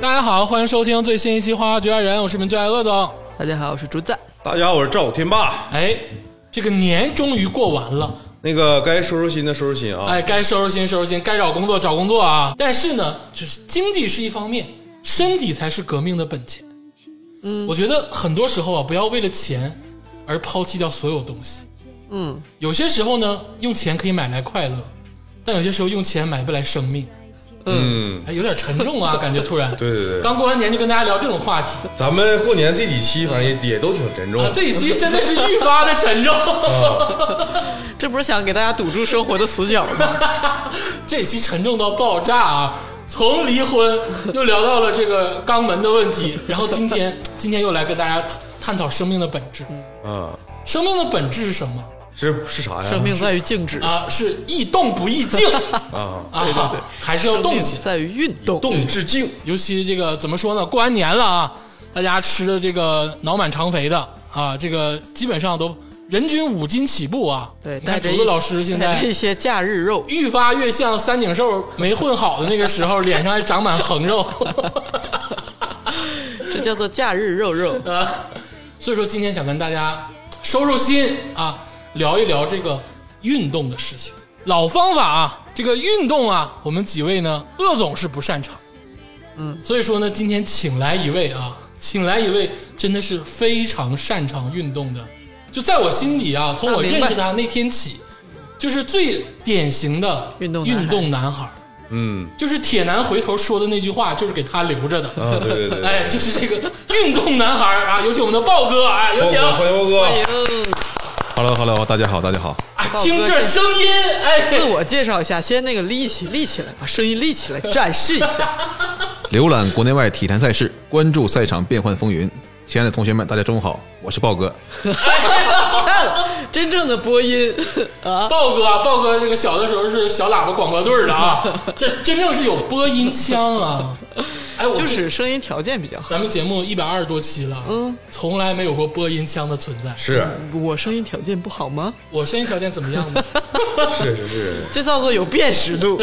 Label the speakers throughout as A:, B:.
A: 大家好，欢迎收听最新一期《花花局外人》，我是你们最爱鄂总。
B: 大家好，我是竹子。
C: 大家好，我是赵天霸。
A: 哎，这个年终于过完了，
C: 那个该收收心的收收心啊，
A: 哎，该收拾心收拾心，该找工作找工作啊。但是呢，就是经济是一方面，身体才是革命的本钱。嗯，我觉得很多时候啊，不要为了钱而抛弃掉所有东西。
B: 嗯，
A: 有些时候呢，用钱可以买来快乐，但有些时候用钱买不来生命。
C: 嗯，
A: 哎，有点沉重啊，感觉突然。
C: 对对对
A: 刚过完年就跟大家聊这种话题，
C: 咱们过年这几期反正也也都挺沉重
A: 啊，这一期真的是愈发的沉重。
B: 这不是想给大家堵住生活的死角
A: 啊
B: 吗？
A: 这期沉重到爆炸啊！从离婚又聊到了这个肛门的问 题，然后今天今天又来跟大家探探讨生命的本质。
B: 嗯
C: 啊，
A: 生命的本质是什么
C: 是是啥呀？
B: 生命在于静止，
A: 啊？是易动不易 静
C: 啊，
A: 啊，还是要动起来。
B: 在于运动。
C: 动致敬，
A: 尤其这个怎么说呢？过完年了啊，大家吃的这个脑满肠肥的啊，这个基本上都人均五斤起步啊。
B: 对，
A: 你看
B: 带着
A: 竹
B: 一
A: 子老师现在
B: 带着一些假日肉，
A: 愈发越像三井寿没混好的那个时候，脸上还长满横 肉。
B: 这叫做假日肉肉。
A: 啊，所以说今天想跟大家收收心啊，聊一聊这个运动的事情。老方法啊，这个运动啊，我们几位呢，鄂总是不擅长，嗯，所以说呢，今天请来一位啊，请来一位真的是非常擅长运动的，就在我心底啊，从我认识他那天起，就是最典型的
B: 运动男孩
A: 运动男孩，
C: 嗯
A: 就是铁男回头说的那句话，就是给他留着的，
C: 啊，对对对，
A: 哎，就是这个运动男孩儿啊，有请我们的豹哥啊，有
C: 包
A: 请。
C: 哥欢迎包
B: 哎
C: 哥，
B: 呦
D: Hello Hello，大家好，大家好。
A: 啊，听这声音，哎，
B: 自我介绍一下，先那个立起立起来，把声音立 起来，展示一下。
D: 浏览国内外体坛赛事，关注赛场变幻风云。亲爱的同学们，大家中午好，我是豹哥。
B: 看了，真正的播音啊，
A: 豹哥啊，豹哥这个小的时候是小喇叭广播队儿的啊，这真正是有播音腔啊。哎，我
B: 就
A: 这
B: 是声音条件比较好。
A: 咱们节目一百二十多期了，嗯，从来没有过播音腔的存在。
C: 是
B: 我声音条件不好吗？
A: 我声音条件怎么样呢？
C: 是是是，
B: 这叫做有辨 识度。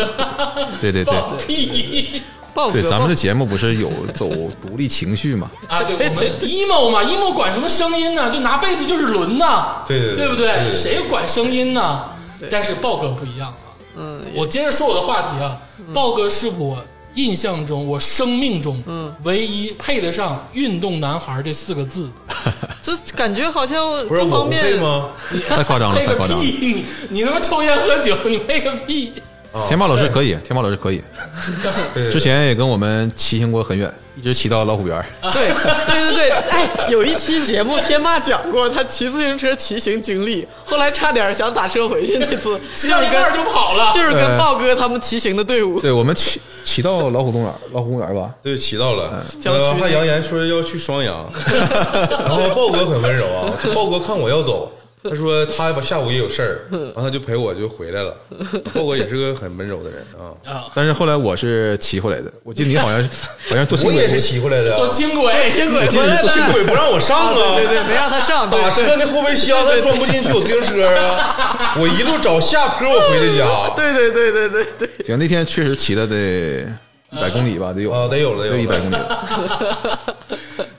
D: 对对对
A: 放屁
B: 豹哥，
D: 对，咱们这
B: 豹
D: 节目不是有走独立情绪嘛？
A: 啊！对，我们 emo 嘛，emo 管什么声音呢？就拿被子就是抡呐，
C: 对对对
A: 对不
C: 对对对
A: 谁管声音呢？但是豹哥不一样啊。
B: 嗯，
A: 我接着说我的话题啊，豹哥是我印象中、我生命中，嗯，唯一配得上“运动男孩”这四个字。
B: 就感觉好像
C: 不是
B: 各
C: 我
B: 方
C: 不
B: 面
C: 配吗？
D: 太夸张了，
A: 配
D: 太
A: 个
D: 夸张了。
A: 屁！你你他妈抽烟喝酒，你配个屁！
D: 天霸老师可以，天霸老师可以。
C: 对
D: 之前也跟我们骑行过很远，一直骑到老虎园 儿。
B: 对对对对，哎，有一期节目天霸讲过他骑自行车骑行经历，后来差点想打车回去那 次，
A: 骑
B: 就是
A: 到一半儿
B: 跟
A: 就跑了。
B: 就是跟豹哥他们骑行的队伍，
D: 对，我们骑骑到老虎公园，老虎公园吧。
C: 对，骑到了，
B: 郊区
C: 呃，还扬言说要去双阳，然后豹哥很温柔啊，这豹哥看我要走，他说他下午也有事儿，然后他就陪我就回来了。 豹哥也是个很温柔的人啊，
D: 但是后来我是骑回来的，我记得你好像是好像坐轻
C: 我
D: 轨，
C: 也是骑回来的啊，
A: 坐轻 轨，
B: 轻轨
D: 进
B: 回来
C: 轻
B: 了。
C: 轨不让我上啊，
B: 对对对，没让他上，对
C: 打车那后备箱它
B: 对对对
C: 装不进去我自行车啊，我一路找下坡我回的家，
B: 对对对对对对对，
D: 行，那天确实骑了得一百公里吧，得有
C: 啊得有了得有
D: 就
C: 了
D: 一百公里了。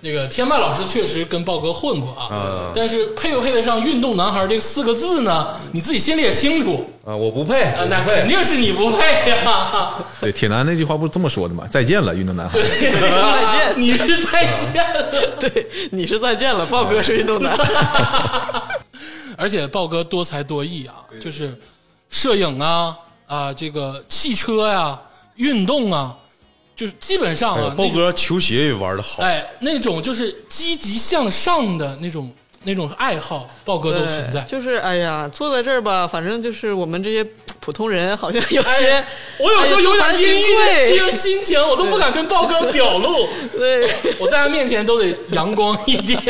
A: 那个天霸老师确实跟豹哥混过
D: 嗯
A: 啊，但是配不配得上“运动男孩”这四个字呢？你自己心里也清楚
C: 啊，我不配，
A: 啊，
C: 我
A: 那
C: 不
A: 肯
C: 配，
A: 定是你不配呀、
D: 对，铁男那句话不是这么说的吗？再见了，运动男孩。
B: 再见
A: 你是再见了。
B: 对，你是再见了，豹哥是运 动男，
A: 而且豹哥多才多艺啊，就是摄影啊啊，这个汽车呀、运动啊，就是基本上啊，那
C: 嗯豹
A: 种
C: 哥球鞋也玩的好，
A: 哎，那种就是积极向上的那种那种爱好，豹哥都存在
B: 对，。就是哎呀，坐在这儿吧，反正就是我们这些普通人好像有些，
A: 哎，我有时候有点阴郁
B: 哎
A: 的心心情，我都不敢跟豹哥表 露，
B: 对
A: 我在他面前都得阳光一点，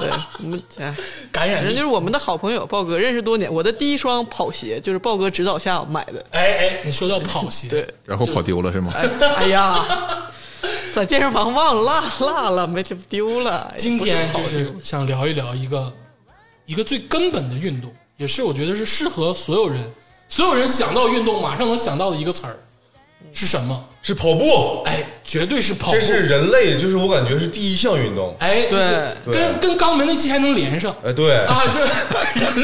B: 对，我们哎，
A: 感
B: 反
A: 染
B: 正
A: 力
B: 就。是我们的好朋友豹哥，认识多年，我的第一双跑鞋就是豹哥指导下买的，
A: 哎哎，你说到跑鞋，
B: 对，
D: 然后跑丢了 是吗？
B: 哎呀，在健身房忘了落落了，没就丢了。哎
A: 今天就
B: 不是
A: 是想聊一聊一个一个最根本的运动，也是我觉得是适合所有人，所有人想到运动马上能想到的一个词儿是什么？
C: 是跑步，
A: 哎，绝对是跑步
C: 这。哦是人类，就是我感觉是第一项运动。
A: 哎，就是
B: 对
A: 跟跟肛门那期还能连上
C: 哎，对，
A: 啊！对，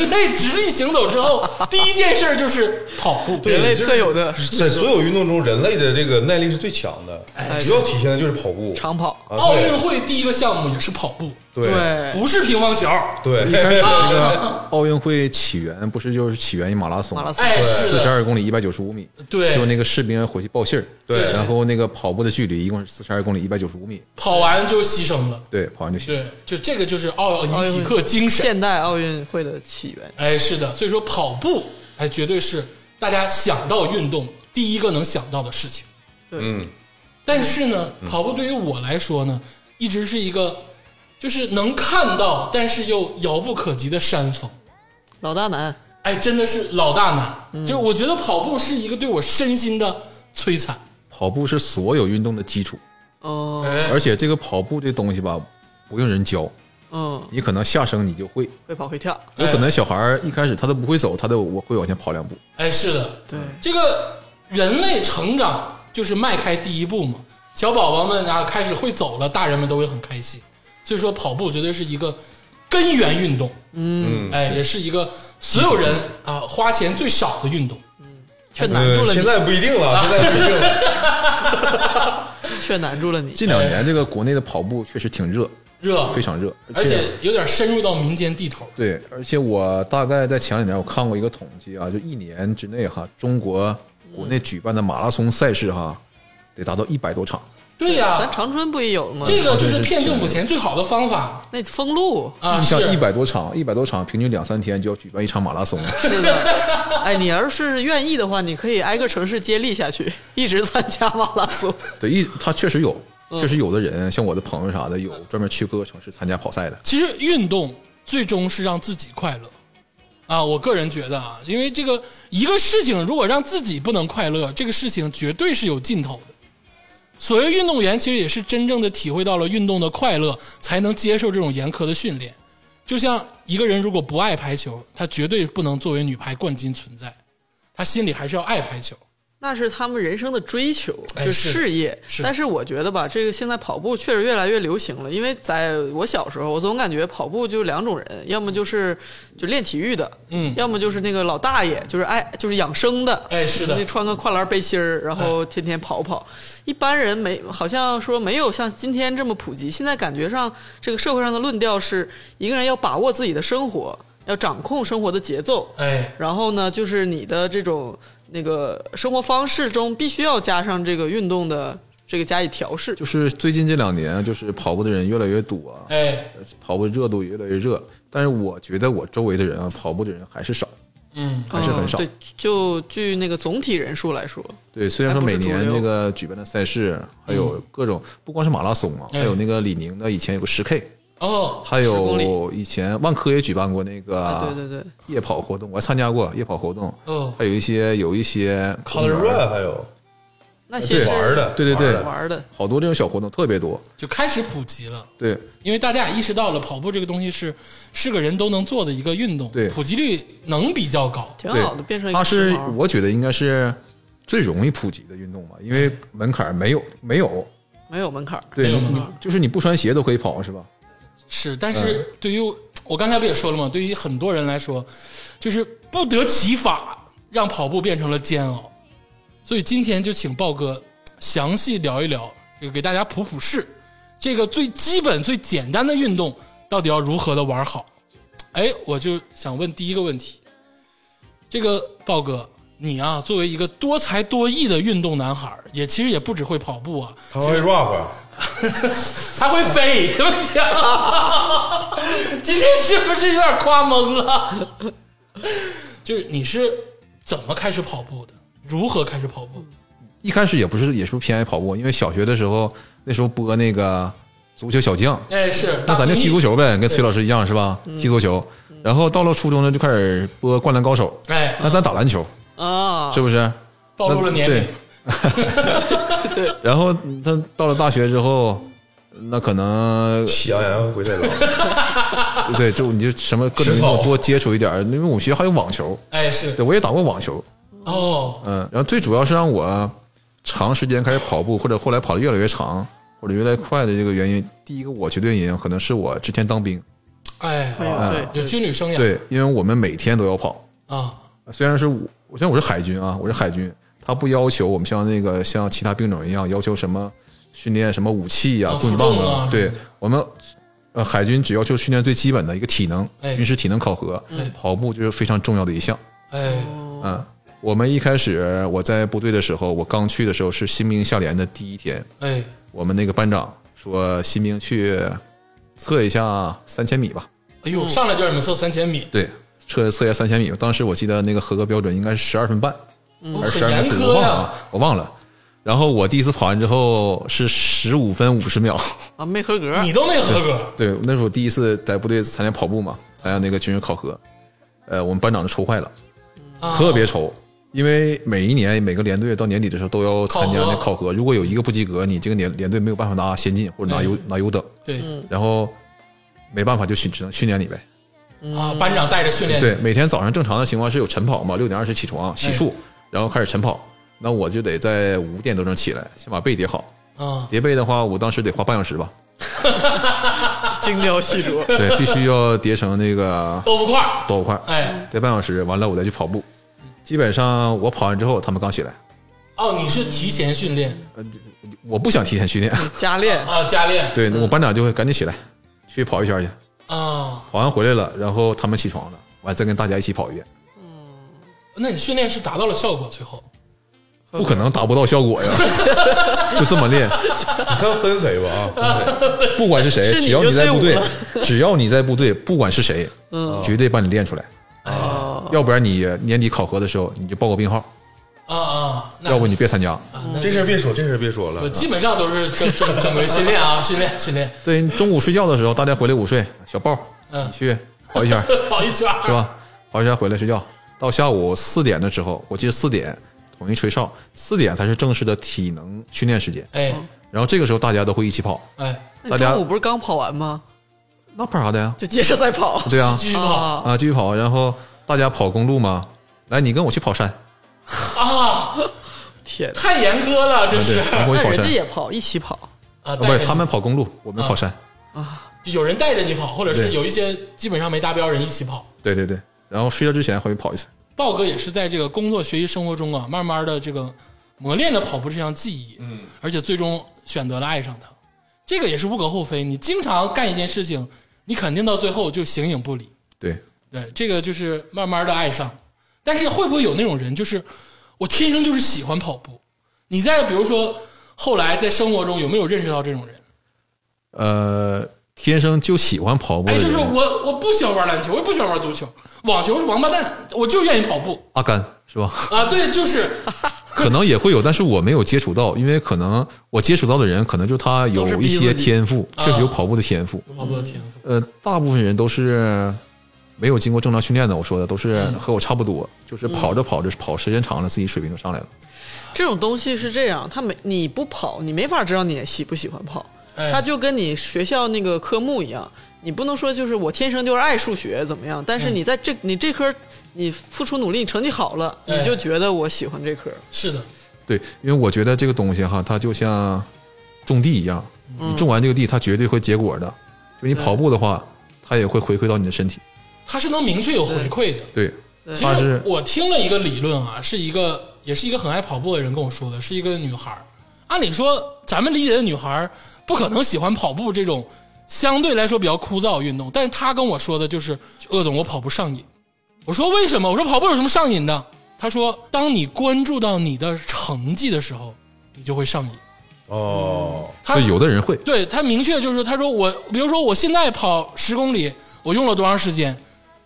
A: 人类直立行走之后，第一件事儿就是跑步。
B: 跑
C: 对
B: 人类特有的
C: 在所有运动中，人类的这个耐力是最强的，主要体现的就是跑步。
B: 哎长哦跑，
C: 啊
A: 奥运会第一个项目也是跑步，
C: 对嗯
A: 不是乒乓球。啊
C: 对
D: 一开始这个奥运会起源不是就是起源于马拉松
B: 马
D: 吗，
B: 拉松，
A: 哎，是
D: 四十
A: 的，
D: 二公里一百九十五米，
A: 对
D: 就那个士兵回去报信儿，
C: 对
D: 然后那个跑步的距离一共是四十二公里一百九十五米，
A: 跑完就牺牲了。
D: 对，跑完就行。
A: 对，就这个就是奥
B: 奥
A: 林
B: 运
A: 匹
B: 会
A: 克精神。
B: 现代奥运会的起源。
A: 哎，是的，所以说跑步，哎，绝对是大家想到运动第一个能想到的事情。
C: 嗯，
A: 但是呢，
D: 嗯
A: 跑步对于我来说呢，一直是一个就是能看到，但是又遥不可及的山峰。
B: 老大难，
A: 哎，真的是老大难，就是我觉得跑步是一个对我身心的摧残。
D: 跑步是所有运动的基础，
B: 嗯
A: 哎，
D: 而且这个跑步这东西吧，不用人教，
B: 嗯，
D: 你可能下生你就会。
B: 会跑会跳，
D: 有可能小孩儿一开始他都不会走，他都我会往前跑两步。
A: 哎，是的，
B: 对，
A: 这个人类成长就是迈开第一步嘛。小宝宝们啊，开始会走了，大人们都会很开心。所以说，跑步绝对是一个根源运动，嗯，哎，也是一个所有人啊花钱最少的运动。
B: 却
A: 嗯
B: 难住
C: 呃
B: 了
C: 现
B: 你，
C: 在不一定了，现在不一定 了。
B: 却难住了你。
D: 近两年这个国内的跑步确实挺热，
A: 热，
D: 非常热，
A: 而且有点深入到民间地头。
D: 对，而且我大概在前两年我看过一个统计啊，就一年之内哈，中国国内举办的马拉松赛事哈，得达到一百多场。
A: 对呀、
B: 咱长春不也有吗？
A: 这个就是骗政府钱最好的方法
B: 那封路
A: 啊！
D: 你
A: 是
D: 想一百多场，一百多场，平均两三天就要举办一场马 拉松。
B: 是的，哎，你要是愿意的话，你可以挨个城市接力下去，一直参加马拉松。
D: 对，一他确实有，
B: 嗯
D: 确实有的人像我的朋友啥的，有专门去各个城市参加跑赛的。
A: 其实运动最终是让自己快乐啊！我个人觉得啊，因为这个一个事情如果让自己不能快乐，这个事情绝对是有尽头的。所谓运动员，其实也是真正的体会到了运动的快乐，才能接受这种严苛的训练。就像一个人如果不爱排球，他绝对不能作为女排冠军存在，他心里还是要爱排球。
B: 那是他们人生的追求，
A: 哎
B: 就是事业。
A: 是
B: 但是我觉得吧，这个现在跑步确实越来越流行了。因为在我小时候，我总感觉跑步就两种人，要么就是就练体育的，
A: 嗯
B: 要么就是那个老大爷，就是爱就是养生的，
A: 哎是的哎
B: 就穿个跨栏背心儿，然后天天跑跑。一般人没好像说没有像今天这么普及。现在感觉上这个社会上的论调是，一个人要把握自己的生活，要掌控生活的节奏，
A: 哎，
B: 然后呢，就是你的这种那个生活方式中，必须要加上这个运动的这个加以调试。
D: 就是最近这两年，就是跑步的人越来越多啊，
A: 哎，
D: 跑步热度也越来越热。但是我觉得我周围的人啊，跑步的人还是少，
A: 嗯，
D: 还是很少。
B: 嗯对，就据那个总体人数来说，
D: 对，虽然说
B: 还不
D: 每
B: 是主
D: 年
B: 流嗯
D: 这个举办的赛事，还有各种不光是马拉松啊，
A: 哎
D: 还有那个李宁的以前有个十 K，
A: 哦，
D: 还
B: 10公
D: 有
B: 里
D: 以前万科也举办过那
B: 啊，对
D: 个
B: 对对，
D: 夜跑活动，我还参加过夜跑活动。
A: 哦
D: 还有一些有一些
C: Color
D: 公园
C: Run 还有
B: 那些
D: 对
B: 是
C: 玩儿的，
D: 对对对
C: 玩儿的
B: 玩儿的，
D: 好多这种小活动特别多。
A: 就开始普及了。
D: 对，
A: 因为大家也意识到了跑步这个东西是是个人都能做的一个运动，
D: 对
A: 普及率能比较高。
B: 挺
D: 对
B: 好的，变成一
D: 它
B: 个时
D: 是
B: 髦
D: 我觉得应该是最容易普及的运动吧，因为门槛没有没有，
B: 没有门槛儿。
A: 没
D: 对
A: 有
D: 你
A: 门
D: 你
A: 槛
D: 就是你不穿鞋都可以跑是吧？
A: 是，但是对于、我刚才不也说了吗？对于很多人来说，就是不得其法，让跑步变成了煎熬。所以今天就请豹哥详细聊一聊，这个给大家普普世，这个最基本、最简单的运动到底要如何的玩好。哎，我就想问第一个问题，这个豹哥，你啊，作为一个多才多艺的运动男孩儿，也其实也不只会跑步啊，
C: 他会 rap，
A: 它会飞，我啊 讲，今天是不是有点夸懵了？就是你是怎么开始跑步的？如何开始跑步？
D: 一开始也不是也是不偏爱跑步，因为小学的时候那时候播那个足球小将，
A: 哎，是
D: 那咱就踢足
A: 球。
D: 球呗，跟崔老师一样是吧？踢足球，然后到了初中呢就开始播灌篮高手，
A: 哎，
D: 那咱打篮球
B: 啊
D: 是，不是？
A: 暴露了年龄
D: 对。然后他到了大学之后，那可能
C: 喜羊羊回 来了，
D: 对，就你就什么各种
C: 吃
D: 运
C: 草
D: 动多接触一点儿，因为我们学校还有网球，
A: 哎，是
D: 对我也打过网球，
A: 哦，
D: 嗯，然后最主要是让我长时间开始跑步，或者后来跑得越来越长，或者越来越快的这个原因，第一个我觉得原因可能是我之前当兵，
A: 哎，
D: 啊
B: 对
A: 有军旅生涯
D: 对，因为我们每天都要跑，
A: 啊，
D: 虽然是我，虽然我是海军啊，我是海军，他不要求我们像那个像其他兵种一样要求什么训练什么武器呀、
A: 啊
D: 棍棒
A: 负重啊
D: 对我们呃海军只要求训练最基本的一个体能，
A: 哎
D: 军事体能考核，
A: 嗯
D: 跑步就是非常重要的一项。
A: 哎，
D: 嗯，我们一开始我在部队的时候，我刚去的时候是新兵下连的第一天，
A: 哎，
D: 我们那个班长说新兵去测一下三千米吧，
A: 哎呦，上来就让你们测三千米，
D: 对，测测一下三千米。当时我记得那个合格标准应该是十二分半，
A: 哦
D: 还
A: 很
D: 是十二
A: 严
D: 分四，
A: 苛
D: 我忘了
A: 呀。
D: 啊，我忘了。然后我第一次跑完之后是十五分五十秒，
B: 啊，没合格，
A: 你都没合格，
D: 对，那是我第一次在部队参加跑步嘛，参加那个军事考核。呃，我们班长就愁坏了，
A: 啊
D: 特别愁，因为每一年每个连队到年底的时候都要参加那
A: 考
D: 考核，如果有一个不及格，你这个连连队没有办法拿先进或
A: 嗯
D: 者拿优拿优等，
A: 对
D: 然后没办法就训只能训练你呗。
A: 啊，班长带着训练，
D: 对，，每天早上正常的情况是有晨跑嘛，六点二十起床洗漱，然后开始晨跑。那我就得在五点多钟起来，先把被叠好。
A: 啊，
D: 叠被的话，我当时得花半小时 吧。
B: 精雕细琢，
D: 对，必须要叠成那个
A: 豆腐块儿，
D: 多块，
A: 哎，
D: 叠半小时，完了我再去跑步。基本上我跑完之后，他们刚起来，
A: 哦，你是提前训练
D: 我不想提前训练。
B: 加练
A: 啊，加练
D: 对，我班长就会赶紧起来，去跑一圈去。
A: 啊，
D: 跑完回来了，然后他们起床了，完再跟大家一起跑一遍。
A: 那你训练是达到了效果，最后
D: 不可能达不到效果 呀，就这么练。
C: 你看分谁吧啊， 分谁
D: 不管是谁，
B: 是你
D: 只要
B: 就
D: 你在
B: 退伍
D: 部队
B: 了，嗯
D: 只要你在部队，不管是谁，绝对把你练出来。
B: 哦，
D: 要不然你年底考核的时候你就报个病号，
A: 啊啊，那
D: 要不你别参加。
A: 啊那
C: 这事儿别说，这事儿别说了
A: 我。基本上都是正正正规训练啊，训练训练，
D: 对，中午睡觉的时候大家回来午睡，小豹，
A: 嗯
D: 你去跑一圈
A: 跑一圈儿
D: 是？吧？跑一圈回来睡觉，到下午四点的时候，我记得四点统一吹哨，四点才是正式的体能训练时间。
A: 哎
D: 然后这个时候大家都会一起跑，
A: 哎，
B: 那
D: 大
B: 你
D: 家
B: 中午不是刚跑完吗？
D: 那跑啥的呀？
B: 就接着再跑
D: 对啊
A: 继，续跑
B: 啊，
D: 啊，继续跑，然后大家跑公路嘛，来你跟我去跑山，
A: 啊，
B: 天哪，
A: 太严苛了，这
D: 对，
A: 是
D: 我跟
B: 那
D: 我去跑
B: 人
D: 山哦
B: 家。也跑，一起跑，
A: 啊，
D: 不
A: 带
D: 是
A: 着
D: 他们跑公路，我们跑山。
A: 你有人带着你跑，或者是
D: 对
A: 有一些基本上没达标人一起跑。
D: 对对对，然后睡觉之前回去跑一次。
A: 豹哥也是在这个工作、学习、生活中啊，慢慢的这个磨练了跑步这项技艺，嗯，而且最终选择了爱上它，这个也是无可厚非。你经常干一件事情，你肯定到最后就形影不离，
D: 对，
A: 对，这个就是慢慢的爱上。但是会不会有那种人，就是我天生就是喜欢跑步？你在比如说后来在生活中有没有认识到这种人？
D: 呃，天生就喜欢跑步
A: 哎，
D: 的
A: 就是
D: 人，
A: 我我不喜欢玩篮球，我也不喜欢玩足球，网球是王八蛋，我就愿意跑步
D: 阿甘是吧？
A: 啊！对，就是
D: 可能也会有，但是我没有接触到，因为可能我接触到的人，可能就他有
B: 都是
D: 一
B: 逼自己
D: 些天赋， 确实有跑步的天赋。
A: 跑步的天赋。
D: 呃，大部分人都是没有经过正常训练的，我说的都是和我差不多，就是跑着跑着跑时间长了，自己水平就上来了。
B: 这种东西是这样，他没你不跑，你没法知道你喜不喜欢跑。
A: 哎
B: 它就跟你学校那个科目一样，你不能说就是我天生就是爱数学怎么样，但是你在这你这科你付出努力，你成绩好了，
A: 哎
B: 你就觉得我喜欢这科。
A: 是的，
D: 对，因为我觉得这个东西哈，它就像种地一样，你种完这个地，它绝对会结果的。就你跑步的话，它也会回馈到你的身体。
A: 他是能明确有回馈的。
D: 对，
A: 其
D: 它
A: 实
D: 啊是
A: 我听了一个理论啊，是一个也是一个很爱跑步的人跟我说的，是一个女孩儿。按理说，咱们理解的女孩儿不可能喜欢跑步这种相对来说比较枯燥的运动，但是她跟我说的就是，鄂总，我跑步上瘾。我说为什么？我说跑步有什么上瘾的？她说，当你关注到你的成绩的时候，你就会上瘾。
C: 哦，
A: 她
D: 对，有的人会，
A: 对他明确就是他说我，比如说我现在跑十公里，我用了多长时间，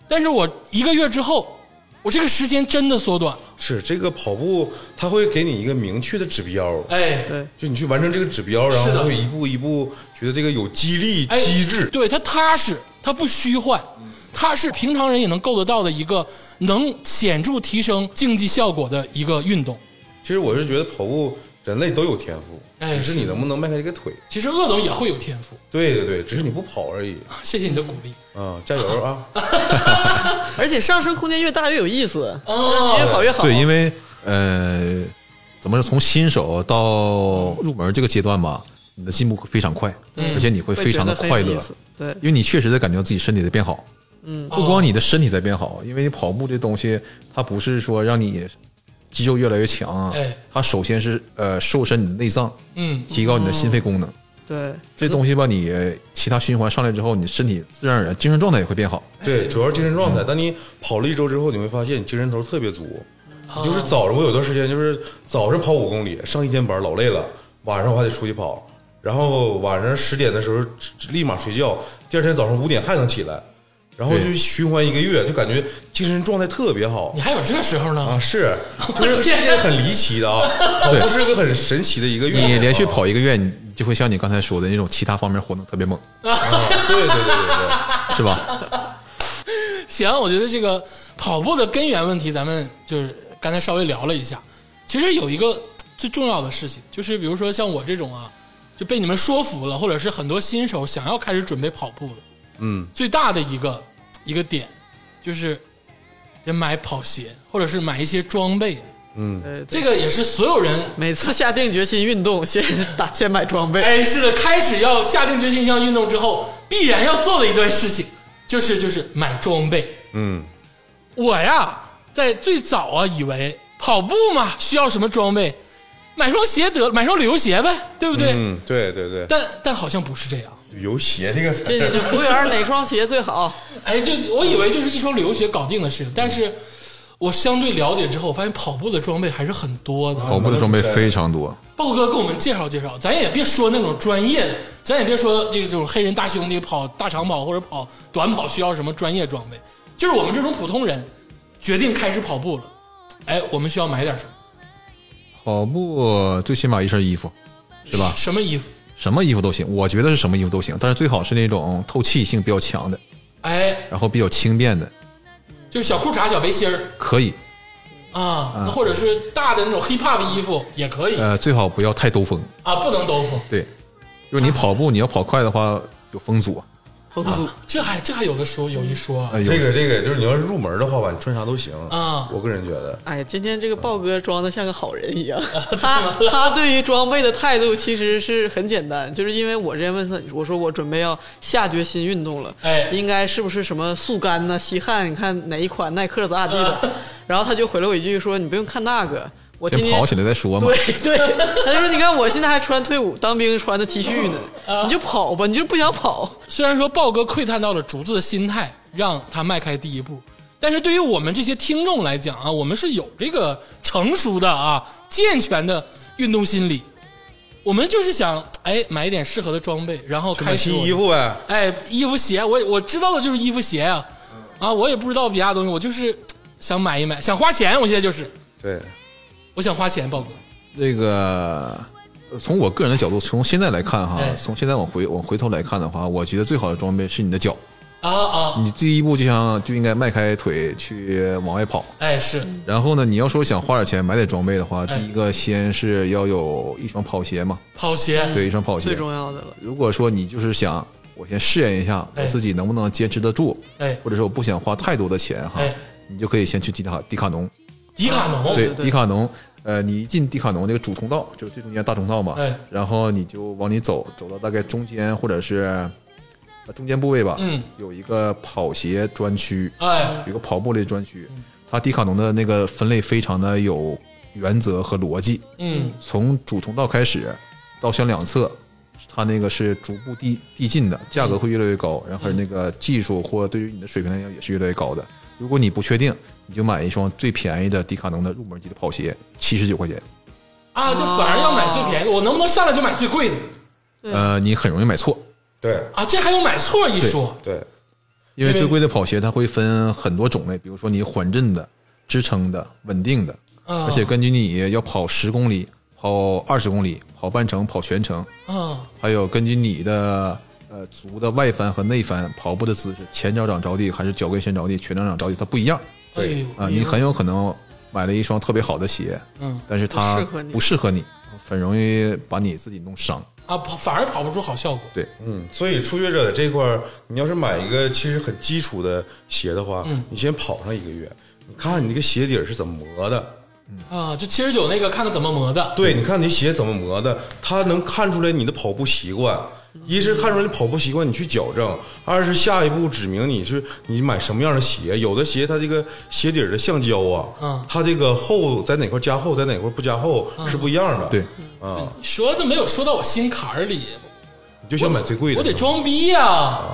A: 但是我一个月之后，我这个时间真的缩短了，
C: 是这个跑步，它会给你一个明确的指标，
A: 哎，
B: 对，
C: 就你去完成这个指标，然
A: 是的
C: 后会一步一步觉得这个有激励
A: 哎
C: 机制。
A: 对他踏实，他不虚幻，他是平常人也能够得到的一个能显著提升竞技效果的一个运动。
C: 其实我是觉得跑步人类都有天赋，
A: 哎
C: 只是你能不能迈开这个腿。
A: 其实鄂总也会有天赋，
C: 对对对，只是你不跑而已。
A: 谢谢你的鼓励。
C: 啊，加油啊！
B: 而且上升空间越大越有意思，
A: 哦
B: 越跑越好。
D: 对，因为呃，怎么说，从新手到入门这个阶段吧，你的进步会非常快，而且你会非常的快
B: 会觉得很有
D: 乐
B: 意思，对
D: 因为你确实在感觉到自己身体在变好。嗯，不光你的身体在变好，因为跑步这东西，它不是说让你肌肉越来越强啊
A: 哎，
D: 它首先是呃瘦身你的内脏，
A: 嗯，
D: 提高你的心肺功能。
B: 对，
D: 这东西吧，你呃其他循环上来之后，你身体自然而然精神状态也会变好。
C: 对，主要是精神状态。当你跑了一周之后，你会发现你精神头特别足。
A: 哦
C: 你
A: 啊
C: 就是早上，我有段时间就是早上跑五公里，上一天班老累了，晚上我还得出去跑，然后晚上十点的时候立马睡觉，第二天早上五点还能起来，然后就
D: 对
C: 循环一个月，就感觉精神状态特别好
A: 你。还有这时候呢？
C: 啊，是，就是是件很离奇的啊，跑步是个很神奇的一个运动啊。
D: 你连续跑一个月，你你就会像你刚才说的那种其他方面活动特别猛，
C: 啊，对对对对对。
D: 是吧？
A: 行，我觉得这个跑步的根源问题，咱们就是刚才稍微聊了一下。其实有一个最重要的事情，就是比如说像我这种啊，就被你们说服了，或者是很多新手想要开始准备跑步了，
C: 嗯，
A: 最大的一个一个点就是得买跑鞋，或者是买一些装备。
D: 嗯
B: 呃，
A: 这个也是所有人
B: 每次下定决心运动，先打先买装备。
A: 哎是的，开始要下定决心一项运动之后，必然要做的一段事情，就是就是买装备。
C: 嗯，
A: 我呀，在最早啊，以为跑步嘛需要什么装备，买双鞋得了买双旅游鞋呗，对不对？
C: 嗯，对对对，
A: 但但好像不是这样。
C: 旅游鞋这个词
B: 这
C: 儿
B: 你服务员哪双鞋最好？
A: 哎，就我以为就是一双旅游鞋搞定的事情，但是我相对了解之后，我发现跑步的装备还是很多的。
D: 跑步的装备非常多，
A: 豹哥给我们介绍介绍，咱也别说那种专业的，咱也别说这个这种黑人大兄弟跑大长跑或者跑短跑需要什么专业装备，就是我们这种普通人决定开始跑步了，哎，我们需要买点什么？
D: 跑步最起码一身衣服，是吧？
A: 什么衣服？
D: 什么衣服都行，我觉得是什么衣服都行，但是最好是那种透气性比较强的，
A: 哎，
D: 然后比较轻便的，
A: 就是小裤衩、小背心儿
D: 可以。
A: 啊，那或者是大的那种 hip hop 衣服也可以
D: 呃，最好不要太兜风，
A: 啊，不能兜风。
D: 对，就是你跑步你要跑快的话有风阻，
B: 风阻
A: 啊这还这还有的说有一说啊
D: 哎，
C: 这
D: 有
C: 个这个就是你要是入门的话吧，你穿啥都行
A: 啊
C: 我个人觉得，
B: 哎呀，今天这个豹哥装的像个好人一样， 他他对于装备的态度其实是很简单，就是因为我之前问他，我说我准备要下决心运动了，
A: 哎
B: 应该是不是什么速干呐、吸汗？你看哪一款耐克咋咋地的？然后他就回了我一句说：“你不用看那个，我天
D: 先
B: 天
D: 跑起来再说嘛。
B: 对对，他就说：“你看我现在还穿退伍当兵穿的 T 恤呢，你就跑吧，你就是不想跑。
A: 虽然说豹哥窥探到了竹子的心态，让他迈开第一步，但是对于我们这些听众来讲啊，我们是有这个成熟的啊、健全的运动心理，我们就是想哎买一点适合的装备，然后开
C: 买
A: 始
C: 新
A: 我
C: 衣服呗，
A: 哎，衣服鞋，我我知道的就是衣服鞋呀、啊，我也不知道其他东西，我就是想买一买，想花钱，我现在就是
C: 对，
A: 我想花钱，豹哥，
D: 这个呃从我个人的角度，从现在来看哈
A: 哎，
D: 从现在往回往回头来看的话，我觉得最好的装备是你的脚。
A: 啊啊，
D: 你第一步就像就应该迈开腿去往外跑，
A: 哎是，
D: 然后呢，你要说想花点钱买点装备的话，
A: 哎
D: 第一个先是要有一双跑鞋嘛，
A: 跑鞋，
D: 对，一双跑”
B: 最
D: 鞋。
B: 重要的了，
D: 如果说你就是想我先试验一下
A: 哎
D: 我自己能不能坚持得住，
A: 哎
D: 或者说我不想花太多的钱哈
A: 哎，
D: 你就可以先去迪卡迪卡侬，
A: 迪卡侬，
D: 对
B: 对对
D: 迪卡侬，呃，你一进迪卡侬那个主通道，就是最中间大通道嘛
A: 哎，
D: 然后你就往里走，走到大概中间或者是呃中间部位吧，
A: 嗯，
D: 有一个跑鞋专区，
A: 哎
D: 有一个跑步类专区，它迪卡侬的那个分类非常的有原则和逻辑，
A: 嗯
D: 从主通道开始到向两侧，它那个是逐步递递进的，价格会越来越高，然后那个技术或对于你的水平来讲也是越来越高的。如果你不确定，你就买一双最便宜的迪卡侬的入门级的跑鞋，七十九块钱，
A: 啊，就反而要买最便宜的，我能不能上来就买最贵的
D: 呃，你很容易买错，
C: 对
A: 啊？这还有买错一说，
C: 对，
D: 因为最贵的跑鞋它会分很多种类，比如说你缓震的、支撑的、稳定的，
A: 嗯
B: 啊
D: 而且根据你要跑十公里、跑二十公里、跑半程、跑全程，
A: 嗯
D: 还有根据你的呃足的外翻和内翻跑步的姿势，前脚掌着地还是脚跟先着地，全脚掌着地，它不一样
A: 哎呦
D: 啊。你很有可能买了一双特别好的鞋，
A: 嗯
D: 但是它
B: 不适合你
D: 不适合你，很容易把你自己弄伤。
A: 啊，跑反而跑不出好效果。
D: 对，
C: 嗯，所以初学者这块儿，你要是买一个其实很基础的鞋的话，你先跑上一个月，你看看你这个鞋底儿是怎么磨的。
A: 啊，就七十九那个看看怎么磨的。
C: 对，你看你鞋怎么磨的，它能看出来你的跑步习惯。一是看出来你跑步习惯，你去矫正；二是下一步指明你是你买什么样的鞋。有的鞋它这个鞋底儿的橡胶啊，
A: 嗯
C: 它这个厚在哪块加厚，在哪块不加厚是不一样的。
D: 对
C: 啊，
A: 你说的没有说到我心坎儿里，
C: 你就想买最贵的。
A: 我
C: 啊
A: 得装逼呀、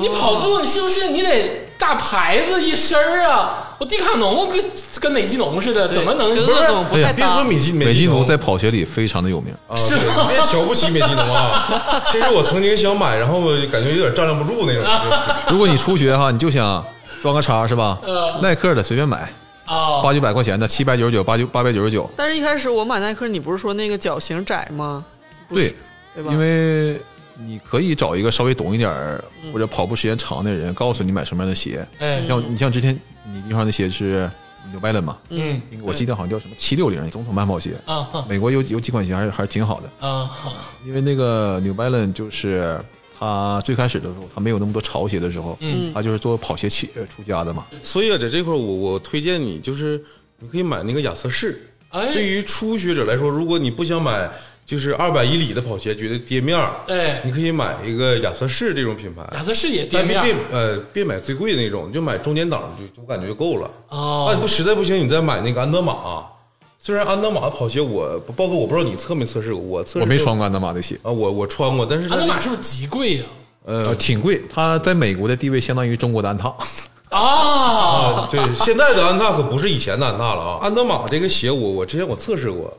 A: 你跑步，你是不是你得大牌子一身儿啊？我迪卡侬跟跟美津浓似的，啊怎么能
B: 跟
A: 不
B: 各
A: 是
B: 种不
D: 哎
B: 太
D: 呀
C: 别说
B: 搭？
C: 美津
D: 美
C: 津
D: 津
C: 浓
D: 浓在跑鞋里非常的有名，
C: 啊，
A: 是
C: 对
A: 吗
C: 别瞧不起美津浓啊，这是我曾经想买，然后我就感觉有点站立不 住那种。
D: 如果你初学哈，你就想装个叉是吧
A: 嗯？
D: 耐克的随便买，
A: 啊？
D: 八九百块钱的，七百九十九，八九八百九十九，
B: 但是一开始我买耐克，你不是说那个脚型窄吗？不是
D: 对，
B: 对吧？
D: 因为你可以找一个稍微懂一点儿或者跑步时间长的人，告诉你买什么样的鞋。
A: 哎，
D: 像你像之前你地方的鞋是 New Balance 嘛，
A: 嗯
D: 那个我记得好像叫什么七六零总统慢跑鞋，
A: 啊哈
D: 美国有有几款鞋还是还是挺好的，
A: 啊哈，
D: 因为那个 New Balance 就是。它最开始的时候，它没有那么多潮鞋的时候，嗯，它就是做跑鞋起呃出家的嘛。
C: 所以啊，在这块儿我我推荐你，就是你可以买那个亚瑟士。
A: 哎
C: 对于初学者来说，如果你不想买就是二百一里的跑鞋，觉得跌面儿，
A: 哎，
C: 你可以买一个亚瑟士这种品牌。
A: 亚瑟士也
C: 但
A: 店
C: 别
A: 面
C: 别
A: 儿
C: 呃别买最贵的那种，你就买中间档就就我感觉就够了。那
A: 哦
C: 你不实在不行，你再买那个安德玛。虽然安德玛跑鞋我包括我不知道你测没测试过，我测试
D: 我没
C: 过
D: 穿过安德玛的鞋，
C: 啊，我我穿过，但是它
A: 安德
C: 那
A: 玛是不是极贵呀、
D: 呃，挺贵。它在美国的地位相当于中国的安踏，
A: 啊？
C: 啊，对，现在的安踏可不是以前的安踏了啊。安德玛这个鞋我，我之前我测试过，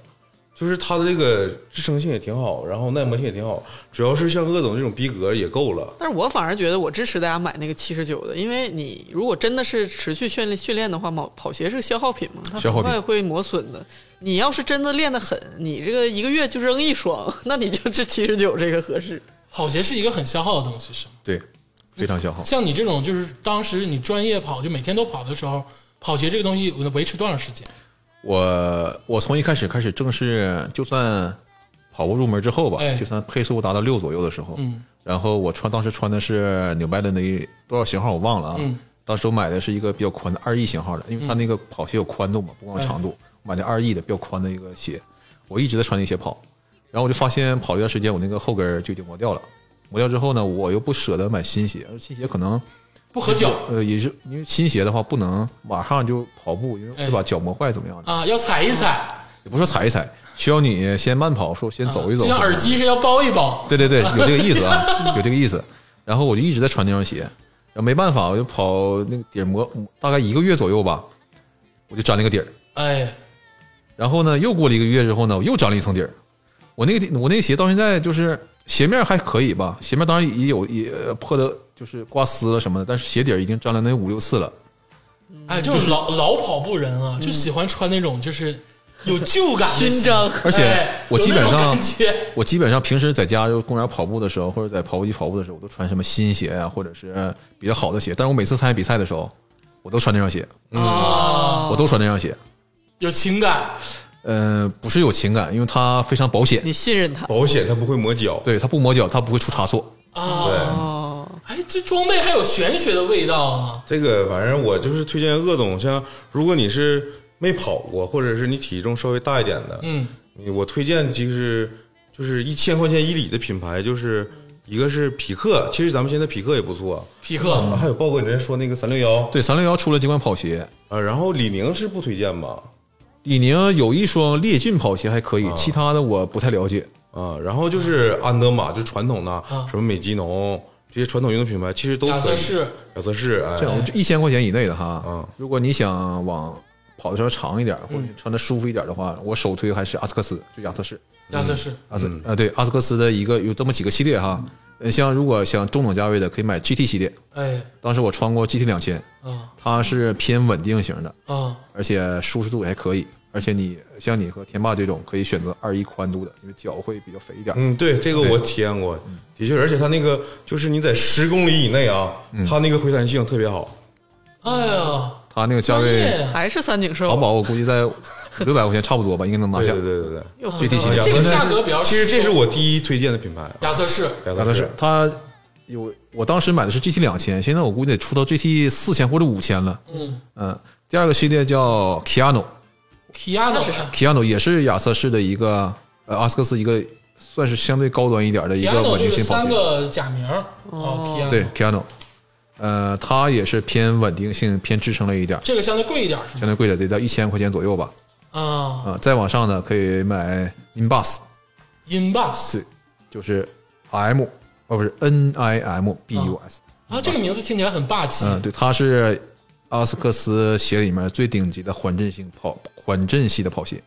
C: 就是它的这个支撑性也挺好，然后耐磨性也挺好，主要是像鄂总这种逼格也够了。
B: 但是我反而觉得我支持大家买那个七十九的，因为你如果真的是持续训练训练的话，跑跑鞋是个消耗品嘛，它
D: 消
B: 很
D: 耗品
B: 快会磨损的。你要是真的练得很，你这个一个月就扔一双， 那你就是七十九这个合适。
A: 跑鞋是一个很消耗的东西，是吗？
D: 对，非常消耗。
A: 像你这种就是当时你专业跑，就每天都跑的时候，跑鞋这个东西维持多长时间？
D: 我我从一开始开始正式，就算跑步入门之后吧，
A: 哎
D: 就算配速达到六左右的时候，
A: 嗯
D: 然后我穿当时穿的是纽拜的那一多少型号我忘了啊，
A: 嗯
D: 当时我买的是一个比较宽的二 E 型号的，因为它那个跑鞋有宽度嘛，不光有长度，我买的二 E 的比较宽的一个鞋，我一直在穿那鞋跑，然后我就发现跑了一段时间，我那个后跟儿就已经磨掉了，磨掉之后呢，我又不舍得买新鞋，而新鞋可能。
A: 不合脚
D: 呃，也是因为新鞋的话不能马上就跑步，因为
A: 哎
D: 会把脚磨坏怎么样的。
A: 啊，要踩一踩，
D: 也不是说踩一踩，需要你先慢跑，说先走一走。
A: 啊就像耳机是要包一包。
D: 对对对，有这个意思 啊，有这个意思。然后我就一直在穿那双鞋，然后没办法，我就跑那个底儿磨，大概一个月左右吧，我就粘了一个底儿。
A: 哎，
D: 然后呢，又过了一个月之后呢，我又粘了一层底儿。我那个底我那个鞋到现在就是鞋面还可以吧，鞋面当然也有也呃破的，就是刮丝了什么的，但是鞋底儿已经粘了那五六次了。
A: 哎，这种老老跑步人啊，就喜欢穿那种就是有旧感的
B: 勋章
A: 鞋
D: 而且
A: 哎
D: 我基本
A: 有那种
D: 上
A: 感觉
D: 我基本上平时在家就公园跑步的时候，或者在跑步机跑步的时候，我都穿什么新鞋啊，或者是比较好的鞋。但是我每次参加比赛的时候，我都穿那双鞋，
A: 啊，
D: 我都穿那双鞋。
A: 有情感，
D: 嗯、不是有情感，因为它非常保险
B: 你，信任他
C: 保险它不会磨脚，
D: 对它不磨脚，它不会出差错。
A: 啊，
C: 对，
B: 哦，
A: 哎，这装备还有玄学的味道啊！
C: 这个反正我就是推荐鄂总，像如果你是没跑过，或者是你体重稍微大一点的，
A: 嗯，
C: 你我推荐其实就是一千块钱以里的品牌，就是一个是匹克，其实咱们现在匹克也不错，
A: 匹克
D: 嗯
C: 啊还有豹哥你之前说那个三六幺
D: 对，三六幺出了几款跑鞋，
C: 啊，然后李宁是不推荐吧？
D: 李宁有一双烈骏跑鞋还可以，其他的我不太了解。
C: 啊，然后就是安德玛，就传统的、什么美肌浓这些传统运动品牌，其实都可以
A: 啊亚瑟士，
C: 亚瑟士，哎
D: 这，样就一千块钱以内的哈，
C: 嗯
D: 如果你想往跑的时候长一点，或者是穿的舒服一点的话，我首推还是阿斯克斯，就亚瑟士。
A: 亚瑟士，
D: 阿斯
C: 嗯
D: 啊，对阿斯克斯的一个有这么几个系列哈，呃，像如果想中等价位的，可以买 GT 系列。
A: 哎，
D: 当时我穿过 GT 两千，
A: 啊
D: 它是偏稳定型的，
A: 啊
D: 而且舒适度也还可以。而且你像你和天霸这种可以选择二一宽度的，因为脚会比较肥一点。
C: 嗯，对，这个我体验过，的确，而且它那个就是你在十公里以内啊，
D: 嗯
C: 它那个回弹性特别好。
A: 哎呀，
D: 它那个价
A: 专
D: 位，
A: 业，啊
B: 还是三井寿，
D: 淘宝我估计在五六百块钱差不多吧，应该能拿
C: 对
D: 下
C: 对。对对对，
B: 又
D: 具体情
B: 回
D: 况
B: 到
A: 这个价格比较
C: 其实这是我第一推荐的品牌，
A: 亚瑟士，
C: 亚
D: 亚瑟士它有，我当时买的是 GT 两千，现在我估计得出到 GT 四千或者五千了。
A: 嗯
D: 嗯，第二个系列叫 Kiano，
A: ，Kiano
B: 是啥
D: Kiano 也是亚瑟士的一个呃阿斯克斯一个算是相对高端一点的一个
A: Kiano
D: 稳
A: 这
D: 定
A: 个
D: 性跑
A: 三
D: 鞋。
A: 个假名儿哦，Kiano
D: 对 Kiano，呃，它也是偏稳定性偏支撑类一点，
A: 这个相对贵一点是吗？
D: 相对贵点得到一千块钱左右吧。
A: 啊
D: 啊、再往上呢可以买 Inbus，
A: ，Inbus
D: 对，就是 M 哦不是 N I M B U S，
A: 啊，这个名字听起来很霸气
D: 嗯、对，它是阿斯克斯鞋里面最顶级的缓震性跑缓震系的跑鞋。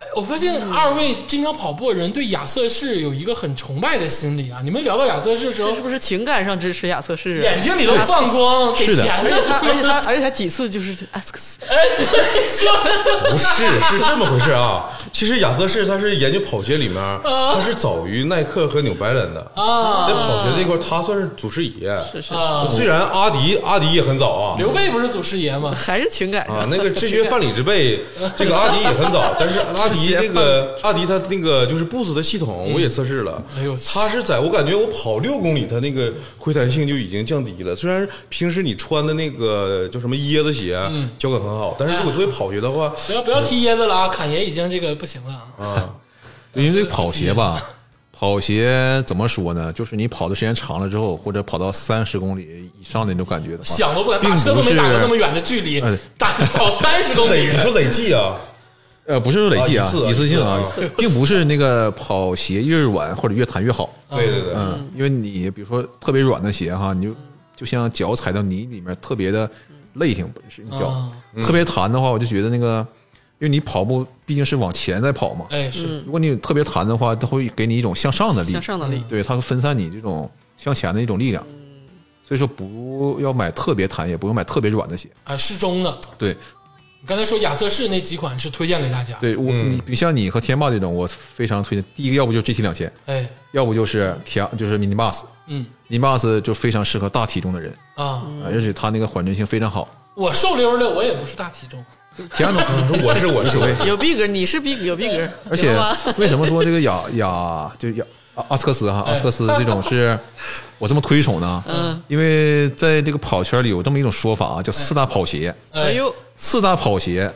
A: 哎我发现二位经常跑步的人对亚瑟士有一个很崇拜的心理啊！你们聊到亚瑟士的时候
B: 是，不是情感上支持亚瑟士啊？
A: 眼睛里都放光，给
D: 是的
A: 钱
B: 而
A: 了哎
B: 且他，而且他，而且他几次就是 X
C: 不是，是这么回事啊。其实亚瑟士它是研究跑鞋里面，它是早于耐克和纽白兰的
A: 啊
C: 在跑鞋这块，它算是祖师爷。
B: 是是，
A: 啊！
C: 虽然阿迪阿迪也很早啊，
A: 刘备不是祖师爷吗？
B: 还是情感
C: 啊
B: 上，
C: 那个知学范礼之辈，这个阿迪也很早，但是阿迪这个阿迪它那个就是 Boost 的系统我也测试了，
A: 哎呦
C: 它是在我感觉我跑六公里，它那个回弹性就已经降低了。虽然平时你穿的那个叫什么椰子鞋，啊脚感很好，但是如果作为跑鞋的话，
A: 不要不要提椰子了啊！侃爷已经这个不行了啊！
D: 因为这个跑鞋吧，跑鞋怎么说呢？就是你跑的时间长了之后，或者跑到三十公里以上的那种感觉的话，
A: 想都不敢，
D: 并
A: 打
D: 不是
A: 车都没打过那么远的距离
D: 哎，
A: 打跑 三十公
C: 累
A: 里
C: 你，说累计啊，
D: 呃，不是说累计
C: 啊
D: 啊
C: 一次，啊
D: 一次性啊
C: 一次，
D: 并不是那个跑鞋越软或者越弹越好，
C: 对对对，
D: 嗯，因为你比如说特别软的鞋哈，你就就像脚踩到泥里面特别的累挺，不是你脚
A: 啊
C: 嗯
D: 特别弹的话，我就觉得那个，因为你跑步毕竟是往前在跑嘛，
A: 哎是
D: 如果你特别弹的话，它会给你一种向上的力
B: 向，上的力，
D: 对，它会分散你这种向前的一种力量。所以说，不要买特别弹，也不用买特别软的鞋。
A: 啊适中的。
D: 对，
A: 你刚才说亚瑟士那几款是推荐给大家，
D: 对我，你比如像你和天霸这种，我非常推荐。第一个，要不就是 GT 两千，
A: 哎
D: 要不就是 T，就是 Mini Bus。
A: 嗯
D: ，Mini Bus 就非常适合大体重的人，
A: 啊，
D: 啊而且它那个缓震性非常好。
A: 我瘦溜的，我也不是大体重，
D: T 二种，
C: 我是我是我
B: 有逼格，你是逼格，有逼格，明
D: 而且
B: 白吗
D: 为什么说这个雅雅就雅阿阿斯克斯哈阿斯克斯这种是我这么推崇呢？嗯，因为在这个跑圈里有这么一种说法啊，叫四大跑鞋。
B: 哎
A: 哎
B: 呦，
D: 四大跑鞋，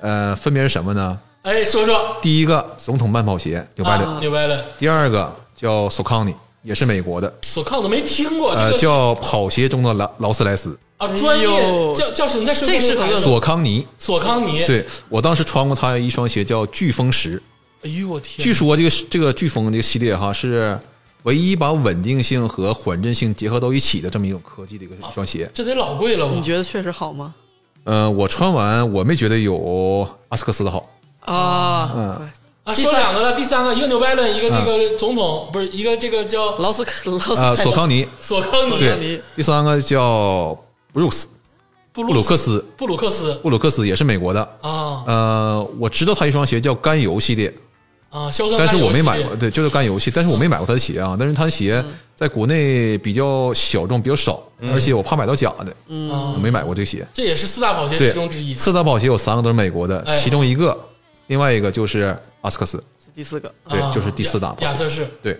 D: 呃，分别是什么呢？
A: 哎说说
D: 第一个总统慢跑鞋，纽白
A: 啊
D: 的；
A: 牛掰了。
D: 第二个叫索康尼，也是美国的，
A: 所看我都没听过哦这
D: 呃，
A: 个是
D: 叫跑鞋中的劳劳斯莱斯，
A: 啊，专业
B: 哎呦
A: 叫叫什么？你再说
B: 这
A: 一遍
B: 是
A: 那个牌子
B: 个
D: 索康尼。
A: 索康尼。，
D: 对我当时穿过他一双鞋叫飓风十，
A: 哎呦我天，
D: 据说这个这个飓风这个系列哈是唯一把稳定性和缓震性结合到一起的这么一种科技的一个一双鞋。
A: 这得老贵了吧？
B: 你觉得确实好吗？
D: 呃，我穿完我没觉得有阿斯克斯的好，
B: 啊，
D: 嗯
B: 对
A: 啊，
B: 第
A: 说
B: 三
A: 两个了，第三个一个纽拜伦，一个
D: 啊
A: 这个总统，不是一个这个叫
B: 劳斯克，劳斯
D: 呃，
B: 凯
D: 索康尼。
A: 索康尼，
B: 索康尼
D: 对，第三个叫布鲁斯，
A: 布
D: 布
A: 鲁
D: 鲁克斯，
A: 布鲁克斯
D: 布鲁克斯也是美国的。
A: 啊
D: 呃，我知道他一双鞋叫甘油系列，
A: 啊，硝酸
D: 但
A: 甘
D: 是我
A: 油
D: 没
A: 系
D: 买
A: 列嗯
D: 过，对，就是甘油系，但是我没买过他的鞋啊。但是他的鞋在国内比较小众，比较少，而且我怕买到假的，我
A: 啊，
D: 没买过这个鞋。
A: 这也是四大跑鞋
D: 对
A: 其中之，一。
D: 四大跑鞋有三个都是美国的
A: 哎，
D: 其中一个，另外一个就是阿斯克斯，
B: 是第四个，
D: 对
A: 啊，
D: 就是第四大跑
A: 亚
D: 鞋，
A: 瑟士
D: 对。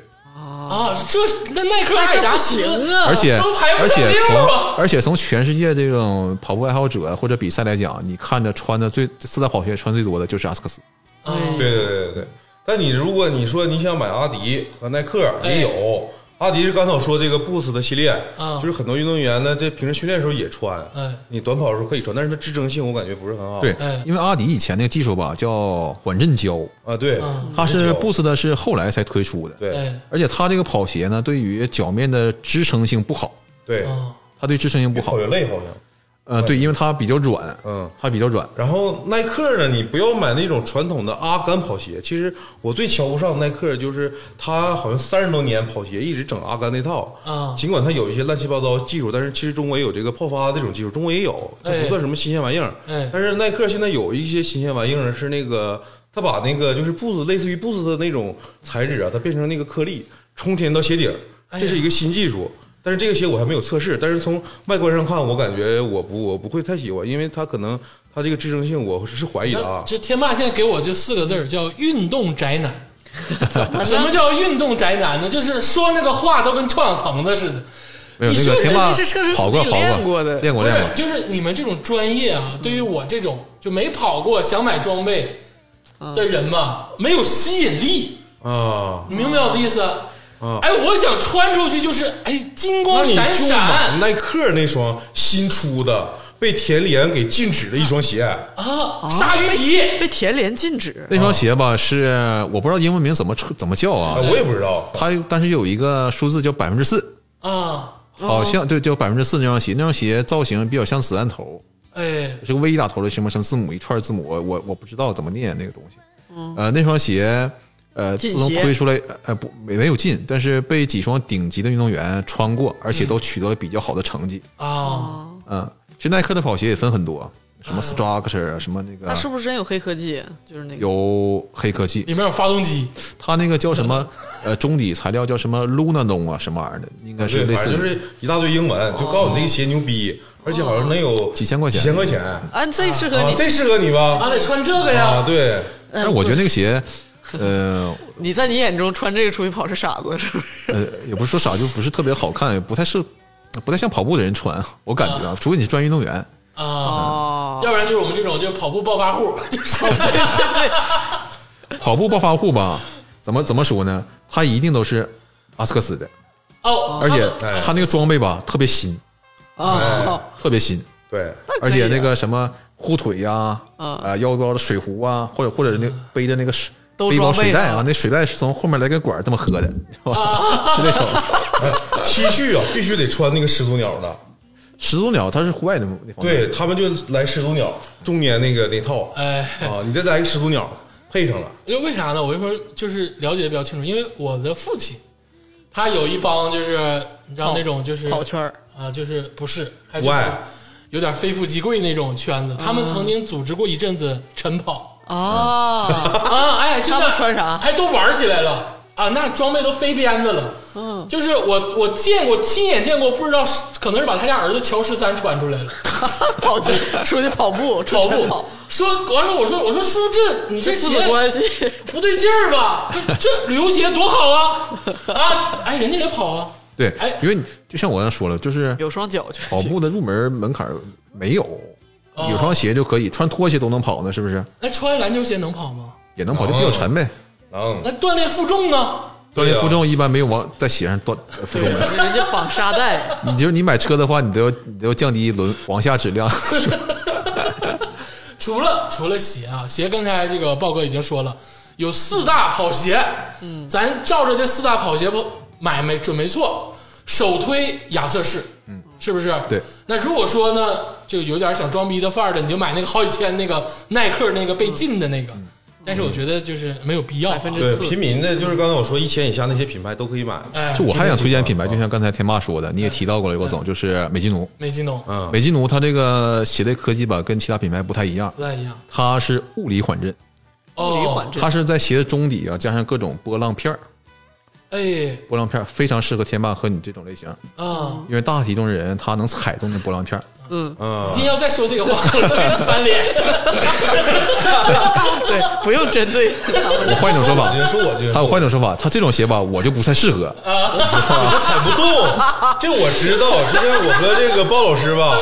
A: 啊，这是那耐克、
B: 那
A: 阿
B: 可
A: 迪达
B: 不
A: 斯
B: 哎行 啊，
D: 而且
A: 都排不
D: 而
A: 上
D: 且
A: 溜儿啊
D: 从而且从全世界这种跑步爱好者或者比赛来讲，你看着穿的最四大跑鞋穿最多的就是阿斯克斯。
A: 啊
C: 对对对对对。但你如果你说你想买阿迪和耐克，
A: 哎
C: 也有。阿迪是刚才我说这个 Boost 的系列，
A: 嗯
C: 就是很多运动员呢，这平时训练的时候也穿
A: 哎，
C: 你短跑的时候可以穿，但是它支撑性我感觉不是很好。
D: 对
A: 哎，
D: 啊因为阿迪以前那个技术吧叫缓震胶，
C: 啊，对，
D: 它是
C: 脚
D: Boost 的是后来才推出的。
C: 对
A: 嗯哎
D: 而且它这个跑鞋呢，对于脚面的支撑性不好，
C: 对，
A: 啊
D: 它对支撑性不
C: 越
D: 好
C: 跑。越累好像。
D: 呃，对，因为它比较软，
C: 嗯，
D: 它比较软，
C: 然后耐克呢，你不要买那种传统的阿甘跑鞋。其实我最瞧不上耐克，就是他好像三十多年跑鞋一直整阿甘那套
A: 啊
C: 尽管他有一些乱七八糟技术，但是其实中国也有这个泡发这种技术，中国也有，这
A: 哎
C: 不算什么新鲜玩意儿。
A: 哎
C: 但是耐克现在有一些新鲜玩意儿是那个，他把那个就是 Boost 类似于 Boost 的那种材质啊，它变成那个颗粒冲天到鞋底儿，
A: 哎
C: 这是
A: 呀
C: 一个新技术。但是这个鞋我还没有测试，但是从外观上看，我感觉我不我不会太喜欢，因为它可能它这个支撑性我是怀疑的啊。
A: 这天霸现在给我就四个字儿，叫运动宅男。什么叫运动宅男呢？就是说那个话都跟臭氧层子似的。
D: 没有
A: 你
D: 那
A: 是
D: 个
A: 不是
D: 天霸
B: 这是这是
D: 跑过
B: 你
D: 跑
B: 练过的
D: 练过
A: 不是
D: 练过，，
A: 就是你们这种专业啊，对于我这种就没跑过想买装备的人嘛，没有吸引力，
C: 啊，
A: 你明白我的意思？
C: 嗯
A: 哎，我想穿出去就是哎金
C: 那
A: 光
C: 你
A: 闪
C: 就买
A: 闪
C: 耐克那双新出的被田联给禁止的一双鞋，
A: 啊，鲨鱼皮
B: 被田联禁止，
D: 那双鞋吧是我不知道英文名怎么出怎么叫
C: 啊
D: 啊，
C: 我也不知道
D: 它但是有一个数字叫百分之四，
A: 啊，
B: 哦
D: 好像对，叫百分之四那双鞋，那双鞋造型比较像子弹头，
A: 哎，
D: 是个 V 打头的什么什么字母一串字母，我我我不知道怎么念那个东西。呃，那双鞋，呃，
B: 嗯进
D: 自从
B: 鞋
D: 推出来，呃，不没没有进，但是被几双顶级的运动员穿过，
B: 嗯
D: 而且都取得了比较好的成绩。
A: 啊，
D: 嗯，其实耐克的跑鞋也分很多，什么 Structure，什么那
B: 嗯那是
D: 个
B: 不是真有黑科技？啊就是那个
D: 有黑科技，
A: 里面有发动机，
D: 它那个叫什么？呃，中底材料叫什么 Lunadon 啊，什么玩意儿的，应该
C: 对，
D: 是类
C: 反
D: 似
C: 正就
D: 于
C: 是一大堆英文，就告诉你这个鞋牛逼，而且好
A: 哦
C: 像能有
D: 几千块钱
C: 几千块钱
B: 啊，最适合
C: 啊
B: 你，，
C: 这适合你吧？
A: 啊，得穿这个
C: 啊，
A: 呀，
C: 对，
D: 但是我觉得那个鞋，呃，
B: 你在你眼中穿这个出去跑是傻子，是不是？
D: 呃，也不是说傻，就不是特别好看，也不太是，不太像跑步的人穿，我感觉啊，除非你是专业运动员，
A: 啊，
B: 哦，
A: 要不然就是我们这种就是跑步暴发户，就是
D: 跑步暴发户吧，怎么怎么说呢？他一定都是阿斯克斯的，
A: 哦，
D: 而且
A: 他们
D: 他那个装备吧，特别新，
B: 哦，
D: 特别新，
C: 对，
B: 可
D: 而
B: 以啊
D: 且那个什么护腿呀、啊，腰包的水壶啊，或者或者那个背的那个水。
B: 都
D: 背包
B: 装备
D: 水袋啊
B: 上，
D: 那水袋是从后面来根管儿这么喝的，是吧？ 是那种
C: 哎 T 恤啊，必须得穿那个始祖鸟的，
A: 哦
D: 始祖鸟，它是户外的那方面。
C: 对他们就来始祖鸟中年那个那套，
A: 哎，
C: 啊，你再来一个始祖鸟配上了，
A: 因为为啥呢？我这边就是了解得比较清楚，因为我的父亲，他有一帮就是你知道
B: 跑
A: 那种就是
B: 跑圈儿
A: 啊，就是不是，还就是
C: 喂
A: 有点非富即贵那种圈子，他们曾经组织过一阵子晨跑
B: 哦，
A: 啊，哎，真
B: 他
A: 的
B: 们穿啥
A: 哎，都玩起来了啊，那装备都飞鞭子了。
B: 嗯，
A: 就是我，我见过，亲眼见过，不知道是可能是把他家儿子乔十三穿出来 了，
B: 跑去出去跑步，出
A: 跑
B: 去
A: 步
B: 跑，
A: 说完了，我说我说叔这你这
B: 这
A: 鞋
B: 父子关系，
A: 不对劲儿吧？ 这这旅游鞋多好啊！啊，哎，人家也跑啊。
D: 对
A: 哎，
D: 因为你就像我刚才说了，就是
B: 有双脚就
D: 跑
B: 行。
D: 步的入门门槛没有，有双鞋就可以，穿拖鞋都能跑呢，是不是？
A: 那穿篮球鞋能跑吗？
D: 也能跑，就比较沉呗。
C: 能
A: 那锻炼负重啊呢？
D: 锻炼负重一般没有往在鞋上锻呃负重 的。
B: 人家绑沙袋，
D: 你就是你买车的话，你都要你都要降低轮往下质量。
A: 除了除了鞋啊，鞋刚才这个豹哥已经说了，有四大跑鞋，嗯，咱照着这四大跑鞋不买没准没错。首推亚瑟士，嗯，是不是？
D: 对。
A: 那如果说呢，就有点想装逼的范儿的，你就买那个好几千那个耐克那个被禁的那个，但是我觉得就是没有必要啊、
B: 百分之
C: 对
B: 四
C: 平民的，就是刚才我说一千以下那些品牌都可以买，
A: 哎
D: 就我还想推荐品牌，就像刚才天霸说的，你也提到过了，郭总，就是美津浓。
A: 没激动，
C: 嗯，
D: 美津浓它这个鞋的科技吧，跟其他品牌不太一样
A: 不，太一样。
D: 它是物理缓震，
A: 哦，
B: 物理缓震
D: 它是在鞋的中底啊加上各种波浪片儿，
A: 哎
D: 波浪片儿非常适合天霸和你这种类型，
A: 啊！
D: 因为大体重的人他能踩动那波浪片儿。
A: 今天要再说这个话，我就跟你翻脸。
B: 对，不用针对他们
D: 我换一种说法
C: 我觉，得说我觉得
D: 他有换一种说法，他这种鞋吧，我就不太 适合。
C: 我踩不动，这我知道。之前我和这个鲍老师 吧，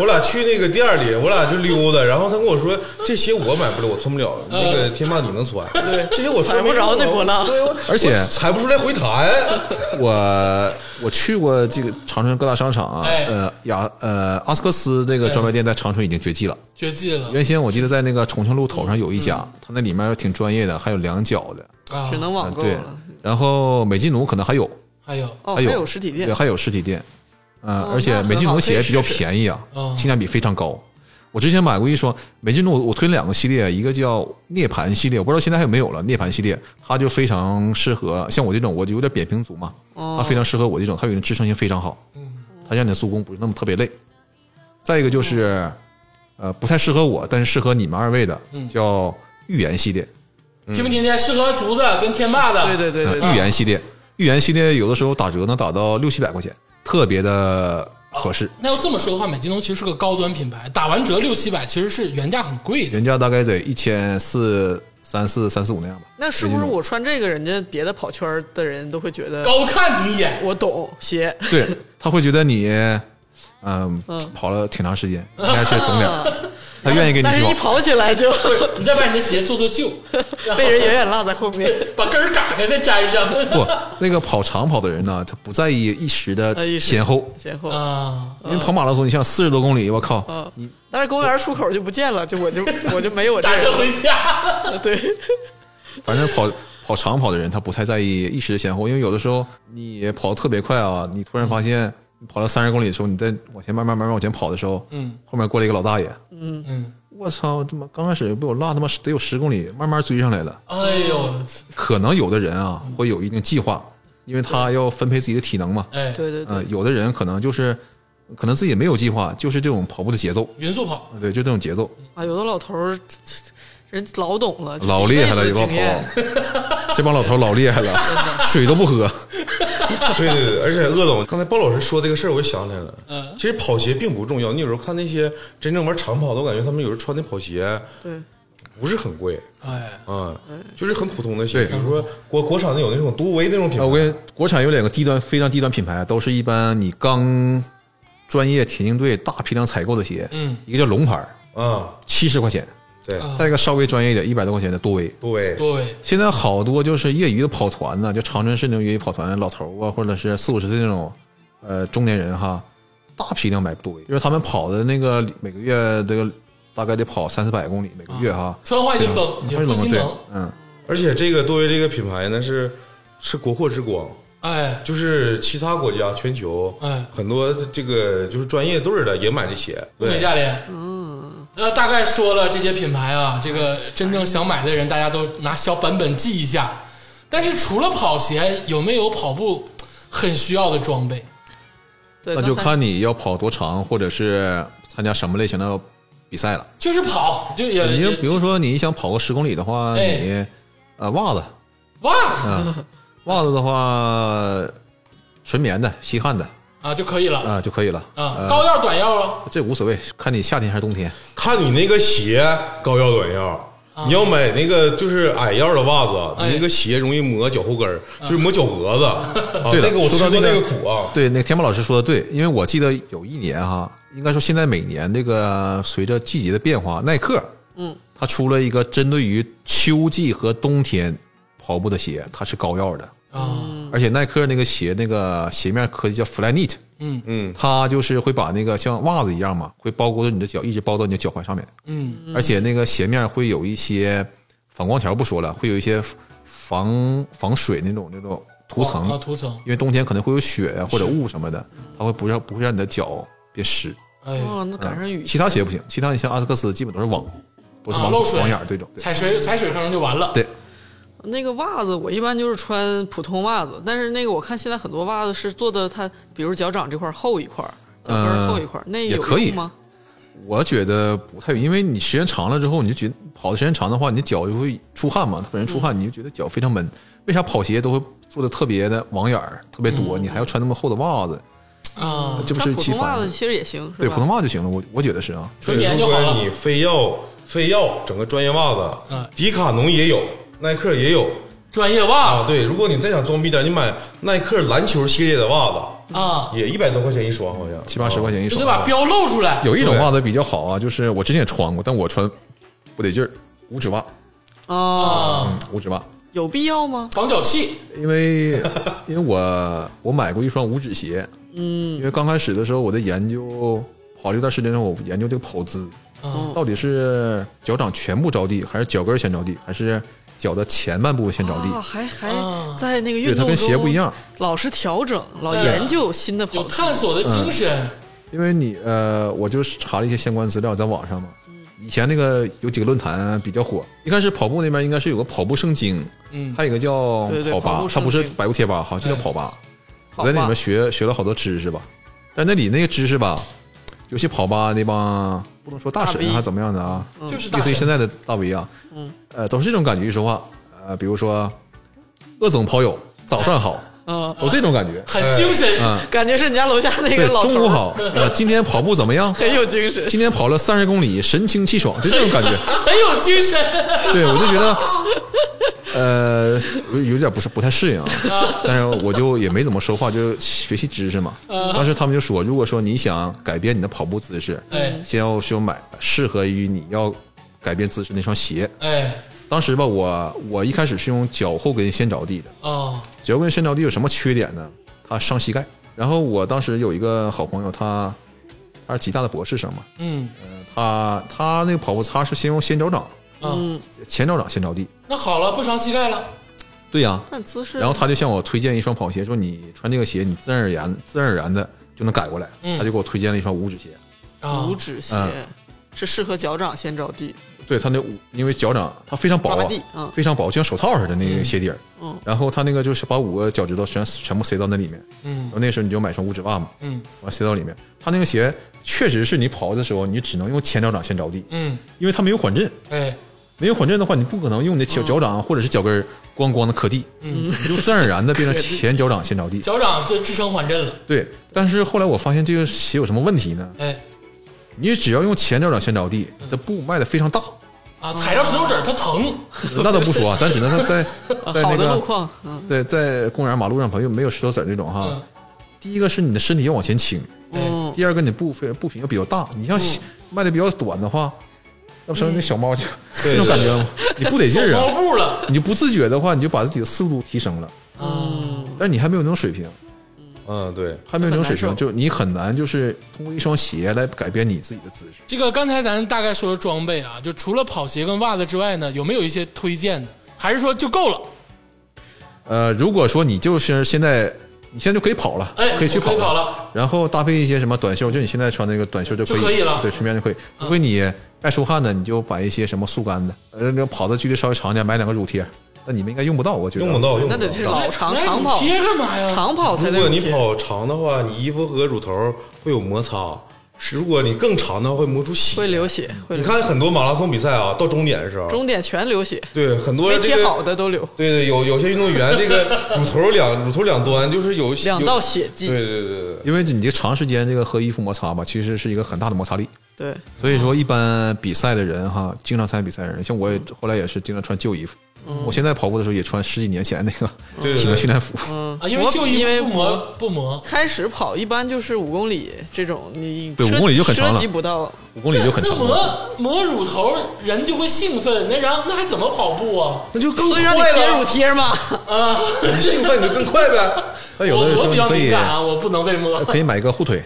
C: 我俩去那个店里，我俩就溜达，然后他跟我说这鞋我买不了，我穿不了。那个天霸你能穿，对，这些我穿
B: 嗯踩不
C: 没
B: 着
C: 用
B: 那波浪
C: 对我
D: 而且
C: 我踩不出来 回弹。
D: 我我去过这个长春各大商场啊，
A: 哎
D: 呃雅呃阿斯克斯这个专卖
B: 哎
D: 店在长春已经绝迹了。
A: 绝技了
D: 原先我记得在那个重庆路头上有一家，它那里面挺专业的，还有量脚的，
A: 啊
B: 只！能嗯网
D: 嗯
B: 购
D: 对
B: 了。。
D: 然后美津浓可能还有，
A: 还有
B: 哦，
D: 还
B: 还
D: 有
B: 有实体店
D: 对，还有实体店。嗯，
B: 哦
D: 而且
B: 那很
D: 美津
B: 好
D: 浓
B: 可以
D: 鞋比较
B: 试试
D: 便宜啊
A: 哦，
D: 性价比非常高。我之前买过一双美津浓，我我推了两个系列，一个叫涅槃系列，我不知道现在还有没有了。涅槃系列它就非常适合像我这种，我就有点扁平足嘛，
B: 哦
D: 它非常适合我这种，它有人支撑性非常好，它让你的速攻不是那么特别累。再一个
B: 哦
D: 就是，呃，不太适合我，但是适合你们二位的，叫预言系列。
A: 听不听见？适合竹子跟天霸的，
B: 对对对对，对
D: 啊呃预言系列，预言系列有的时候打折能打到六七百块钱，特别的合适。
A: 那要这么说的话，美津浓其实是个高端品牌，打完折六七百，其实是原价很贵的。
D: 原价大概在一千四三四三四五那样吧。
B: 那是不是我穿这个，人家别的跑圈儿的人都会觉得
A: 高看你一眼，
B: 我懂鞋？
D: 对，他会觉得你，嗯
B: 嗯，
D: 跑了挺长时间，应该是懂点儿，他愿意给你
B: 但是一
D: 说。
B: 跑起 来就
A: 你再把你的鞋做做 旧，然后
B: 被人远远落在后面。
A: 把跟儿嘎开再粘上。
D: 不，那个跑长跑的人呢，他不在意一时
B: 呃一时
D: 的先后，
B: 前 后，
A: 啊，
D: 因为跑马拉松，你像四十多公里，我靠，
B: 嗯，但是公园出口就不见了，就我 就我就没有这
A: 打车
B: 个
A: 回家。
B: 了，对，
D: 嗯反正跑 跑长跑的人，他不太在意一时的先后，因为有的时候你跑得特别快啊，你突然发现你跑到三十公里的时候，你再往前慢慢慢慢往前跑的时候，
A: 嗯，
D: 后面过来一个老大爷，
A: 嗯，
D: 我操，他妈刚开始被我落他妈得有十公里，慢慢追上来了。
A: 哎呦，
D: 可能有的人啊
A: 嗯
D: 会有一定计划，因为他要分配自己的体能嘛。
A: 哎，
B: 对对对
D: 嗯，有的人可能就是可能自己也没有计划，就是这种跑步的节奏，
A: 匀速跑，
D: 对，就这种节奏。
B: 啊，有的老头儿人老懂了，就是
D: 老厉害了，
B: 一
D: 这
B: 辈子
D: 帮
B: 的经
D: 头
B: 验，
D: 这帮老头老厉害了， 水都不喝。
C: 对对对，而且鄂总刚才包老师说这个事儿，我就想起来了。
A: 嗯
C: 其实跑鞋并不重要，你有时候看那些真正玩长跑的，我感觉他们有时候穿的跑鞋
B: 对，
D: 嗯
C: 不是很贵，
A: 哎，
C: 啊，
B: 嗯
C: 就是很普通的鞋，
D: 对
C: 比如说国国产的有那种独维那种品
D: 啊，我
C: 牌，
D: 跟国产有两个低端非常低端品牌，都是一般你刚专业田径队大批量采购的鞋，
A: 嗯，
D: 一个叫龙牌，
C: 啊，
D: 七十块钱，
C: 对，
A: 啊
D: 再一个稍微专业一点，一百多块钱的多威。
C: 独维，
A: 多伟，
D: 现在好多就是业余的跑团呢，就长春市那种业余跑团，老头儿啊，或者是四五十岁那种，呃，中年人哈，大批量买杜威，因为他们跑的那个每个月这个大概得跑三四百公里每个月哈，
A: 穿坏啊就崩，也
D: 快
A: 不
D: 冷了
A: 心
D: 对
A: 疼。，
D: 嗯，
C: 而且这个独维这个品牌呢是是国货之光，
A: 哎，
C: 就是其他国家全球，
A: 哎
C: 很多这个就是专业队儿的也买这鞋，
A: 物美
C: 对，
A: 价廉。嗯，那大概说了这些品牌啊，这个真正想买的人，大家都拿小本本记一下。但是除了跑鞋，有没有跑步很需要的装备？
B: 对，
D: 那就
B: 刚才
D: 看你要跑多长，或者是参加什么类型的比赛了。
A: 就是跑，就也
D: 你就
A: 呃也
D: 比如说你想跑个十公里的话，
A: 哎
D: 你呃袜子，
A: 袜子
D: 嗯，袜子的话纯棉的、吸汗的
A: 啊就可以了
D: 啊就可以了
A: 啊，
D: 呃
A: 高腰短腰啊，
D: 这无所谓，看你夏天还是冬天。
C: 看你那个鞋高腰短腰。你要买那个就是矮腰的袜子，
A: 哎
C: 你那个鞋容易磨脚后跟儿，就是磨脚脖子。啊
D: 对了
C: 这个我吃
D: 说到
C: 过那
D: 这个
C: 个苦啊。
D: 对，那个田宝老师说的对，因为我记得有一年哈，应该说现在每年这个随着季节的变化，耐克，嗯，它出了一个针对于秋季和冬天跑步的鞋，它是高腰的，
A: 嗯
D: 而且耐克那个鞋那个鞋面科技叫 Flyknit，
A: 嗯
C: 嗯，
D: 它就是会把那个像袜子一样嘛，会包裹着你的脚，一直包到你的脚踝上面，
A: 嗯
D: 而且那个鞋面会有一些反光条，不说了，会有一些防防水那种那种涂层
A: 啊，涂层，
D: 因为冬天可能会有雪呀、或者雾什么的，它会不让不会让你的脚变湿。
A: 哎，
B: 哦，那赶上雨，
D: 其他鞋不行，其他你像阿斯克斯基本都是网，都是
A: 啊
D: 网
A: 漏水
D: 网眼儿这种。对
A: 踩水踩水坑就完了。
D: 对，
B: 那个袜子我一般就是穿普通袜子，但是那个我看现在很多袜子是做的它，比如脚掌这块儿厚一块儿，脚跟儿厚一块儿，那
D: 嗯也
B: 有
D: 可以
B: 用吗？
D: 我觉得不太，因为你时间长了之后，你就觉得跑的时间长的话，你的脚就会出汗嘛，它本身出汗，你就觉得脚非常闷。为啥跑鞋都会做的特别的网眼儿特别多，你还要穿那么厚的袜子？
A: 啊，
D: 这不
B: 穿
D: 是
B: 嗯普
D: 气
B: 通袜
D: 烦
B: 子
D: 吗？
B: 其实也行，是
D: 对，
B: 吧
D: 普通袜就行了，我我觉得是啊。
A: 纯棉就好
C: 所以说
A: 了
C: 你。非要非要整个专业袜子，
A: 嗯
C: 迪卡侬也有，耐克也有
A: 专业袜
C: 啊。
D: 哦
C: 对，如果你再想装逼点，你买耐克篮球系列的袜
A: 啊，
C: 子，也一百多块钱一双，好像
D: 七八十块。
C: 啊
D: 钱一
A: 就得
D: 双，
A: 把标露出来。
D: 有一种
C: 对
D: 袜子比较好啊，就是我之前也穿过，但我穿不得劲儿，五指袜，
B: 啊，
A: 啊，
D: 五指袜。
B: 有必要吗？
A: 防脚气。
D: 因为 因为我我买过一双五指鞋，嗯，因为刚开始的时候我在研究跑了一段时间之后，我研究这个跑姿，
A: 嗯
D: 到底是脚掌全部着地，还是脚跟儿先着地，还是脚的前半部分先着地
B: 啊，，还还
A: 啊
B: 在那个运
D: 对，
B: 动
D: 它
B: 中，
D: 跟鞋不一样，
B: 老是调整，老
A: 对
B: 研究新的
A: 有
B: 跑姿。
A: 探索的精神，
D: 因为你呃，我就是查了一些相关资料，在网上嘛。
B: 嗯
D: 以前那个有几个论坛比较火，一开始跑步那边应该是有个跑步圣经，
A: 嗯，
D: 还有一个叫
B: 对对
D: 跑
B: 跑
D: 吧
B: 步，
D: 它
B: 圣经
D: 不是百步贴吧，好像就叫
A: 对
D: 跑吧。
B: 跑
D: 我在那里面
B: 吧
D: 学学了好多知识吧，但那里那个知识吧，尤其跑吧那帮不能说大神
B: 大 V 嗯
D: 还是怎么样的啊，
A: 就是大
D: 类似于现
A: 神
D: 在的大 V 啊，嗯，呃，都是这种感觉。一说话，呃，比如说鄂总跑友，早上好，
B: 嗯，
D: 都这种感觉。
A: 很精
D: 嗯
A: 神，
B: 感觉是你家楼下那
D: 对
B: 个，老头
D: 中午
B: 儿
D: 好，呃，今天跑步怎么样？
B: 很有精神。
D: 今天跑了三十公里，神清气爽，就这种感觉。
A: 很有精神。
D: 对我就觉得，呃，有有点不是不太适应啊。但是我就也没怎么说话，就学习知识嘛。当时他们就说，如果说你想改变你的跑步姿势，
A: 哎
D: 先要需要买适合于你要改变姿势那双鞋。
A: 哎
D: 当时吧，我我一开始是用脚后跟先着地的，
A: 哦，
D: 脚后跟先着地有什么缺点呢？它伤膝盖。然后我当时有一个好朋友，他他是吉大的博士生嘛，
A: 嗯
D: 嗯，他他那个跑步他是先用先脚掌，
A: 啊，
B: 嗯
D: 前脚掌先着地。
A: 那好了，不伤膝盖了。
D: 对呀、
B: 那姿势，
D: 然后他就向我推荐一双跑鞋，说你穿这个鞋，你自然而然自然而然的就能改过来。
A: 嗯
D: 他就给我推荐了一双五指鞋，
A: 啊
B: 五，指鞋
D: 嗯
B: 是适合脚掌先着地，
D: 对他那五，因为脚掌它非常薄
B: 抓
D: 啊
B: 地嗯，
D: 非常薄，就像手套似的那个鞋底儿。
B: 嗯
D: 然后他那个就是把五个脚趾头全全部塞到那里面。
A: 嗯
D: 然后那时候你就买双五指袜嘛，
A: 嗯
D: 完塞到里面。他那个鞋确实是你跑的时候，你只能用前脚掌先着地，
A: 嗯，
D: 因为它没有缓震。
A: 哎
D: 没有缓震的话，你不可能用你的脚脚掌或者是脚跟儿咣咣的磕地，
A: 嗯
D: 你就自然而然的变成前脚掌先着地。
A: 脚掌就支撑缓震了。
D: 对，但是后来我发现这个鞋有什么问题呢？
A: 哎
D: 你只要用前脚掌先着地，它布迈的非常大，
A: 啊，踩着石头子儿它疼。
D: 那倒不说啊，但只能它在在
B: 好的
D: 那
B: 路
D: 个
B: 况，嗯，
D: 对在公园马路上朋友没有石头子儿这种哈
A: 嗯。
D: 第一个是你的身体要往前倾，
B: 嗯
A: 哎
D: 第二个你步非步频要比较大，你要迈的比较短的话，那不成那小猫就这种感觉吗？你不得劲儿
A: 走猫
D: 啊，
A: 步了。
D: 你就不自觉的话，你就把自己的速度提升了，
A: 嗯
D: 但是你还没有那种水平，
C: 嗯，对，
D: 还没有那种水
B: 很
D: 平，
B: 难受
D: 就你很难就是通过一双鞋来改变你自己的姿势。
A: 这个刚才咱大概说的装备啊，就除了跑鞋跟袜子之外呢，有没有一些推荐的？还是说就够了？
D: 呃，如果说你就是现在，你现在就可以跑了，
A: 哎，
D: 可以去
A: 我可以跑
D: 了，
A: 了。
D: 然后搭配一些什么短袖，就你现在穿那个短袖就可以
A: 就可以了嗯
D: 对，顺便就可以。除非你爱出汗的，你就买一些什么速干的，呃，那个跑的距离稍微长一点，买两个乳贴。但你们应该用不到，我觉得
C: 用不。到，用不
B: 那
C: 到。
B: 得是老长
A: 那
B: 长
A: 你
B: 跑，
A: 贴干嘛呀？
B: 长跑才
C: 如
B: 得
C: 果
B: 有
C: 你
B: 贴
C: 跑长的话，你衣服和乳头会有摩擦，是如果你更长的话会磨出血。
B: 会流血，会
C: 你
B: 流
C: 看很多马拉松比赛啊，到终点的时候，
B: 终点全流血，
C: 对很多
B: 没
C: 这
B: 贴好
C: 个，
B: 的都流
C: 对对，有有些运动员这个乳头两乳头两端就是有
B: 两道
C: 有
B: 血
C: 对
B: 迹，
C: 对对对对，
D: 因为你这长时间这个和衣服摩擦吧，其实是一个很大的摩擦力。
B: 对，
D: 所以说，一般比赛的人哈，经常参加比赛的人，像我也后来也是经常穿旧衣服。我现在跑步的时候也穿十几年前那个
C: 对对
D: 体能训练服。
B: 嗯
A: 啊，因为
B: 我
A: 旧衣
B: 因为
A: 服不磨不磨。
B: 开始跑一般就是五公里这种，你
D: 对
B: 涉
D: 5公里就很长了
B: 涉及不到，
D: 五公里就很
A: 那
D: 长了。
A: 磨磨乳头，人就会兴奋，那然后那还怎么跑步啊？
C: 那就更
B: 所
C: 快
B: 以让你贴乳
C: 了，
B: 贴嘛，
C: 你兴奋你就更快呗。
D: 但有的时
A: 我我
D: 候
A: 比
D: 你
A: 较
D: 可
A: 敏
D: 以
A: 感啊，我不能被摸。
D: 可以买一个护腿，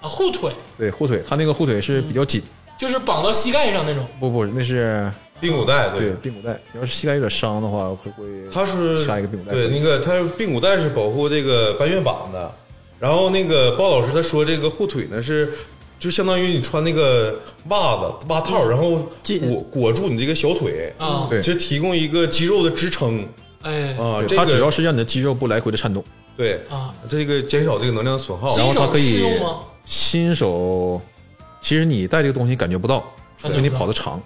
A: 啊，护腿
D: 对护腿，它那个护腿是比较紧，
A: 就是绑到膝盖上那种。
D: 不不，那是
C: 髌骨带
D: 对髌骨带。你要是膝盖有点伤的话，会不会
C: 它是
D: 下一个髌骨带？
C: 对，那个它髌骨带是保护这个半月板的。然后那个鲍老师他说这个护腿呢是，就相当于你穿那个袜子袜套，然后
B: 紧
C: 裹裹住你这个小腿
A: 啊
D: 嗯对嗯
C: 其实提供一个肌肉的支撑
A: 哎，
C: 啊。
D: 对
C: 这
D: 它只要
C: 个
D: 是让你的肌肉不来回的颤动，
C: 对
A: 啊，
C: 这个减少这个能量损耗
A: 新。
D: 哦然后它
A: 手
D: 可
A: 适
D: 以
A: 用吗？
D: 新手其实你带这个东西感觉不到，除非你跑得长，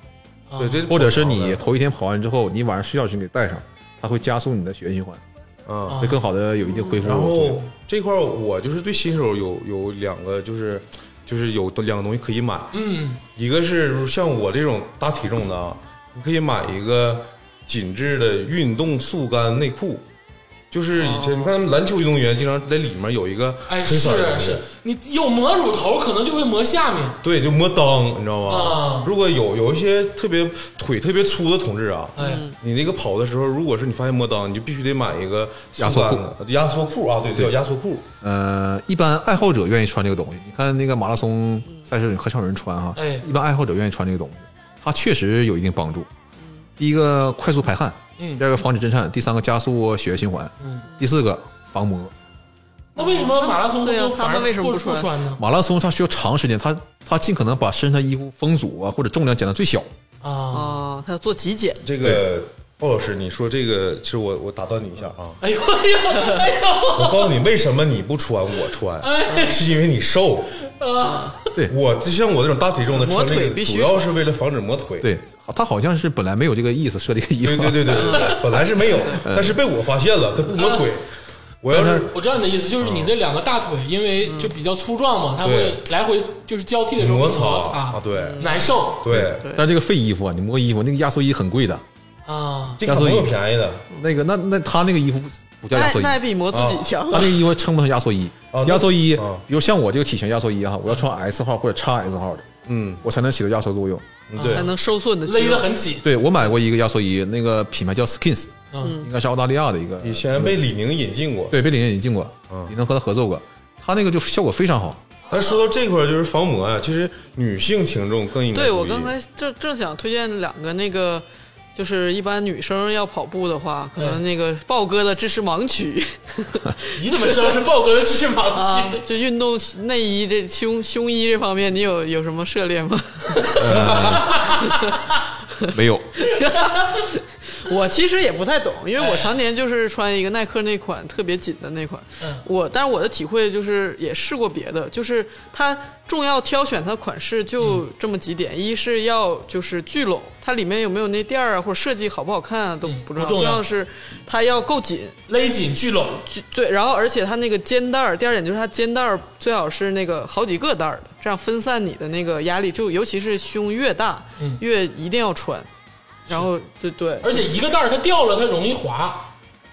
A: 啊
C: 对，这
D: 或者是你头一天跑完之后，你晚上睡觉时你给带上，它会加速你的血液循环，
C: 啊。
D: 会更好的有一定恢复
C: 然
D: 作用。
C: 后这块儿我就是对新手有有两个就是就是有两个东西可以买，
A: 嗯
C: 一个是像我这种大体重的啊，你可以买一个紧致的运动速干内裤，就是以前你看篮球运动员经常在里面有一个，
A: 哎，
C: 黑色儿
A: 是
C: 的
A: 是，你有磨乳头，可能就会磨下面。
C: 对，就磨裆，你知道吧
A: 啊？
C: 如果有有一些特别腿特别粗的同志啊，
A: 哎，
B: 嗯
C: 你那个跑的时候，如果是你发现磨裆，你就必须得买一个速干的压缩裤啊，对，叫压缩裤，
D: 呃，一般爱好者愿意穿这个东西。你看那个马拉松赛事，很少有人穿哈。
A: 哎
C: 嗯
D: 一般爱好者愿意穿这个东西，它确实有一定帮助。第一个，快速排汗，
A: 嗯
D: 第二个防止震颤，第三个加速血液循环，
A: 嗯，
D: 第四个防磨。
A: 那为什么马拉松
B: 对啊
A: 都
B: 他
A: 反
B: 们
A: 而
B: 为什么
A: 不
B: 不
A: 不
B: 穿
A: 穿呢？
D: 马拉松它需要长时间，它它尽可能把身上衣服风阻啊或者重量减到最小。
A: 啊，
B: 哦，他要做极简，
C: 这个鲍老师，你说这个，其实我我打断你一下啊，
A: 哎呦哎呦哎呦，
C: 我告诉你为什么你不穿我穿，
B: 哎
C: 是因为你瘦。
B: 啊
D: 对
C: 我就像我这种大体重的穿
B: 磨腿
C: 这个，
B: 必须
C: 主要是为了防止磨腿。
D: 对，它好像是本来没有这个意思设计个衣服
C: 对，对对对对对，本来是没有，但是被我发现了，他不磨腿。
B: 嗯
C: 我要是
A: 我知道你的意思，就是
D: 嗯
A: 你这两个大腿因为
B: 嗯
A: 就比较粗壮嘛，它会来回就是交替的时候
C: 摩
A: 会
C: 擦
A: 摩
C: 啊，对
B: 嗯
A: 难受
C: 对，
D: 但这个废衣服啊，你摸衣服那个压缩衣很贵的，
A: 啊。
C: 这可能有便宜的，
D: 那个那那他那个衣服不不叫压
B: 那
D: 缩衣，
B: 那比磨自己强
D: 他那个衣服称不上压缩衣
C: 啊。
D: 压缩衣
C: 那啊，
D: 比如像我这个体型压缩衣哈，我要穿 S 号或者 x S 号的，
C: 嗯，
D: 我才能起到压缩作用。
C: 对
B: 才，能收缩你的
D: 嗯
B: 肌
A: 勒
B: 肉
A: 得。很紧，
D: 对我买过一个压缩衣，那个品牌叫 Skins，
A: 嗯
D: 应该是澳大利亚的一个，
C: 以前被李宁引进过。
D: 对，被李宁引进过，李宁和他合作过，他那个就效果非常好。
C: 但说到这块儿就是防磨啊，其实女性听众更应该
B: 对
C: 注意
B: 我刚才正正想推荐两个那个，就是一般女生要跑步的话，可能那个豹哥的知识盲区
A: 你怎么知道是豹哥的支持盲
B: 啊
A: 区？，
B: 就运动内衣这胸胸衣这方面，你有有什么涉猎吗？
D: 没有，
B: 我其实也不太懂，因为我常年就是穿一个耐克那款特别紧的那款。
A: 嗯
B: 我但是我的体会就是也试过别的，就是它重要挑选它款式就这么几点，一是要就是聚拢，它里面有没有那垫儿啊，或者设计好不好看啊都
A: 嗯
B: 不重要，
A: 不重要
B: 要是它要够紧，
A: 勒紧聚拢，
B: 就对，然后而且它那个肩带儿，第二点就是它肩带儿最好是那个好几个带儿的，这样分散你的那个压力，就尤其是胸越大，
A: 嗯
B: 越一定要穿。然后对对，
A: 而且一个带儿它掉了，它容易滑。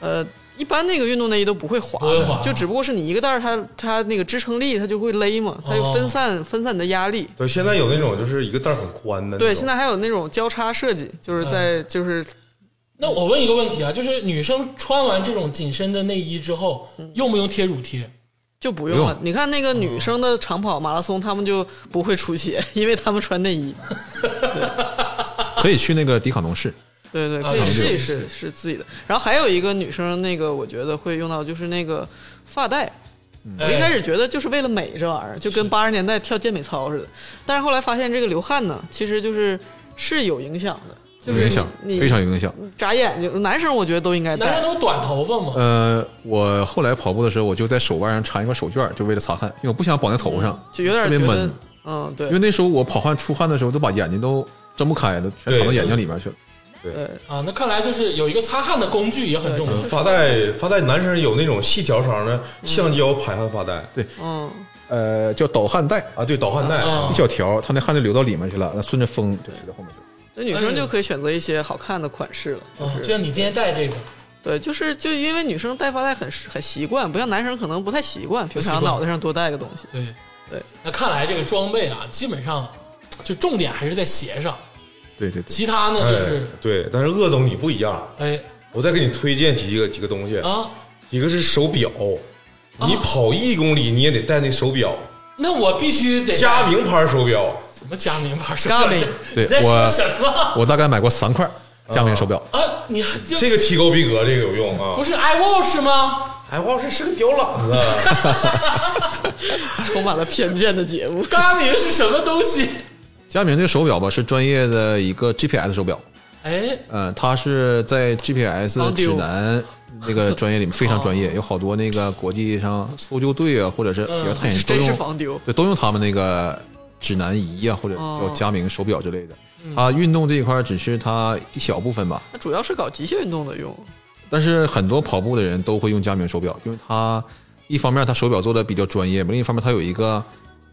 B: 呃，一般那个运动内衣都不会滑的，
A: 不会滑
B: 就只不过是你一个带儿，它它那个支撑力它就会勒嘛，它就分散、分散你的压力。
C: 对，现在有那种就是一个带儿很宽的那种，
B: 对，现在还有那种交叉设计，就是在、就是
A: 那我问一个问题啊，就是女生穿完这种紧身的内衣之后，用不用贴乳贴？
B: 就不用了。你看那个女生的长跑马拉松，她们就不会出血，因为她们穿内衣。
D: 可以去那个迪卡侬试。
B: 对对，
A: 啊
B: 可以
A: 是
B: 试
A: 是
B: 一试，是自己的。然后还有一个女生，那个我觉得会用到就是那个发带。我一开
A: 哎
B: 始觉得就是为了美这玩意儿，就跟八十年代跳健美操似的。但是后来发现这个流汗呢，其实就是是有影响的，就
D: 有
B: 是
D: 影响，
B: 你
D: 非常有影响。
B: 眨眼睛，男生我觉得都应该
A: 男生
B: 戴。
A: 都是短头发嘛，
D: 呃，我后来跑步的时候，我就在手腕上缠一块手绢儿，就为了擦汗，因为我不想绑在头上，
B: 就有点
D: 特别
B: 觉得
D: 闷。，
B: 嗯，对
D: 因为，那时候我跑汗出汗的时候，都把眼睛都睁不开了，全藏到眼睛里面去了。
B: 对，
A: 啊，那看来就是有一个擦汗的工具也很重要。啊
C: 发带发带，男生有那种细条长的
A: 嗯
C: 橡胶排汗发带
B: 嗯，
D: 呃，叫导汗带，
C: 啊，对，导汗带
A: 啊
D: 一小条，它那汗就流到里面去了，那顺着风就吹到后面去了。
B: 那女生就可以选择一些好看的款式了，
A: 啊，
B: 就
A: 就是像你今天戴嗯这个，
B: 对，就是就因为女生戴发带很很习惯，不像男生可能不太习惯，平
A: 习惯
B: 常脑袋上多戴个东西。
A: 对
B: 对。
A: 那看来这个装备啊，基本上就重点还是在鞋上，
D: 对对对，
A: 其他呢
C: 哎
A: 就是
C: 对，但是鄂总你不一样，
A: 哎
C: 我再给你推荐几个几个东西，
A: 啊，
C: 一个是手表，你跑一公里你也得戴那手表，
A: 那我必须得
C: 佳明牌手表，
A: 什么加名牌手
B: 佳明
A: 你
D: 对
A: 在说
D: 我
A: 什么
D: 我大概买过三块佳明手表，
A: 啊？你还就
C: 这个提高逼格，这个有用啊
A: 不。是 iWatch 吗？
C: 哎，王老师是个屌懒子，啊
B: 充满了偏见的节目。
A: 佳明是什么东西？
D: 佳明这个手表吧是专业的一个 GPS 手表，
A: 哎，
D: 嗯，它是在 GPS
B: 防丢哦
D: 指南那个专业里面非常专业，有好多那个国际上搜救队啊，或者是体育探险 都
B: 真嗯是
D: 用
B: 防丢哦
D: 对，都用他们那个指南仪啊，或者叫佳明手表之类的。
B: 嗯
D: 它运动这一块只是它一小部分吧，
B: 那主要是搞极限运动的用，
D: 但是很多跑步的人都会用佳明手表，因为它一方面它手表做的比较专业，另一方面它有一个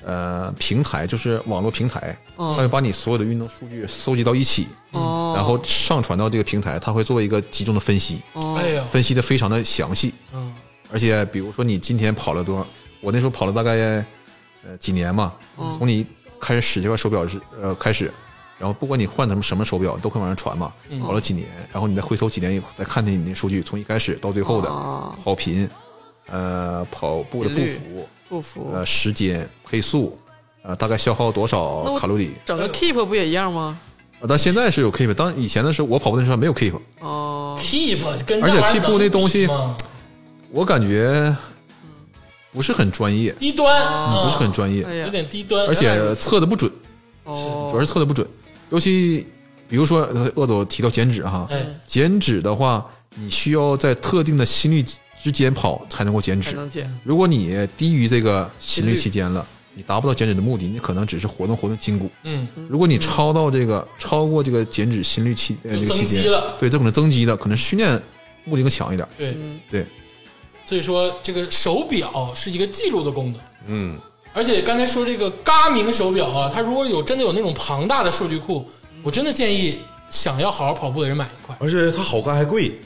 D: 呃平台，就是网络平台，
B: 嗯
D: 它会把你所有的运动数据搜集到一起，
B: 哦
D: 嗯然后上传到这个平台，它会做一个集中的分析，
B: 哦
A: 哎呀，
D: 分析的非常的详细。
A: 嗯，
D: 而且比如说你今天跑了多少，我那时候跑了大概呃几年嘛，
B: 嗯
D: 从你开始使这块手表是呃开始，然后不管你换什么什么手表，都会往上传嘛，
B: 嗯
D: 跑了几年，然后你再回头几年以后再看见你那数据，从一开始到最后的
B: 哦
D: 跑频，呃跑步的步
B: 频率
D: 幅，
B: 不服。
D: 呃时间配速，呃大概消耗多
B: 那
D: 少
B: 我
D: 卡路里。
B: 整个 keep 不也一样吗？
D: 呃但现在是有 keep，当以前的时候我跑步的时候还没有 keep，
B: 哦、
A: keep 跟
D: 而
A: 那
D: 且
A: 玩意儿
D: keep 那东西
A: 能比嗯吗
D: 我感觉不是很专业，
A: 低端，嗯
B: 哦
D: 啊不是很专业，
B: 嗯哎
A: 有
B: 呀，
A: 点低端，
D: 而且测的不准，
B: 哦，
D: 主要是测的不准。尤其比如说呃鄂总提到减脂哈，
A: 哎，
D: 减脂的话，你需要在特定的心率之间跑才能够减
B: 才
D: 脂。
B: 能减。
D: 如果你低于这个心
B: 心
D: 率
B: 率
D: 期间了，你达不到减脂的目的，你可能只是活动活动筋骨。
A: 嗯，
D: 如果你超到这个超过这个减脂心率期呃
A: 就
D: 这个期
A: 增肌
D: 间
A: 了，
D: 对，这可能增肌的，可能训练目的更强一点。
A: 对，
B: 嗯
D: 对，
A: 所以说这个手表是一个记录的功能。
C: 嗯，
A: 而且刚才说这个嘎明手表啊，它如果有真的有那种庞大的数据库，我真的建议想要好好跑步的人买一块
C: 而且它好看还贵，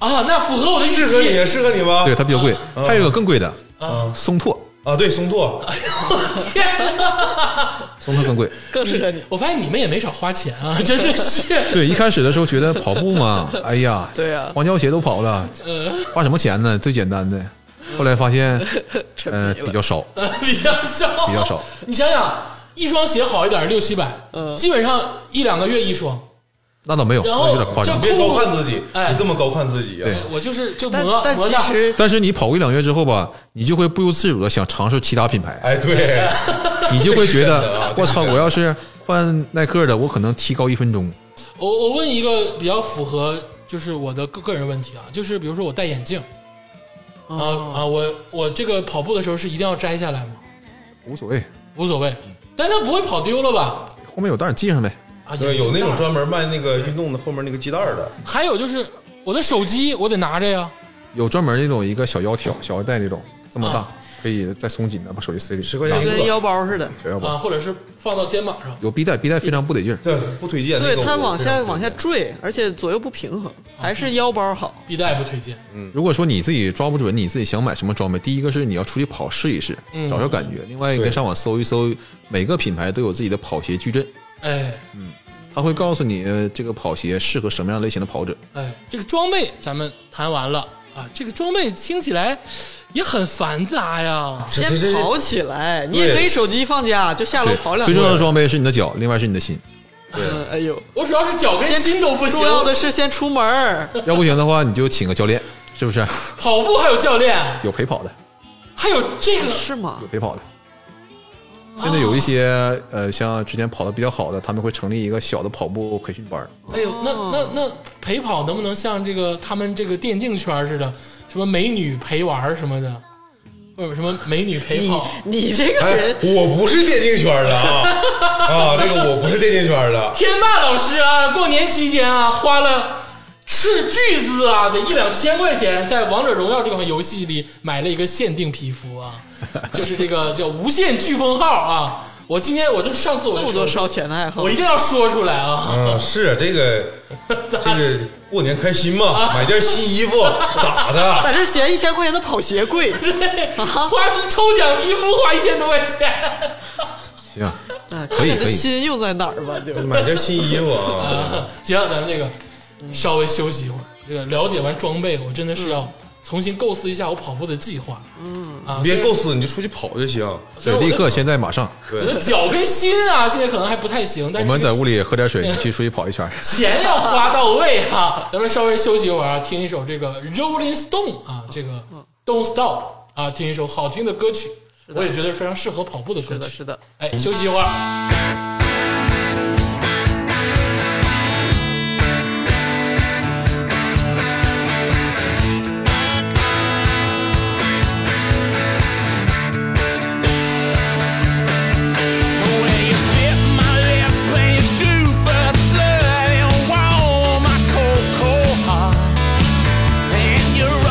A: 啊，那符合我的预
C: 适合你，啊
A: 期。
C: 适合你吧？
D: 对，它比较贵。
A: 嗯
D: 还有一个更贵的，
A: 啊
D: 松拓，
C: 啊，对，松拓，
A: 哎
D: 松拓更贵。
B: 更适合你。
A: 我发现你们也没少花钱啊，真的是。
D: 对，一开始的时候觉得跑步嘛，哎呀，
B: 对啊呀
D: 黄胶鞋都跑了，花什么钱呢？最简单的。后来 发现，
B: 沉迷
D: 呃，
B: 了
D: 比较少，
A: 比较少，
D: 比较少。
A: 你想想，一双鞋好一点六七百，
B: 嗯
A: 基本上一两个月一双。
D: 那倒没有，
A: 然后
D: 那有点夸张
A: 这
C: 你。别高看自己，
A: 哎
C: 你这么高看自己啊？
D: 对
A: 我就是就
B: 但
A: 磨
B: 但
A: 磨
B: 其
A: 大，
B: 实
D: 但是你跑个一两月之后吧，你就会不由自主的想尝试其 他品牌，
C: 哎， 对，
D: 你就会觉
C: 这是真的啊
D: 得，
C: 这
D: 我
C: 是
D: 操，
C: 真的
D: 我要是换耐克的，我可能提高一分钟。
A: 我我问一个比较符合就是我的个个人问题啊，就是比如说我戴眼镜啊
B: 哦
A: 啊，我我这个跑步的时候是一定要摘下来吗？
D: 无所谓，
A: 无所谓，但它不会跑丢了吧？
D: 后面有袋儿系上呗。
A: 啊，
C: 对，有那种
A: 专。
C: 专门卖那个运动的后面那个系带儿的，
A: 还有就是我的手机，我得拿着呀。
D: 有专门那种一个小腰
C: 哦
D: 条、小腰带那种，这么大
A: 啊，
D: 可以再松紧的把手机塞里。啊
C: 十块钱一
B: 跟
C: 个，
B: 腰包似的。
D: 小腰
A: 啊，
D: 包
A: 或者是放到肩膀上。
D: 有臂带，臂带非常不得劲儿。
C: 对，不推荐。
B: 对
C: 那个
B: 它
C: 我
B: 往
C: 非常
B: 下
C: 不推荐
B: 往下坠，而且左右不平衡，还是腰包好。
A: 臂带不推荐，
D: 如果说你自己抓不准你自己想买什么装备，第一个是你要出去跑试一试，找找感觉；另外一个
C: 对
D: 上网搜一搜，每个品牌都有自己的跑鞋矩阵，
A: 哎
D: 它会告诉你呃这个跑鞋适合什么样类型的跑者。
A: 哎，这个装备咱们谈完了啊，这个装备听起来也很繁杂呀。
B: 先
C: 这这这
B: 跑起来，你也可以手机放家，就下楼
D: 对
B: 跑，两
D: 最重要的
B: 步。
D: 装备是你的脚，另外是你的心。
B: 嗯，哎呦，
A: 我主要是脚跟心都不行
B: 重，要的是先出门儿，
D: 要不行的话，你就请个教练，是不是？
A: 跑步还有教练，
D: 有陪跑的，
A: 还有这个
B: 是吗
D: 有？陪跑的。现在有一些呃，像之前跑的比较好的，他们会成立一个小的跑步培训班儿。
A: 哎呦，那
B: 哦
A: 那那陪跑能不能像这个他们这个电竞圈似的，什么美女陪玩儿什么的，或者什么美女陪
B: 你
A: 跑？
B: 你这个
C: 哎
B: 人，，
C: 我不是电竞圈的啊啊，这个我不是电竞圈的，
A: 天霸老师啊，过年期间啊，花了斥巨资啊，得一两千块钱，在《王者荣耀》这款游戏里买了一个限定皮肤啊，就是这个叫无限飓风号啊。我今天我就上次我
B: 这
A: 就
B: 么
A: 说
B: 多烧钱的爱好
A: 我，一定要说出来啊！
C: 嗯，是 这个，这个过年开心嘛，买件新衣服咋 的？
B: 在这嫌一千块钱的跑鞋贵，啊
A: 花抽奖皮肤花一千多块钱，
D: 行，啊
B: 哎
D: 可以
B: 看你
D: 可
B: 的
D: 以
B: 心又在哪儿吧？就
C: 买件新衣服啊，
A: 行，咱们这个稍微休息一会儿。这个了解完装备，我真的是
B: 嗯
A: 要重新构思一下我跑步的计划。嗯啊，
C: 别构思，你就出去跑就行。
A: 虽
D: 对，
A: 然我
D: 立
A: 的
D: 刻现在马上，
A: 我的脚跟心啊，现在可能还不太行，但
D: 我
A: 是
D: 们
A: 这
D: 在
A: 个
D: 屋里喝点水，你去出去跑一圈儿。
A: 钱要花到位啊！咱们稍微休息一会儿啊，听一首这个 Rolling Stone 啊，这个
B: 嗯
A: Don't Stop 啊，听一首好听的歌曲，我也觉得非常适合跑步的歌
B: 是的，
A: 曲。
B: 是的。
A: 哎，休息一会儿。
E: Don't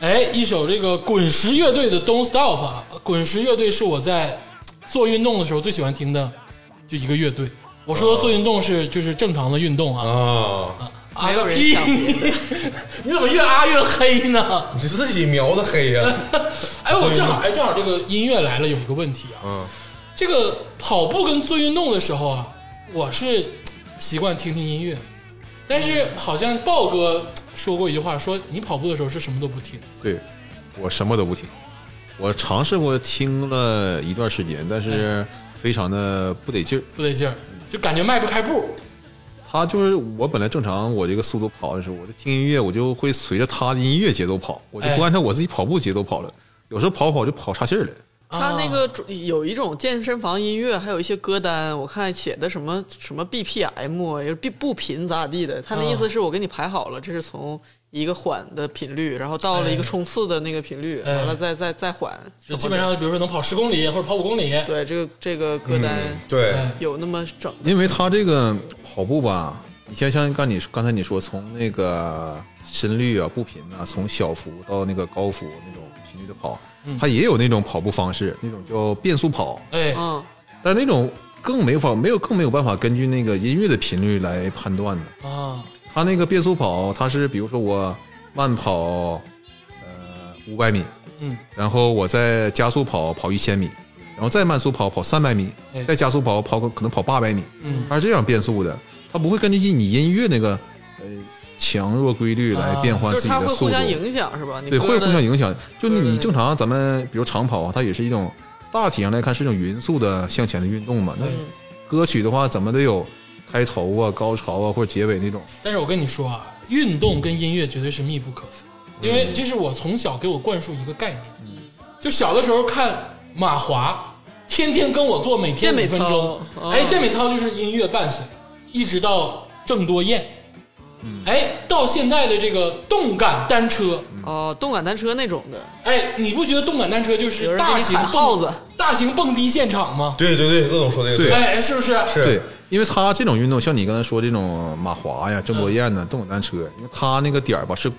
A: 哎一首这个滚石乐队的《Don't Stop》啊，滚石乐队是我在做运动的时候最喜欢听的，就一个乐队。我说的做运动是就是正常的运动啊，
C: 啊，
A: 啊
B: 没
A: 个
B: 有人
A: 屁
B: 想别！
A: 你怎么越啊越黑呢？
C: 你自己描的黑呀、
B: 啊
A: 哎，我正好
C: 做运动
A: 哎，正好这个音乐来了，有一个问题啊，
C: 嗯，
A: 这个跑步跟做运动的时候啊，我是嘖习惯听听音乐，但是好像豹哥嘖说过一句话，说你跑步的时候是什么都不听，
D: 对我什么都不听，我尝试过听了一段时间，但是非常的不得劲儿。
A: 不得劲儿，就感觉迈不开步。
D: 他就是我本来正常我这个速度跑的时候，我就听音乐，我就会随着他的音乐节奏跑，我就
A: 哎
D: 不按照我自己跑步节奏跑了。有时候跑跑就跑岔气儿了。
B: 他那
A: 啊
B: 个主有一种健身房音乐，还有一些歌单，我看写的什么什么 BPM，也是 B 步频咋地的。他那
A: 啊
B: 意思是我给你排好了，这是从一个缓的频率，然后到了一个
A: 哎
B: 冲刺的那个频率，
A: 哎
B: 完了再再再缓。
A: 就基本上，比如说能跑十公里或者跑五公里，
B: 对这个这个歌单
C: 对，
A: 哎
B: 有那么整
D: 因为他这个跑步吧，你像像刚你刚才你说从那个心率啊、步频啊，从小幅到那个高幅那种频率的跑，他也有那种跑步方式，那种叫变速跑，
A: 哎，
B: 嗯，
D: 但那种更没法没有更没有办法根据那个音乐的频率来判断的。
A: 啊，
D: 他那个变速跑，他是比如说我慢跑呃五百米，
A: 嗯，
D: 然后我再加速跑跑一千米，然后再慢速跑跑三百米
A: 哎，
D: 再加速跑跑可能跑八百米，
A: 嗯，
D: 它是这样变速的，它不会根据你音乐那个呃强弱规律来
A: 啊
D: 变换
B: 就
D: 自
B: 是
D: 己
B: 它
D: 的
B: 会
D: 速
B: 互
D: 度，
B: 相影响是吧？你
D: 对，
B: 歌
D: 会
B: 的
D: 互相影响。就
B: 对对
D: 你
B: 对
D: 正常咱们比如长跑啊，它也是一种大体上来看是一种匀速的向前的运动嘛。那
A: 嗯
D: 歌曲的话，怎么得有开头啊、高潮啊或者结尾那种。
A: 但是我跟你说啊，运动跟音乐绝对是密不可分，因
B: 嗯
A: 为这是我从小给我灌输一个概念。就小的时候看马华，天天跟我做每天
B: 健美
A: 五分钟
B: 操，哦
A: 哎，健美操就是音乐伴随，一直到郑多燕，
B: 嗯
A: 哎，到现在的这个动感单车，
B: 哦，动感单车那种的，
A: 哎，你不觉得动感单车就
B: 有
A: 是
B: 人给
A: 大
B: 你
A: 型
B: 喊号子
A: 蹦大型蹦迪现场吗？
C: 对对对，鄂总说的那个
D: 对
A: 哎，是不是？
C: 是
D: 对，因为它这种运动，像你刚才说这种马华呀、
B: 嗯
D: 郑国燕呐、动感单车，因为它那个点儿吧是是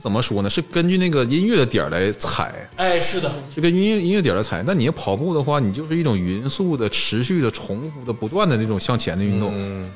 D: 怎么说呢？是根据那个音乐的点儿来踩，
A: 哎，是的，
D: 是根据音乐音乐点儿来踩。那你要跑步的话，你就是一种匀速的、持续的、重复的、不断的那种向前的运动。
C: 嗯，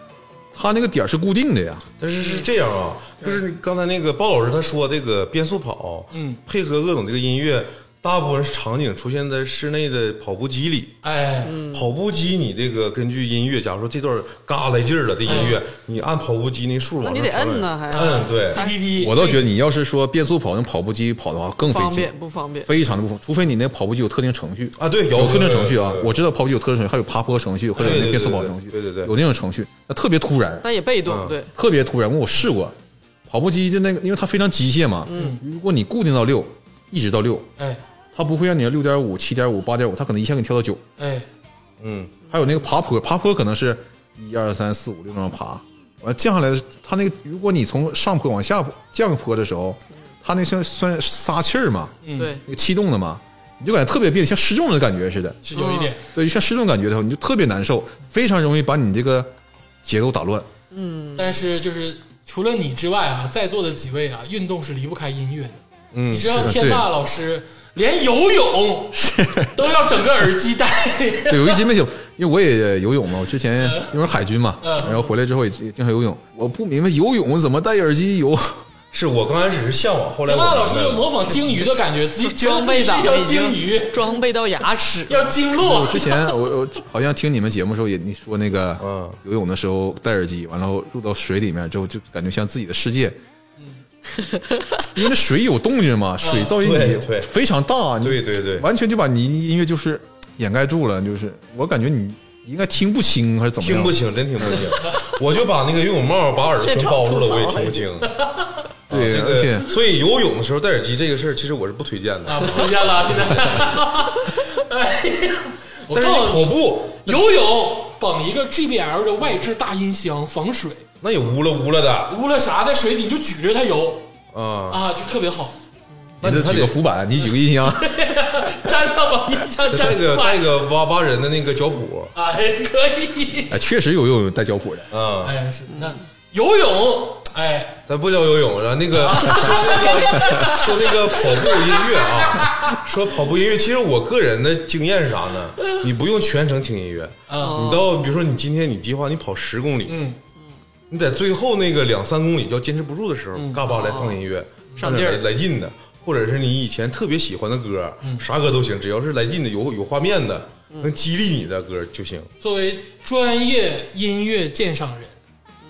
D: 它那个点儿是固定的呀，
C: 但是
B: 嗯
C: 是这样啊，就是刚才那个鲍老师他说这个变速跑，
A: 嗯，
C: 配合鄂总这个音乐，大部分场景出现在室内的跑步机里。
B: 嗯
A: 哎，
C: 跑步机，你这个根据音乐，假如说这段嘎来劲儿了，这音乐你按跑步机那数
B: 嗯
C: 往
B: 那
C: 上
B: 你得
C: 调
B: 摁呢
C: 整
B: 还
C: 摁对，
A: 滴滴滴，
D: 我倒觉得你要是说变速跑用跑步机跑的话更费
B: 方
D: 劲，
B: 便不方便？
D: 非常的不方，除非你那跑步机有特定程序
C: 啊对有嗯
D: 有特定程序啊
C: 对对，对
D: 我知道跑步机有特定程序，还有爬坡程序或者有
C: 对
D: 那
C: 对对
D: 变速跑程序，
C: 对对对对
D: 有那种程序，那特别突然，
B: 但也被动
C: 嗯
B: 对，
D: 特别突然。我试过跑步机就那个，因为它非常机械嘛，嗯，如果你固定到六，一直到六，
A: 哎
D: 它不会让你六点五、七点五、八点五，它可能一下给你跳到九。
A: 哎，
C: 嗯，
D: 还有那个爬坡，爬坡可能是一二三四五六那样爬，完了降下来的是，它那个如果你从上坡往下坡降坡的时候，它那像算撒气儿嘛，
A: 嗯，
B: 对，
D: 那个气动的嘛，你就感觉特别别扭，像失重的感觉似的，
A: 是有一点。
D: 对，像失重感觉的时候，你就特别难受，非常容易把你这个节奏打乱。
A: 但是就是除了你之外啊，在座的几位啊，运动是离不开音乐的。
C: 嗯
A: 你知道
D: 是
A: 天霸老师连游泳都要整个耳机 戴，
D: 对，有一节没有，因为我也游泳嘛，我之前因为海军嘛，然后回来之后也也经常游泳，我不明白游泳怎么戴耳机游，
C: 是我刚开始是向往，后来
A: 天
C: 我
A: 霸老师就
C: 明白了
A: 模仿鲸鱼的感觉，自己觉得
B: 装
A: 自己
B: 备
A: 是一
B: 党
A: 条
B: 已
A: 鲸鱼
B: 经，装备到牙齿，
A: 要经
D: 我
A: 络。
D: 之前我我好像听你们节目的时候也你说那个
C: 嗯
D: 游泳的时候戴耳机，完了入到水里面之后就感觉像自己的世界。 因为那水有动静嘛，水噪音
C: 嗯对
D: 也
C: 对
D: 非常大，你
C: 对对对
D: 完全就把你音乐就是掩盖住了，就是我感觉你应该听不清还是怎么样？
C: 听不清，真听不清， 我就把那个游泳帽把耳朵全包住了，
B: 现场
C: 我
B: 吐
C: 也
B: 槽
C: 听不清。
D: 对，
C: 啊这
D: 而且
C: 个，所以游泳的时候戴耳机这个事儿，其实我是不推荐
A: 啊，
C: 的。
A: 不推荐了，现 在。哎呀，我
C: 但是你
A: 告诉
C: 跑
A: 你，
C: 步，
A: 游泳绑一个 GBL 的外置大音箱防水，
C: 那也乌了乌了的
A: 无了啥在水里你就举着它游
C: 啊，
A: 啊，就特别好。
D: 你得举个浮板，你举个音箱，
A: 粘上吧，音箱
C: 戴
A: 粘
C: 个
A: 坏
C: 戴个挖挖人的那个脚蹼
A: 哎，可以。
D: 哎，确实有游泳带脚蹼的。
C: 啊，
A: 哎，是那游泳哎，
C: 咱不聊游泳了，那个说那个说那个跑步音乐啊，说跑步音乐，其实我个人的经验是啥呢？你不用全程听音乐，
A: 嗯
C: 你到比如说你今天你计划你跑十公里，
A: 嗯，
C: 你在最后那个两三公里要坚持不住的时候，
A: 嗯
C: 嘎巴来放音乐，
A: 哦
B: 上劲儿
C: 来来劲的，或者是你以前特别喜欢的歌，啥歌都行，只要是来劲的、有有画面的、
A: 嗯
C: 能激励你的歌就行。
A: 作为专业音乐鉴赏人，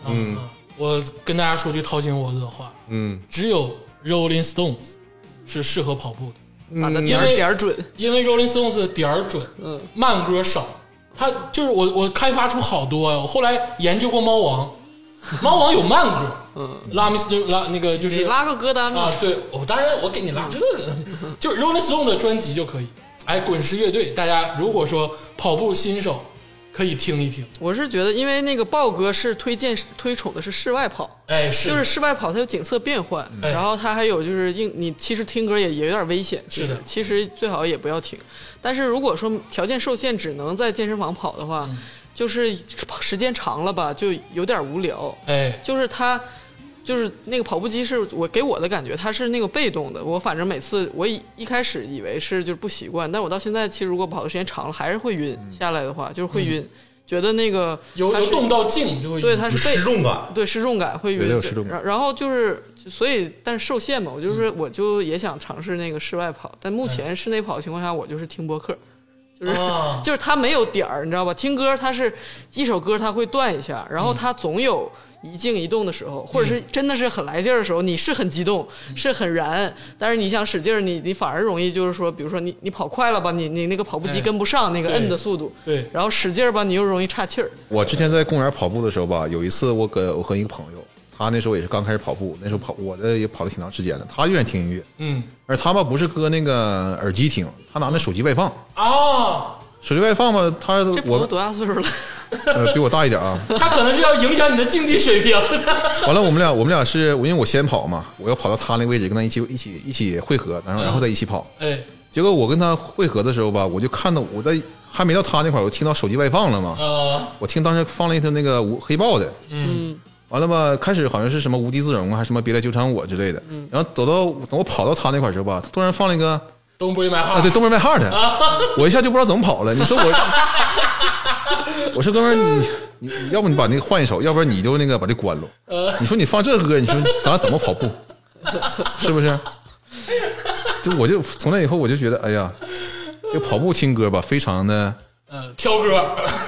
C: 嗯
A: 我跟大家说句掏心窝子的话，
C: 嗯，
A: 只有 Rolling Stones 是适合跑步的，
B: 打的
A: 因
B: 点儿
A: 为
B: 点儿准，
A: 因为 Rolling Stones 的点儿准，
B: 嗯，
A: 慢歌少。他就是我，我开发出好多呀、我后来研究过猫王，猫王有慢歌，嗯，拉米斯顿拉那个就
B: 你
A: 是
B: 拉个歌单吧
A: 啊，，对，我当然我给你拉这个， 就是 Rolling Stone 的专辑就可以。哎，滚石乐队，大家如果说跑步新手可以听一听。
B: 我是觉得，因为那个豹哥是推荐推崇的是室外跑，
A: 哎，是
B: 就是室外跑它有景色变换，
A: 哎
B: 然后它还有就是硬，你其实听歌也也有点危险，其实
A: 是的
B: 其实最好也不要听。但是如果说条件受限，只能在健身房跑的话，
A: 嗯
B: 就是时间长了吧，就有点无聊。
A: 哎，
B: 就是它，就是那个跑步机是我给我的感觉，它是那个被动的。我反正每次我以一开始以为是就是不习惯，但我到现在其实如果跑的时间长了，还是会晕。下来的话就是会晕，觉得那个
A: 有
B: 它
A: 有
B: 是
A: 动到静就会
B: 对它
C: 有
B: 是被
C: 失重感，
B: 对失重感会
D: 对它
B: 晕
D: 有失重，感嗯
B: 然然后就是所以但是受限嘛，我就是我就也想尝试那个室外跑，但目前室内跑的情况下，我就是听播客。就是、
A: 啊
B: 就是它没有点儿，你知道吧？听歌它是一首歌它会断一下，然后它总有一静一动的时候，或者是真的是很来劲儿的时候，你是很激动，是很燃，但是你想使劲儿，你你反而容易就是说，比如说你你跑快了吧，你你那个跑步
A: 哎
B: 机跟不上那个
A: 对
B: 摁的速度，
A: 对
B: 然后使劲儿吧，你又容易岔气儿。
D: 我之前在公园跑步的时候吧，有一次我跟我和一个朋友，他那时候也是刚开始跑步，那时候跑我的也跑了挺长时间了，他就愿意听音乐，
A: 嗯
D: 而他吧不是搁那个耳机听，他拿那手机外放，
A: 啊，
D: 手机外放吧，他
B: 这朋友
D: 我
B: 多大岁数了？
D: 呃比我大一点啊，
A: 他可能是要影响你的竞技水平。
D: 完了，我们俩我们俩是因为我先跑嘛，我要跑到他那个位置，跟他一起一起一起汇合，然后然后再一起跑。
A: 哎，
D: 结果我跟他汇合的时候吧，我就看到我在还没到他那块儿，我听到手机外放了嘛，
A: 呃，
D: 我听当时放了一条那个无黑豹的，
A: 嗯，
D: 完了吧，开始好像是什么无地自容啊，还是什么别来纠缠我之类的，然后走到等我跑到他那块儿时候吧，他突然放了一个
A: 东北买
D: 啊，
A: 哈
D: 对，东门 外号的，我一下就不知道怎么跑了。你说我，我说哥们儿，你你要不你把那个换一首，要不然你就那个把这关
B: 呃
D: 了。你说你放这歌， 你说咱怎么跑步？是不是？就我就从那以后我就觉得，哎呀，这跑步听歌吧，非常的
A: 呃，挑歌，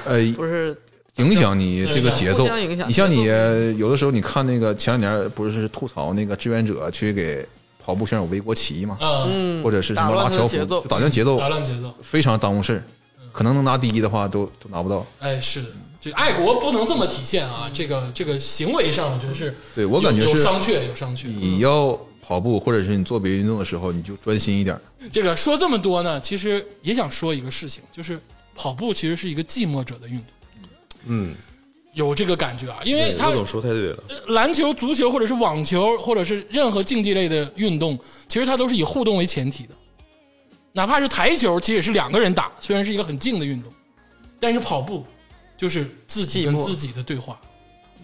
D: 呃
B: 不是
D: 影响你这个节奏
B: 互相影。响
D: 你像你
B: 节奏
D: 呃有的时候你看那个前两年不是吐槽那个志愿者去给跑步选手围国旗嘛，
A: 嗯，
D: 或者是什么
B: 打乱
D: 拉
B: 他的
D: 条
B: 节
D: 幅，
B: 奏
D: 就打乱节奏
A: 打，乱节奏。
D: 非常耽误事儿，
B: 嗯
D: 可能能拿第一的话都都拿不到。
A: 哎，是的，这爱国不能这么体现啊！这个这个行为上，我觉得是
D: 对我感觉
A: 有有
D: 是
A: 商榷，有商榷。
D: 你要跑步或者是你做别的运动的时候，你就专心一点儿。
A: 这个说这么多呢，其实也想说一个事情，就是跑步其实是一个寂寞者的运动。
C: 嗯，
A: 有这个感觉啊，因为
C: 对，
A: 他
C: 刘总说太对了，
A: 篮球、足球或者是网球，或者是任何竞技类的运动，其实它都是以互动为前提的。哪怕是台球，其实也是两个人打，虽然是一个很静的运动，但是跑步就是自己跟
B: 寂寞
A: 自己的对话。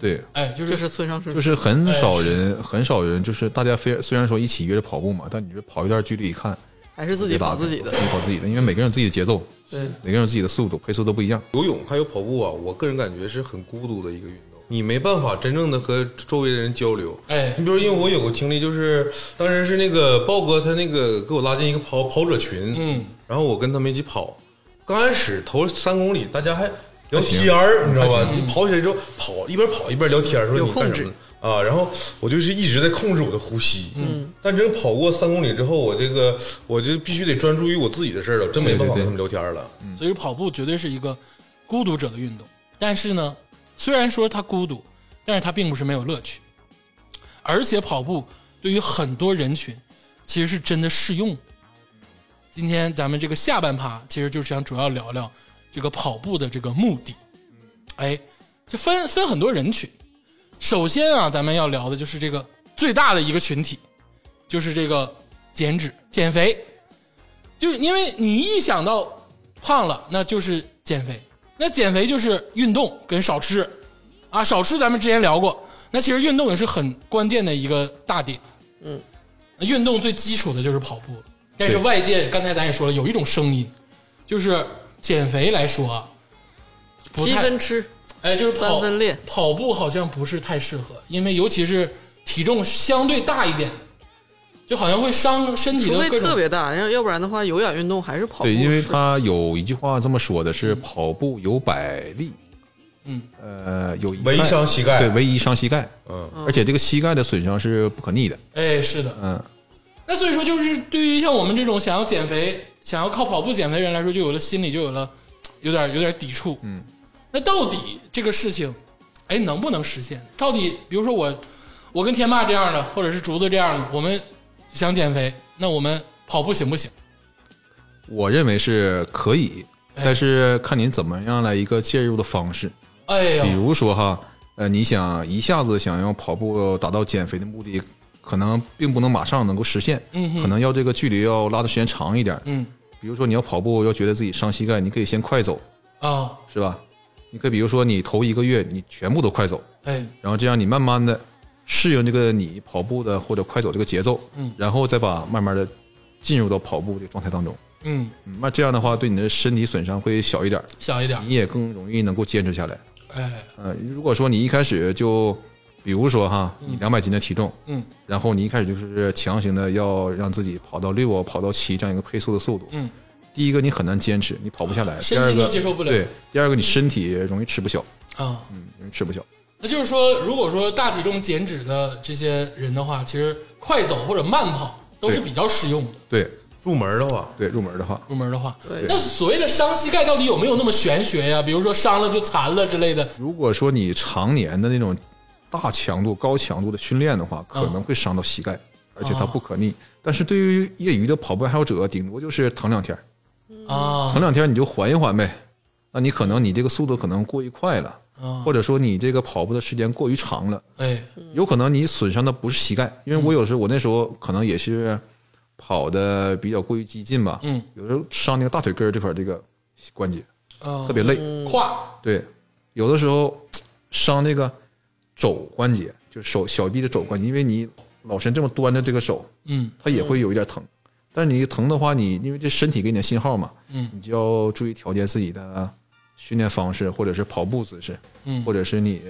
D: 对，
A: 哎，就是、
B: 就是村上春
D: 就
B: 树，
D: 是很少
B: 哎
D: 人，很少人，就是大家非虽然说一起约着跑步嘛，但你这跑一段距离一看，
B: 还是自己跑自己的
D: 自。己跑自己的，因为每个人有自己的节奏，
B: 对，
D: 每个人有自己的速度，配速都不一样。
C: 游泳还有跑步啊，我个人感觉是很孤独的一个运动，你没办法真正的和周围的人交流。
A: 哎
C: 你比如，因为我有个经历，就是当时是那个豹哥，他那个给我拉进一个跑跑者群，
A: 嗯，
C: 然后我跟他们一起跑，刚开始头三公里大家还聊天儿，你知道吧？你跑起来之后跑一边跑一边聊天儿，说
B: 有
C: 你干什
B: 控
C: 么啊？然后我就是一直在控制我的呼吸，嗯，但真跑过三公里之后，我这个我就必须得专注于我自己的事儿了，真没办法
D: 对对对
C: 跟他们聊天儿了。
A: 所以跑步绝对是一个孤独者的运动。但是呢，虽然说它孤独，但是它并不是没有乐趣，而且跑步对于很多人群其实是真的适用的。今天咱们这个下半趴其实就是想主要聊聊这个跑步的这个目的。哎，这分分很多人群。首先啊，咱们要聊的就是这个最大的一个群体，就是这个减脂减肥，就是因为你一想到胖了，那就是减肥。那减肥就是运动跟少吃啊，少吃咱们之前聊过，那其实运动也是很关键的一个大点。嗯，运动最基础的就是跑步，但是
D: 对
A: 外界刚才咱也说了，有一种声音，就是减肥来说啊，不
B: 七
A: 太
B: 分吃，
A: 哎，就是跑
B: 三分练
A: 跑步好像不是太适合，因为尤其是体重相对大一点，就好像会伤身体
B: 除
A: 的
B: 非
A: 各
B: 特
A: 种。
B: 别大，要要不然的话，有氧运动还是跑步
D: 对，
B: 是。嗯
D: 因为他有一句话这么说的是“跑步有百利”，
A: 嗯，
D: 呃，有一
C: 唯一伤膝盖
D: 对，唯一伤膝盖，
C: 嗯，
D: 而且这个膝盖的损伤是不可逆的，
A: 哎，是的，
D: 嗯，
A: 那所以说就是对于像我们这种想要减肥、想要靠跑步减肥的人来说，就有了心里就有了有点有点抵触。嗯，那到底这个事情，哎，能不能实现？到底比如说我，我跟天霸这样的，或者是竹子这样的，我们想减肥，那我们跑步行不行？
D: 我认为是可以，但是看您怎么样来一个介入的方式。
A: 哎呀
D: 比，如说哈，呃，你想一下子想要跑步呃达到减肥的目的，可能并不能马上能够实现，
A: 嗯哼
D: 可能要这个距离要拉的时间长一点。
A: 嗯
D: 比如说你要跑步，要觉得自己伤膝盖，你可以先快走，
A: 啊、
D: 是吧？你可以比如说你头一个月你全部都快走，
A: 哎，
D: 然后这样你慢慢的适应这个你跑步的或者快走这个节奏，
A: 嗯
D: 然后再把慢慢的进入到跑步的状态当中。
A: 嗯，
D: 嗯那这样的话，对你的身体损伤会小一点儿，
A: 小一点，
D: 你也更容易能够坚持下来。
A: 哎，
D: 呃，如果说你一开始就，比如说哈，你两百斤的体重，
A: 嗯
D: 然后你一开始就是强行的要让自己跑到六啊，跑到七这样一个配速的速度，
A: 嗯，
D: 第一个你很难坚持，你跑不下来；第
A: 身
D: 二
A: 心都
D: 个
A: 接受不了
D: 对，第二个你身体容易吃不消，
A: 啊。
D: 嗯，容易吃不消。
A: 那就是说，如果说大体重减脂的这些人的话，其实快走或者慢跑都是
D: 对
A: 比较适用的。
D: 对
C: 入门的话，
D: 对，入门的话，
A: 入门的话
B: 对，
A: 那所谓的伤膝盖到底有没有那么玄学呀？比如说伤了就残了之类的，
D: 如果说你常年的那种大强度、高强度的训练的话，可能会伤到膝盖，而且它不可逆。但是对于业余的跑步爱好者，顶多就是疼两天儿，
A: 啊
D: 疼两天你就缓一缓呗。那你可能你这个速度可能过于快了，
A: 啊，
D: 或者说你这个跑步的时间过于长了，
A: 哎，
D: 有可能你损伤的不是膝盖，因为我有时候我那时候可能也是跑的比较过于激进吧，
A: 嗯，
D: 有时候伤那个大腿根儿这块儿这个关节
A: 啊
D: 特别累，
A: 胯
D: 对，有的时候伤那个肘关节，就是手小臂的肘关节，因为你老伸这么端着这个手，
A: 嗯，
D: 它也会有一点疼。但是你疼的话，你因为这身体给你的信号嘛，
A: 嗯
D: 你就要注意调节自己的训练方式，或者是跑步姿势，
A: 嗯
D: 或者是你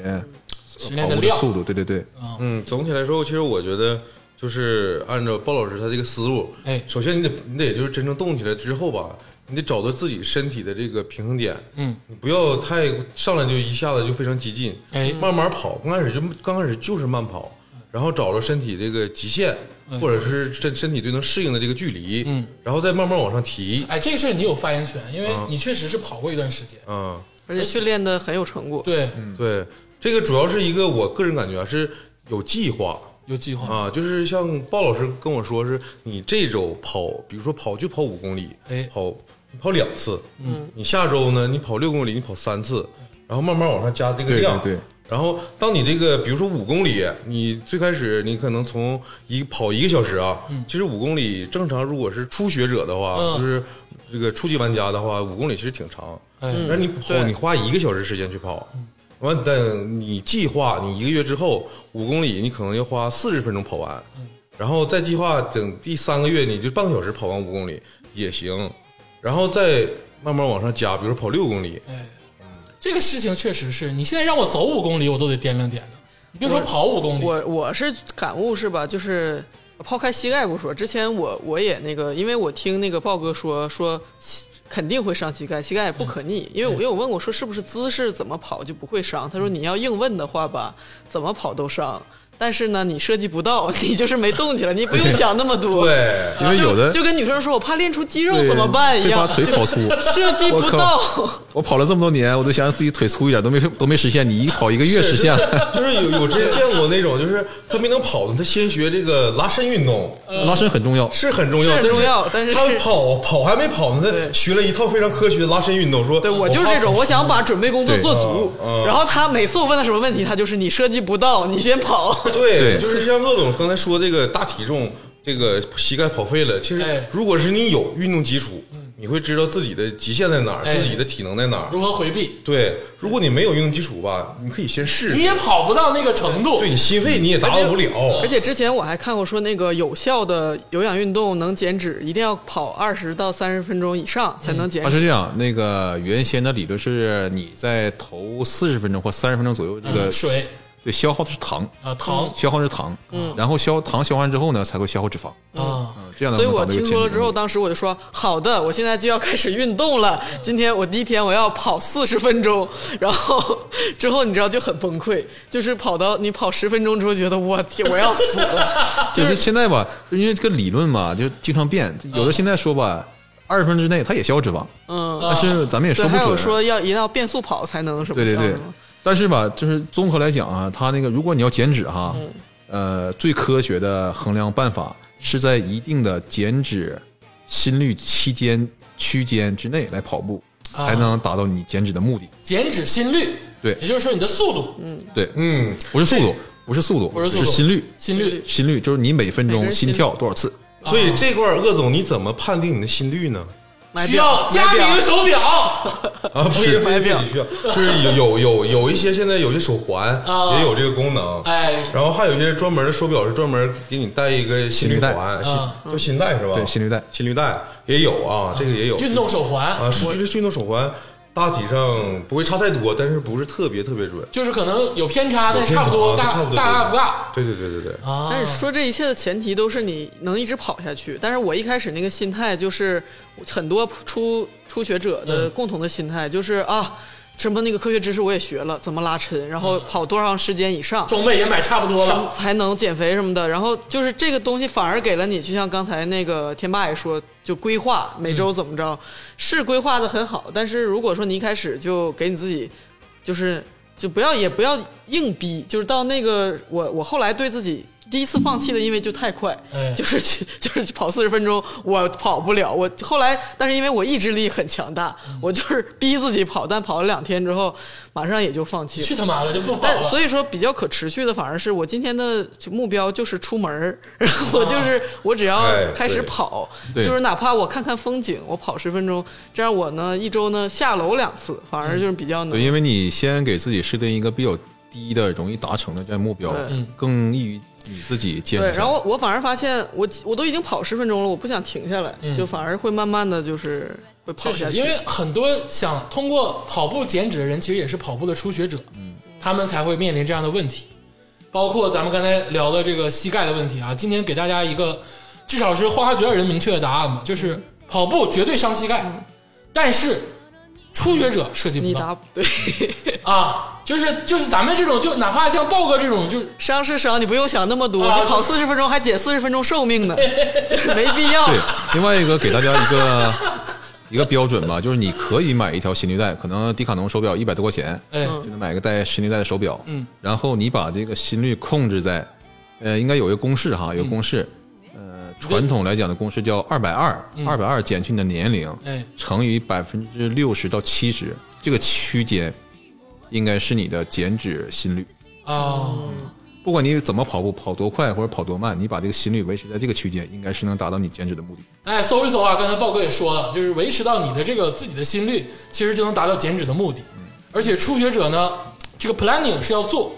A: 训
D: 跑
A: 练的
D: 步的
A: 量
D: 速度，对对对，
C: 嗯，总体来说，其实我觉得就是按照鲍老师他这个思路，
A: 哎
C: 首先你得你得就是真正动起来之后吧，你得找到自己身体的这个平衡点，
A: 嗯，
C: 你不要太上来就一下子就非常激进，
A: 哎
C: 慢慢跑，刚开始就刚开始就是慢跑，然后找着身体这个极限，
A: 哎
C: 或者是身身体最能适应的这个距离，嗯，然后再慢慢往上提，
A: 哎，这个事儿你有发言权，因
D: 嗯
A: 为你确实是跑过一段时间。
C: 嗯。
B: 而且训练的很有成果。
A: 对，
D: 嗯
C: 对，这个主要是一个我个人感觉啊，是有计划
A: 有计划。
C: 啊，就是像鲍老师跟我说，是你这周跑，比如说跑就跑五公里，
A: 哎
C: 跑跑两次，嗯，你下周呢，你跑六公里，你跑三次，
A: 哎
C: 然后慢慢往上加这个
D: 对
C: 量，
D: 对对
C: 然后，当你这个，比如说五公里，你最开始你可能从一跑一个小时啊，其实五公里正常，如果是初学者的话，
A: 嗯
C: 就是这个初级玩家的话，五公里其实挺长。
D: 嗯
A: 哎
C: 但是你跑，
B: 嗯对
C: 你花一个小时时间去跑，完等你计划，你一个月之后五公里，你可能要花四十分钟跑完，
B: 嗯
C: 然后再计划等第三个月，你就半个小时跑完五公里也行，然后再慢慢往上加，比如说跑六公里，
A: 这个事情确实是你现在让我走五公里，我都得掂量掂量。你别说跑五公里，
B: 我我是感悟是吧？就是抛开膝盖不说，之前我我也那个，因为我听那个豹哥说说膝肯定会伤膝盖，膝盖也不可逆。
A: 嗯
B: 因为我因为我问过说是不是姿势怎么跑就不会伤，他说你要硬问的话吧，怎么跑都伤。但是呢，你涉及不到，你就是没动起来，你不用想那么多。
C: 对，
D: 因为
B: 就
D: 有的
B: 就跟女生说我怕练出肌肉
A: 嗯
D: 对
B: 怎么办一
D: 会把
B: 样，
D: 腿 跑粗。
B: 涉及不
D: 我靠
B: 到。
D: 我跑了这么多年，我都想让自己腿粗一点，都没都没实现。你一跑一个月实现 了，
C: 就是有有之前见过那种，就是他没能跑呢，他先学这个拉伸运动
D: 拉伸很重要。
C: 是很重要，
B: 是很重要但是
C: 他
B: 是
C: 跑跑还没跑呢，他
B: 对
C: 学了一套非常科学的拉伸运动，说
B: 对我就是
C: 怕
B: 这种，
C: 跑
B: 我想把准备工作做足。
D: 啊
B: 然后他每次我问他什么问题，他就是你涉及不到，你先跑。
C: 对，
D: 对
C: 就是像鄂总刚才说这个大体重，这个膝盖跑废了，其实
A: 哎
C: 如果是你有运动基础，你会知道自己的极限在哪儿，
A: 哎
C: 自己的体能在哪儿。
A: 如何回避，
C: 对，如果你没有运动基础吧，你可以先试
A: 你
C: 试。
A: 也跑不到那个程度。
C: 对你心肺你也达到不了
B: 而，且之前我还看过说，那个有效的有氧运动能减脂，一定要跑二十到三十分钟以上才能减
D: 它
B: 脂。
D: 是这样，那个原先的理论是你在头四十分钟或三十分钟左右，这个、
B: 嗯
A: 水
D: 对消耗的是糖，
A: 啊，糖
D: 消耗的是糖，嗯，然后消糖消完之后呢，才会消耗脂肪，
A: 啊，
D: 嗯，这样的
B: 所以
D: 话
B: 我
D: 才会有
B: 听
D: 前
B: 说了
D: 进
B: 之后，
D: 动力
B: 当时我就说好的，我现在就要开始运动了。今天我第一天我要跑四十分钟，然后 之后你知道就很崩溃，就是跑到你跑十分钟之后觉得我天我要死 了，就
D: 就是
B: 是
D: 现在吧，就因为这个理论嘛，就经常变，有的现在说吧，二十分钟之内它也消耗脂肪，
B: 嗯，
D: 但是咱们也
B: 对，
D: 说不
B: 还有
D: 准，啊
B: 说要一定要变速跑才能什么
D: 对对
B: 效
D: 对
B: 什么，
D: 但是吧，就是综合来讲啊，它那个如果你要减脂哈，
B: 嗯
D: 呃，最科学的衡量办法是在一定的减脂呃心率期间区间之内来跑步，
A: 啊
D: 才能达到你减脂的目的。
A: 减脂心率，
D: 对
A: 也就是说你的速度，嗯，
D: 对，
C: 嗯，
D: 不是速度，不是速度，
A: 不是速度
D: 心率，
A: 心率
D: 心率就是你每分
B: 每个
D: 钟
B: 人心
D: 心
B: 率
D: 跳多少次。
C: 所以这块儿鄂总，你怎么判定你的心率呢？
B: 买
A: 需要
B: 表
A: 佳
B: 买表
A: 明手表，
C: 啊，不是非得需要，就是有有有有一些现在有些手环
A: 啊
C: 也有这个功能，
A: 哎，
C: 然后还有一些专门的手表是专门给你带一个心率环，心
A: 啊
C: 叫心带是吧？
D: 对心率带
C: 心率带也有啊，这个也有
A: 运动手环，
C: 啊，是这是运动手环，大体上不会差太多，但是不是特别特别准，
A: 就是可能有偏差，但
C: 有
A: 是差不多，
C: 正常
A: 大
C: 差不多
A: 大大不大
C: 对对对对对，
A: 啊？
B: 但是说这一切的前提都是你能一直跑下去。但是我一开始那个心态就是很多初初学者的
A: 嗯
B: 共同的心态，就是啊，什么那个科学知识我也学了，怎么拉伸，然
D: 嗯
B: 后跑多长时间以上。
A: 装备也买差不多
B: 什么
A: 了，
B: 才能减肥什么的，然后就是这个东西反而给了你，就像刚才那个天霸也说，就规划每
A: 嗯
B: 周怎么着，是规划的很好，但是如果说你一开始就给你自己，就是就不要也不要硬逼，就是到那个我我后来对自己第一次放弃的，因为就太快，
A: 哎
B: 就是去 就是跑四十分钟我跑不了，我后来但是因为我意志力很强大，
A: 嗯
B: 我就是逼自己跑，但跑了两天之后，马上也就放弃了。
A: 去他妈的就不跑
B: 但
A: 了。
B: 所以说比较可持续的，反而是我今天的目标就是出门儿，然后我就是我只要
C: 哎
B: 开始
C: 对
B: 跑，
D: 对
B: 就是哪怕我看看风景，我跑十分钟，这样我呢一周呢下楼两次，反而就是比较能
D: 对，。因为你先给自己设定一个比较低的、容易达成的这样目标
B: 对，
D: 更易于你自己坚
B: 对，
D: 持下
B: 然
D: 来。
B: 后我反而发现我我都已经跑十分钟了，我不想停下来，就反而会慢慢的就是会跑
A: 确
B: 下
A: 实，
B: 去。
A: 因为很多想通过跑步减脂的人，其实也是跑步的初学者，嗯，他们才会面临这样的问题，包括咱们刚才聊的这个膝盖的问题啊。今天给大家一个，至少是花花学院人明确的答案吧，
B: 嗯
A: 就是跑步绝对伤膝盖，但是初学者涉及不
B: 你
A: 到
B: 答对，
A: 啊，就是就是咱们这种，就哪怕像豹哥这种，就
B: 伤是伤，你不用想那么多，
A: 啊
B: 你跑四十分钟还减四十分钟寿命呢，就是没必要。
D: 对，另外一个给大家一个 一个标准吧，就是你可以买一条心率带，可能迪卡侬手表一百多块钱，
A: 哎
B: 嗯
D: 就能买个带心率带的手表，
A: 嗯，
D: 然后你把这个心率控制在，呃，应该有一个公式
A: 嗯
D: 哈，有个公式，呃，传统来讲的公式叫二百二，二百二减去你的年龄，
A: 嗯哎
D: 乘以百分之六十到七十这个区间，应该是你的减脂心率。
A: 啊，
D: 不管你怎么跑步，跑多快或者跑多慢，你把这个心率维持在这个区间，应该是能达到你减脂的目的。
A: 哎，搜一搜啊，刚才豹哥也说了，就是维持到你的这个自己的心率，其实就能达到减脂的目的。
D: 嗯
A: 而且初学者呢，这个 planning 是要做，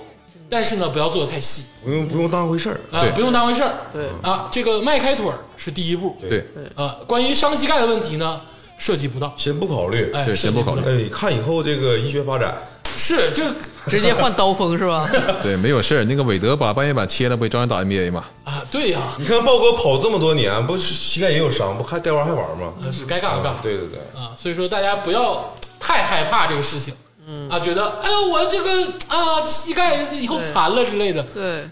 A: 但是呢，不要做的太细
C: 不用不用当回事儿，
A: 啊、
D: 对
A: 不用当回事儿。
B: 对
A: 啊，这个迈开腿儿是第一步。
D: 对，
A: 啊，关于伤膝盖的问题呢，涉及不到。
C: 先不考虑，
A: 哎，
D: 对
A: 涉及
D: 先不考虑
A: 到
C: 哎，你看以后这个医学发展，
A: 是就
B: 直接换刀锋是吧？
D: 对，没有事儿。那个韦德把半月板切了，不也照样打 NBA 吗？
A: 啊，对呀、
C: 你看豹哥跑这么多年，不是膝盖也有伤，不还该玩还玩吗？
A: 是该干的干
C: 啊，对对对，
A: 啊，所以说大家不要太害怕这个事情。嗯啊，觉得哎呦，我这个啊膝盖以后残了之类的，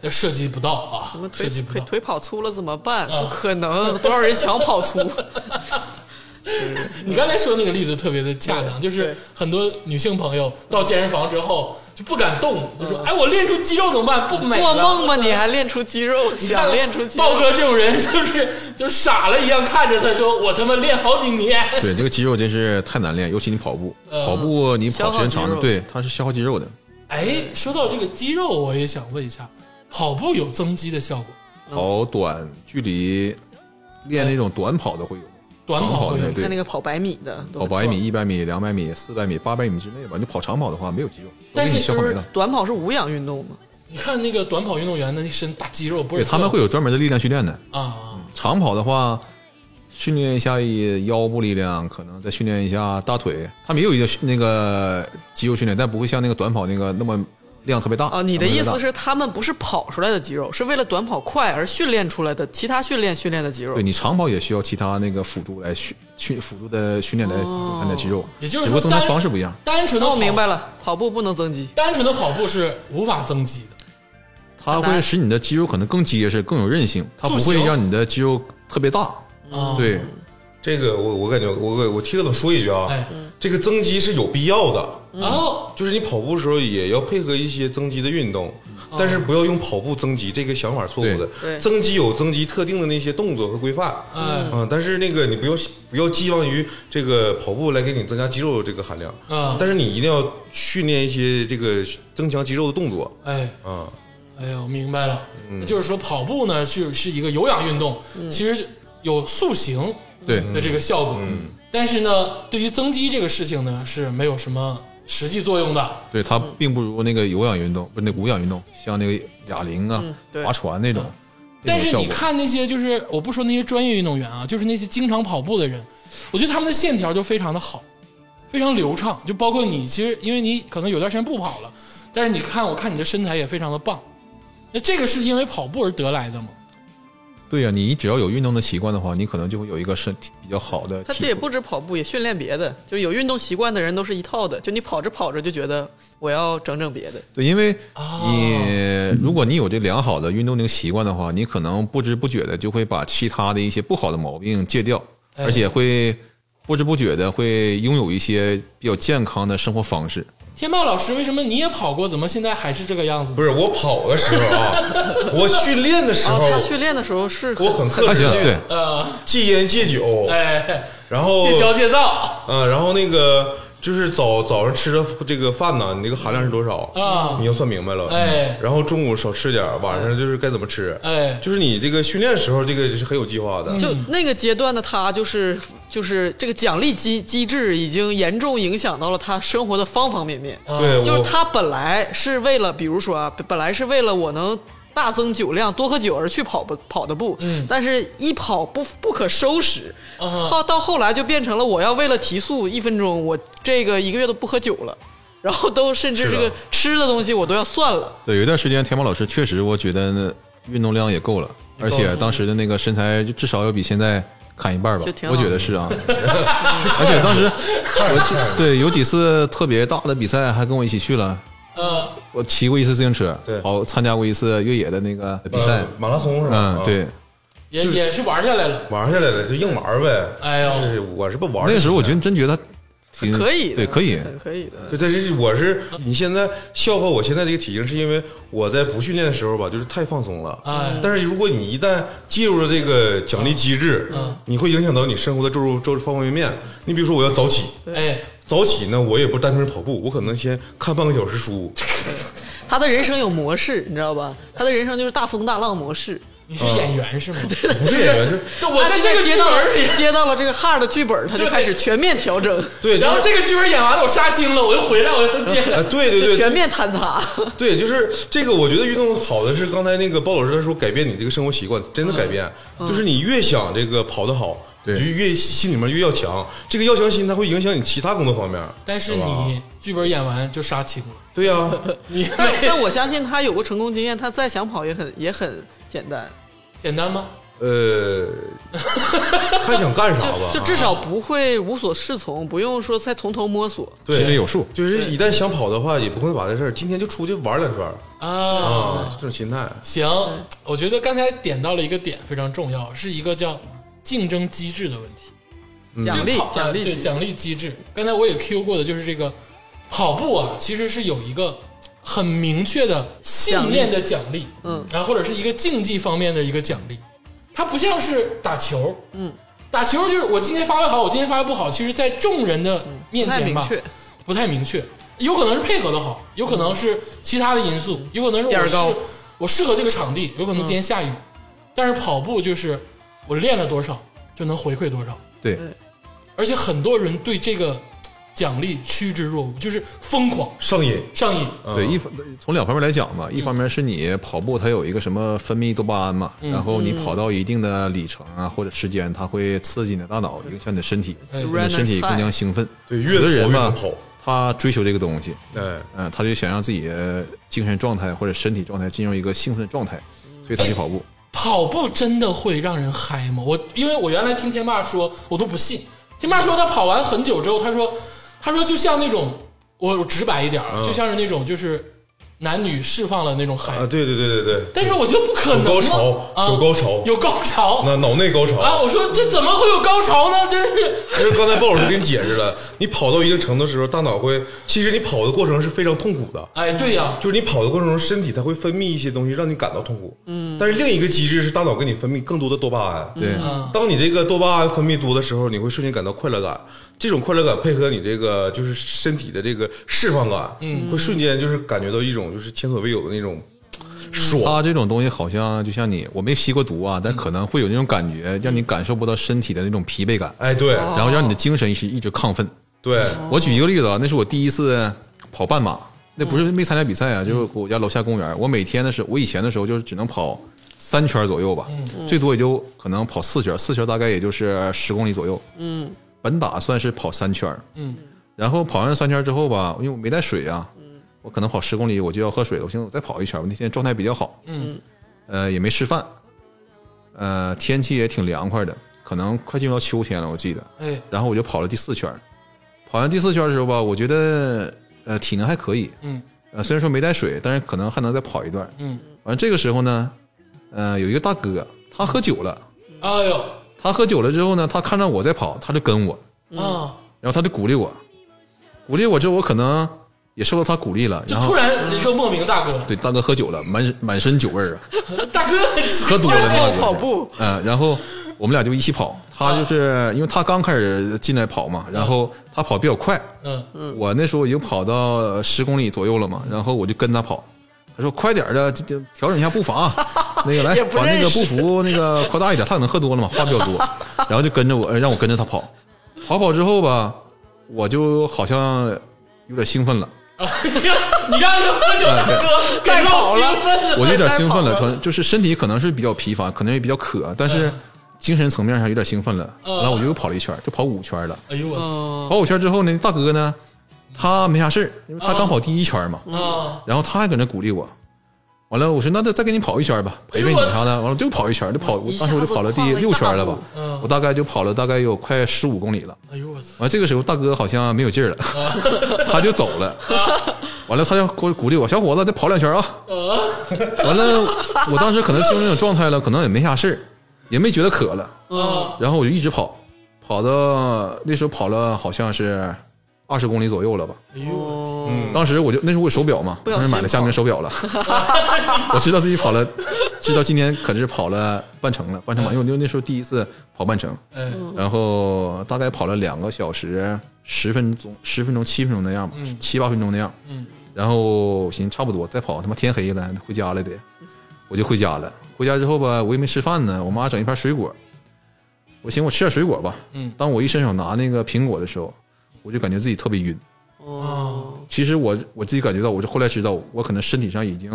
B: 对，
A: 涉及不到啊
B: 什么，腿
A: 涉及不
B: 腿
A: 到。啊
B: 腿跑粗了怎么办？不可能，多少人想跑 粗？
A: 你刚才说那个例子特别的恰当，就是
B: 对
A: 很多女性朋友到健身房之后就不敢动，就说：“哎，我练出肌肉怎么办？不美了
B: 嗯做梦吧，你还练出肌肉，
A: 你看
B: 想练出肌
A: 豹
B: 肉？
A: 哥这种人就是就傻了一样看着他说：“我他妈练好几年。
D: 对，这个肌肉真是太难练，尤其你跑步，跑步你跑时间长
B: 呃消耗肌
D: 了，
B: 肉
D: 对，它是消耗肌肉的。”
A: 哎，说到这个肌肉，我也想问一下，跑步
B: 嗯
A: 有增肌的效果？
D: 跑短距离练那种短跑的会有，
A: 短跑会
D: 长跑
A: 很
D: 对
B: 你看那个跑百米的，都
D: 跑
B: 很
D: 百米、
B: 壮，
D: 一百米、两百米、四百米、八百米之内吧。你跑长跑的话，没有肌肉，都
A: 但
D: 给
A: 是
D: 你
A: 就
D: 消
B: 就
D: 耗没
B: 是
D: 了。
B: 短跑是无氧运动嘛，
A: 你看那个短跑运动员的那身大肌肉，不
D: 对，
A: 是
D: 他们会有专门的力量训练的。
A: 啊，
D: 长跑的话，训练一下腰部力量，可能再训练一下大腿。他们也有一个那个肌肉训练，但不会像那个短跑那个那么量特别大。
B: 啊，你的意
D: 强
B: 思
D: 度特别大？
B: 是他们不是跑出来的肌肉，是为了短跑快而训练出来的其他训练训练的肌肉
D: 对？你长跑也需要其他那个辅助来训训辅助的训练来增加你的肌肉，
A: 哦也就是
D: 只
A: 说
D: 不过增加
A: 单
D: 方式不一样。
A: 单纯的
B: 那我
A: 跑
B: 哦明白了，跑步不能增肌，
A: 单纯的跑步是无法增肌的，
D: 它会使你的肌肉可能更结实、更有韧性，它不
A: 塑
D: 会
A: 形
D: 让你的肌肉特别大。
A: 啊
B: 嗯
D: 对，
C: 这个我我感觉我我我替他总说一句啊，
A: 哎
C: 这个增肌是有必要的，
A: 然后
C: 就是你跑步的时候也要配合一些增肌的运动，但是不要用跑步增肌这个想法错误
B: 嗯对对
C: 的。增肌有增肌特定的那些动作和规范，
A: 嗯
C: 嗯，但是那个你不要不要寄望于这个跑步来给你增加肌肉这个含量，
A: 嗯
C: 但是你一定要训练一些这个增强肌肉的动作，
A: 哎
C: 啊、
A: 哎呦，明白了，
D: 嗯
A: 就是说跑步呢是是一个有氧运动，
B: 嗯
A: 其实有塑形
D: 对，
A: 的这个效果，
D: 嗯
A: 但是呢，对于增肌这个事情呢是没有什么实际作用的。
D: 对，它并不如那个有氧运动，不是那无氧运动，像那个哑铃啊
B: 嗯、对
D: 划船那种，那
A: 嗯但
D: 种
A: 是
D: 效
A: 你
D: 果。
A: 看那些，就是我不说那些专业运动员啊，就是那些经常跑步的人，我觉得他们的线条就非常的好，非常流畅。就包括你，其实因为你可能有段时间不跑了，但是你看，我看你的身材也非常的棒。那这个是因为跑步而得来的吗？
D: 对呀、你只要有运动的习惯的话，你可能就会有一个身体比较好的
B: 他
D: 体
B: 这
D: 魄
B: 也不止跑步，也训练别的，就有运动习惯的人都是一套的，就你跑着跑着就觉得我要整整别的，
D: 对，因为
A: 哦
D: 你如果你有这良好的运动这个习惯的话，你可能不知不觉的就会把其他的一些不好的毛病戒掉，
A: 哎
D: 而且会不知不觉的会拥有一些比较健康的生活方式。
A: 天霸老师，为什么你也跑过，怎么现在还是这个样子呢？
C: 不是我跑的时候 啊，我训练的时
B: 然
C: 候
B: 后，哦他训练的时候是
C: 我很克
D: 还行，
C: 制，
D: 对，
A: 呃，
C: 戒烟戒酒，
A: 哎，
C: 然后
A: 戒骄戒躁
C: 嗯，然后那个就是早早上吃的这个饭呢，你那个含量是多少
A: 啊
C: 你要算明白了，
A: 哎
C: 然后中午少吃点儿，晚上就是该怎么吃，
A: 哎嗯
C: 就是你这个训练时候，这个是很有计划的，
B: 就那个阶段的他，就是就是这个奖励机机制已经严重影响到了他生活的方方面面。
C: 对，
B: 就是
C: 我
B: 他本来是为了，比如说啊，本来是为了我能大增酒量、多喝酒而去跑步跑的步，
A: 嗯
B: 但是一跑不不可收拾，
A: 啊哈
B: 后到后来就变成了我要为了提速一分钟，我这个一个月都不喝酒了，然后都甚至
C: 是
B: 这
C: 的
B: 个吃的东西我都要算了。
D: 对，有一段时间田宝老师确实，我觉得呢运动量也够了，而且当时的那个身材就至少要比现在砍一半吧
B: 就挺，好
D: 我觉得是啊。而且当时我对有几次特别大的比赛还跟我一起去了。
A: 呃，
D: 我骑过一次自行车，
C: 对
D: 跑参加过一次越野的那个比赛
C: 呃，马拉松是吧？
D: 嗯，对
C: 啊，，
A: 也也是玩下来了。
C: 玩下来了就硬玩呗。
A: 哎呦
C: 就是我是不玩儿
D: 那
C: 的
D: 个时候我真真觉得挺
B: 可以的
D: 嗯对，可以，
B: 很可以的，
C: 对，但是我是你现在笑话我现在这个体型，是因为我在不训练的时候吧，就是太放松了。
A: 哎
C: 但是如果你一旦介入了这个奖励机制，
A: 嗯
C: 你会影响到你生活的周周周方方面面。你比如说，我要早起，
A: 哎，
C: 早起呢，我也不单纯跑步，我可能先看半个小时书。
B: 他的人生有模式，你知道吧？他的人生就是大风大浪模式。
A: 你是演员是吗？
C: 不是演员，是
A: 就我在嗯这个
B: 接
A: 剧
B: 到了
A: 本里，
B: 接到了这个哈尔的剧本，他就
A: 对
B: 开始全面调整，
C: 对，就
A: 然后
C: 是
A: 这个剧本演完了，我杀青了，我就回来，我就接
C: 啊，
A: 着。
C: 对对
B: 就
C: 对，
B: 全面坍塌。
C: 对，就是这个。我觉得运动好的是刚才那个鲍老师他说，改变你这个生活习惯，真的改变。
A: 嗯
C: 就是你越想这个跑得好，
D: 对
C: 你就越心里面越要强。这个要强心，它会影响你其他工作方面。
A: 但是
C: 吧
A: 你剧本演完就杀青 了，
C: 对呀、
A: 你
B: 但但我相信他有过成功经验，他再想跑也很也很简单，
A: 简单吗？
C: 呃，看想干啥 吧，啊
B: 就至少不会无所适从，不用说再从头摸索。
C: 对
D: 心里有数
C: 就是一旦想跑的话，也不会把这事儿今天就出去玩两圈儿
A: 啊，
C: 啊，这种心态。
A: 行，我觉得刚才点到了一个点非常重要，是一个叫竞争机制的问题。
B: 奖励
A: 这个跑
B: 奖
A: 呃
B: 励
A: 对
B: 局
A: 奖励机制。刚才我也 Q 过的，就是这个跑步啊，其实是有一个很明确的信念的奖励，
B: 嗯，
A: 然后或者是一个竞技方面的一个奖励，它不像是打球，嗯，打球就是我今天发挥好，我今天发挥不好，其实，在众人的面
B: 不嗯太
A: 前
B: 明
A: 吧，
B: 确，
A: 不太明确，有可能是配合的好，有可能是其他的因素，有可能是
B: 点
A: 我
B: 儿
A: 适
B: 高
A: 我适合这个场地，有可能今天下雨，但是跑步就是我练了多少就能回馈多少，
D: 对
B: 对
A: 而且很多人对这个奖励趋之若鹜，就是疯狂
C: 上瘾。
A: 上瘾。
C: 嗯
D: 对，一方从两方面来讲嘛，一方面是你跑步它有一个什么分泌多巴胺嘛，
B: 嗯
D: 然后你跑到一定的里程啊或者时间，它会刺激你的大脑，影响你的身体，
A: 哎
D: 让你的身体更加兴奋。
C: 对
D: 有的人
C: 越跑越
D: 嘛
C: 能跑，
D: 他追求这个东西，
C: 哎，
D: 嗯，他就想让自己的精神状态或者身体状态进入一个兴奋的状态，所以他
B: 哎
D: 去跑步。
A: 跑步真的会让人嗨吗？我因为我原来听天霸说，我都不信。天霸说他跑完很久之后，他说，他说就像那种，我我直白一点啊，就像是那种就是男女释放了那种嗨。
C: 啊，对对对对对，
A: 但是我觉得不可能啊
C: 有高潮
A: 啊，
C: 有高潮
A: 有高潮
C: 那脑内高潮
A: 啊！我说这怎么会有高潮呢？真是
C: 就是刚才鲍老师给你解释了，你跑到一定程度的时候，大脑会，其实你跑的过程是非常痛苦的，
A: 哎，对呀、
C: 就是你跑的过程中，身体它会分泌一些东西，让你感到痛苦。嗯，但是另一个机制是大脑给你分泌更多的多
B: 嗯
C: 巴胺。
D: 嗯对，
A: 啊，
C: 当你这个多巴胺分泌多的时候，你会瞬间感到快乐感，这种快乐感配合你这个就是身体的这个释放感，嗯，会瞬间就是感觉到一种就是前所未有的那种爽。
D: 它这种东西好像就像你，我没吸过毒啊，但可能会有那种感觉，让你感受不到身体的那种疲惫感，
C: 哎，对
D: 然后让你的精神是一直亢奋。
C: 对，
D: 我举一个例啊子啊，那是我第一次跑半马，那不是
A: 嗯
D: 没参加比赛啊，就是我家楼下公园。我每天的时候，我以前的时候就是只能跑三圈左右吧，
A: 嗯
D: 最多也就可能跑四圈，四圈大概也就是十公里左右。嗯，本打算是跑三圈，
A: 嗯，
D: 然后跑完三圈之后吧，因为我没带水啊，我可能跑十公里我就要喝水了，我寻思我再跑一圈吧，那天状态比较好，
A: 嗯，
D: 呃，也没吃饭，呃，天气也挺凉快的，可能快进入到秋天了，我记得，
A: 哎，
D: 然后我就跑了第四圈儿，跑完第四圈儿的时候吧，我觉得呃体能还可以，
A: 嗯
D: 呃虽然说没带水，但是可能还能再跑一段儿。
A: 嗯，
D: 完这个时候呢，呃有一个大哥他喝酒了，
A: 哎呦
D: 他喝酒了之后呢，他看到我在跑，他就跟我，
A: 啊，
D: 然后他就鼓励我，鼓励我之后我可能也受到他鼓励了，
A: 就
D: 然后
A: 突然一个莫名大哥，
D: 对大哥喝酒了，满满身酒味儿啊，
A: 大哥
D: 喝多了那
B: 要
D: 个
B: 跑步，
D: 嗯，然后我们俩就一起跑，他就是因为他刚开始进来跑嘛，然后他跑比较快。
A: 嗯
D: 我那时候已经跑到十公里左右了嘛，
B: 嗯
D: 然后我就跟他跑，他说快点儿啊的，就就调整一下步伐 啊，那个来
B: 也不
D: 把那
B: 认
D: 个
B: 识
D: 步幅那个扩大一点，他可能喝多 了嘛，话比较多，然后就跟着我，呃让我跟着他跑，跑跑之后吧，我就好像有点兴奋 了，哎
A: 啊，你让一个喝酒大 哥给弄兴奋了，
D: 我就有点兴奋了，传就是身体可能是比较疲乏，可能也比较
B: 嗯
D: 渴，但是精神层面上有点兴奋了，
A: 嗯
D: 然后我就又跑了一圈，就跑五圈了，
A: 哎呦我
B: 嗯，
D: 跑五圈之后呢，大哥呢，他没啥事儿，因为
B: 嗯
D: 他刚跑第一圈嘛。
A: 啊，
D: 然后他还搁那鼓励我。完了，我说那再再给你跑一圈吧，陪陪你啥的。完了就哎跑一圈，就跑，我当时我就跑了第六圈了吧
A: 嗯，
D: 我大概就跑了大概有快十五公里了。
A: 哎呦我操，
D: 完了这个时候大哥好像没有劲儿 了，他就走了。 完了他就给我鼓励我，小伙子再跑两圈啊。
A: 呃
D: 完了，我当时可能进入那种状态了，可能也没啥事儿，也没觉得渴了。
A: 啊
D: 然后我就一直跑，跑到那时候跑了好像是二十公里左右了吧。嗯
A: 哎呦我
D: 当时我就那时候我有手表嘛，
B: 不小
D: 当
B: 心
D: 时买了佳明手表了， 我知道自己跑了，知道今天可是跑了半程了，半程马，因为我那时候第一次跑半程，
A: 哎
D: 然后大概跑了两个小时十分钟，十分钟七分钟那样吧，七八分钟那样，
A: 嗯
D: 然后寻思差不多再跑他妈天黑了回家了得，我就回家了，回家之后吧我也没吃饭呢，我妈整一盘水果，我寻思我吃点水果吧，
A: 嗯
D: 当我一伸手拿那个苹果的时候，我就感觉自己特别晕。
B: 哦
A: 啊
D: 其实我我自己感觉到，我就后来知道，我可能身体上已经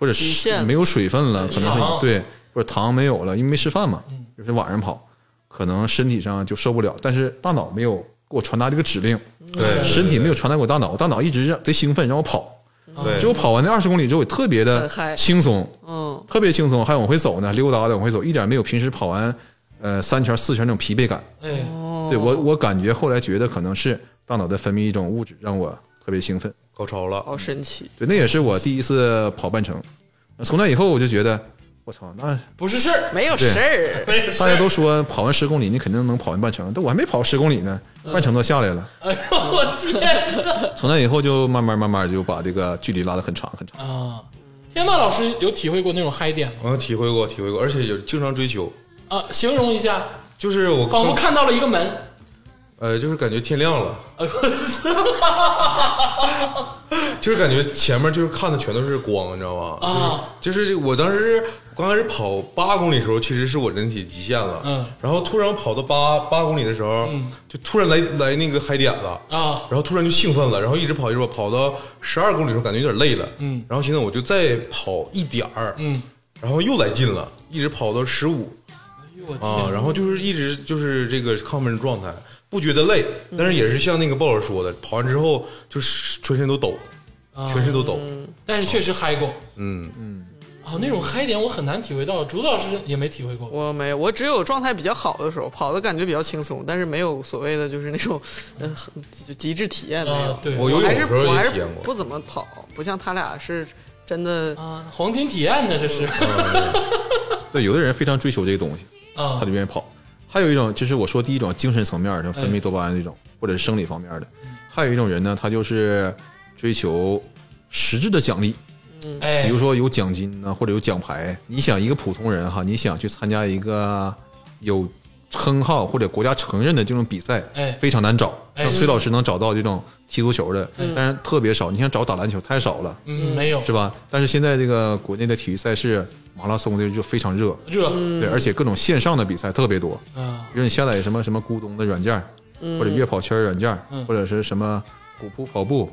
D: 或者
B: 极
D: 是
B: 限了
D: 没有水分了，可能
A: 糖
D: 是对或者糖没有了，因为没吃饭嘛，
B: 嗯
D: 就是晚上跑，可能身体上就受不了，但是大脑没有给我传达这个指令，
C: 对，
D: 身体没有传达给我大脑，我大脑一直让贼兴奋让我跑，
C: 对
D: 就我跑完那二十公里之后，我特别
B: 很
D: 的
B: 嗨
D: 轻松，
B: 嗯，
D: 特别轻松，还往回走呢，溜达的往回走，一点没有平时跑完呃三圈四圈那种疲惫感。
A: 哎
C: 哦
D: 对我我感觉后来觉得可能是大脑在分泌一种物质让我特别兴奋。
C: 高潮了，
B: 好神奇，
D: 对，那也是我第一次跑半程。从那以后，我就觉得，我操，那
A: 不是事儿，
B: 没有事儿，
A: 没有事
D: 大家
A: 儿，
D: 都说跑完十公里，你肯定能跑完半程，但我还没跑十公里呢，
C: 嗯
D: 半程都下来了。
A: 哎呦我天哪
D: 从那以后，就慢慢慢慢就把这个距离拉得很长很长。
A: 啊！天霸老师有体会过那种嗨点吗？
C: 我体会过，体会过，而且也经常追求，
A: 啊，形容一下，
C: 就是我
A: 仿佛
C: 刚
A: 哦看到了一个门，
C: 呃，就是感觉天 亮了，就是感觉前面就是看的全都是光，你知道吧？
A: 啊
C: 嗯就是就是我当时刚开始跑八公里的时候，其实是我人体极限了。
A: 嗯
C: 然后突然跑到八八公里的时候，就突然来来那个海点了。
A: 啊，
C: 然后突然就兴奋了，然后一直跑一直跑，跑到十二公里的时候感觉有点累了，
A: 嗯
C: 然后现在我就再跑一点儿，
A: 嗯，
C: 然后又来劲了，一直跑到十五
A: 哎呦我天，
C: 啊，然后就是一直就是这个亢奋状态，不觉得累，但是也是像那个鲍尔说的，跑完之后就是全身都抖，
A: 啊
C: 全身都抖，
A: 但是确实嗨过
C: 嗯，
A: 啊，那种嗨点我很难体会到，竹子老师也没体会过。
B: 我没有，我只有状态比较好的时候跑的感觉比较轻松，但是没有所谓的就是那种呃很就极致体验没有。
A: 啊，对，
C: 我游泳
B: 还
C: 的
B: 是
C: 时候
B: 我还
C: 也
B: 是
C: 体验过
B: 不，怎么跑，不像他俩是真的
A: 啊，黄金体验呢，这是
D: 对，有的人非常追求这个东西，
A: 啊
D: 他就愿意跑。还有一种就是我说第一种精神层面的
A: 哎
D: 分泌多巴胺这种，或者是生理方面的；还有一种人呢，他就是追求实质的奖励，比
A: 哎
D: 如说有奖金呢，或者有奖牌。你想一个普通人哈，你想去参加一个有称号或者国家承认的这种比赛，
A: 哎
D: 非常难找。
A: 哎
D: 像
A: 是
D: 崔老师能找到这种踢足球的，但是特别少。你想找打篮球太少了，
A: 嗯，没有
D: 是吧？但是现在这个国内的体育赛事，马拉松这就非常热，
A: 热
D: 对，而且各种线上的比赛特别多。
A: 啊，
D: 比如你下载什么什么咕咚的软件儿，或者月跑圈儿软件儿，
A: 嗯
D: 或者是什么虎扑跑步、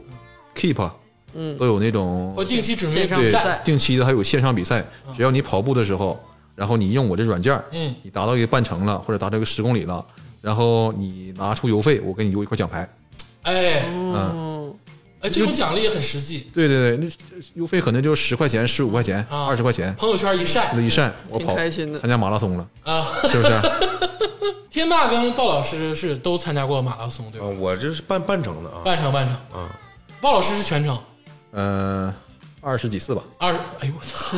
D: Keep，嗯，都有那种
A: 我定期准备
B: 线上
A: 比
D: 对
A: 赛，
B: 赛
D: 定期的还有线上比赛，只要你跑步的时候，然后你用我这软件儿，
A: 嗯
D: 你达到一个半程了，或者达到一个十公里了，然后你拿出邮费，我给你邮一块奖牌。
A: 哎
D: 嗯，
A: 哎，这种奖励也很实际，
D: 对对对，那呃邮费可能就十块钱、十五块钱、
A: 啊
D: 二十块钱，
A: 朋友圈一晒
D: 那一扇我
B: 挺
D: 跑
B: 开心的
D: 参加马拉松了，
A: 啊。
D: 是不是？
A: 天霸跟鲍老师是都参加过马拉松对
C: 啊，
A: 吧？
C: 我这是半半程的 啊，
A: 半程半程，
C: 啊，
A: 鲍老师是全程。
D: 嗯，二十几次吧，
A: 二十，哎呦我操！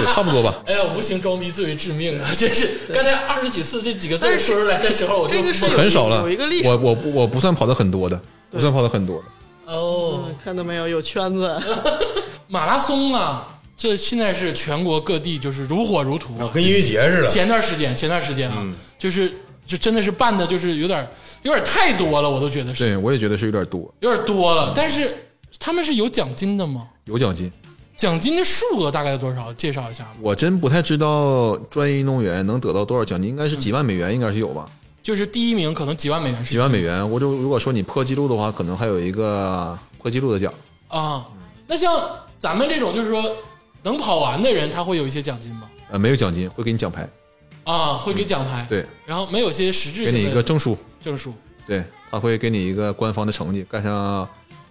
D: 对，差不多吧。
A: 哎呀，无形装逼最为致命啊！真是刚才二十几次这几个字儿说出来的时候，我就
B: 这个是
D: 很少了，
B: 有一个历史
D: 我我不我不算跑的很多的，不算跑的很多的。
A: 哦，
B: 嗯看到没有，有圈子。
A: 马拉松啊，这现在是全国各地就是如火如
D: 哦
A: 荼啊。
C: 跟音乐节似的，
A: 前段时间，前段时间啊，
D: 嗯
A: 就是就真的是办的，就是有点有点太多了，我都觉得是
D: 对，我也觉得是有点多，
A: 有点多了。但是他们是有奖金的吗？
D: 有奖金。
A: 奖金的数额大概多少？介绍一下吧。
D: 我真不太知道专业运动员能得到多少奖金，应该是几万美元，应该是有吧？
A: 就是第一名可能几万美元
D: 几
A: 是
D: 万美元。我就如果说你破纪录的话，可能还有一个破纪录的奖。
A: 啊。那像咱们这种就是说能跑完的人，他会有一些奖金吗？
D: 呃，没有奖金，会给你奖牌，
A: 啊，会给奖牌，
D: 嗯对，
A: 然后没有一些实质
D: 给你一
A: 性的
D: 个证书，
A: 证书
D: 对，他会给你一个官方的成绩，盖上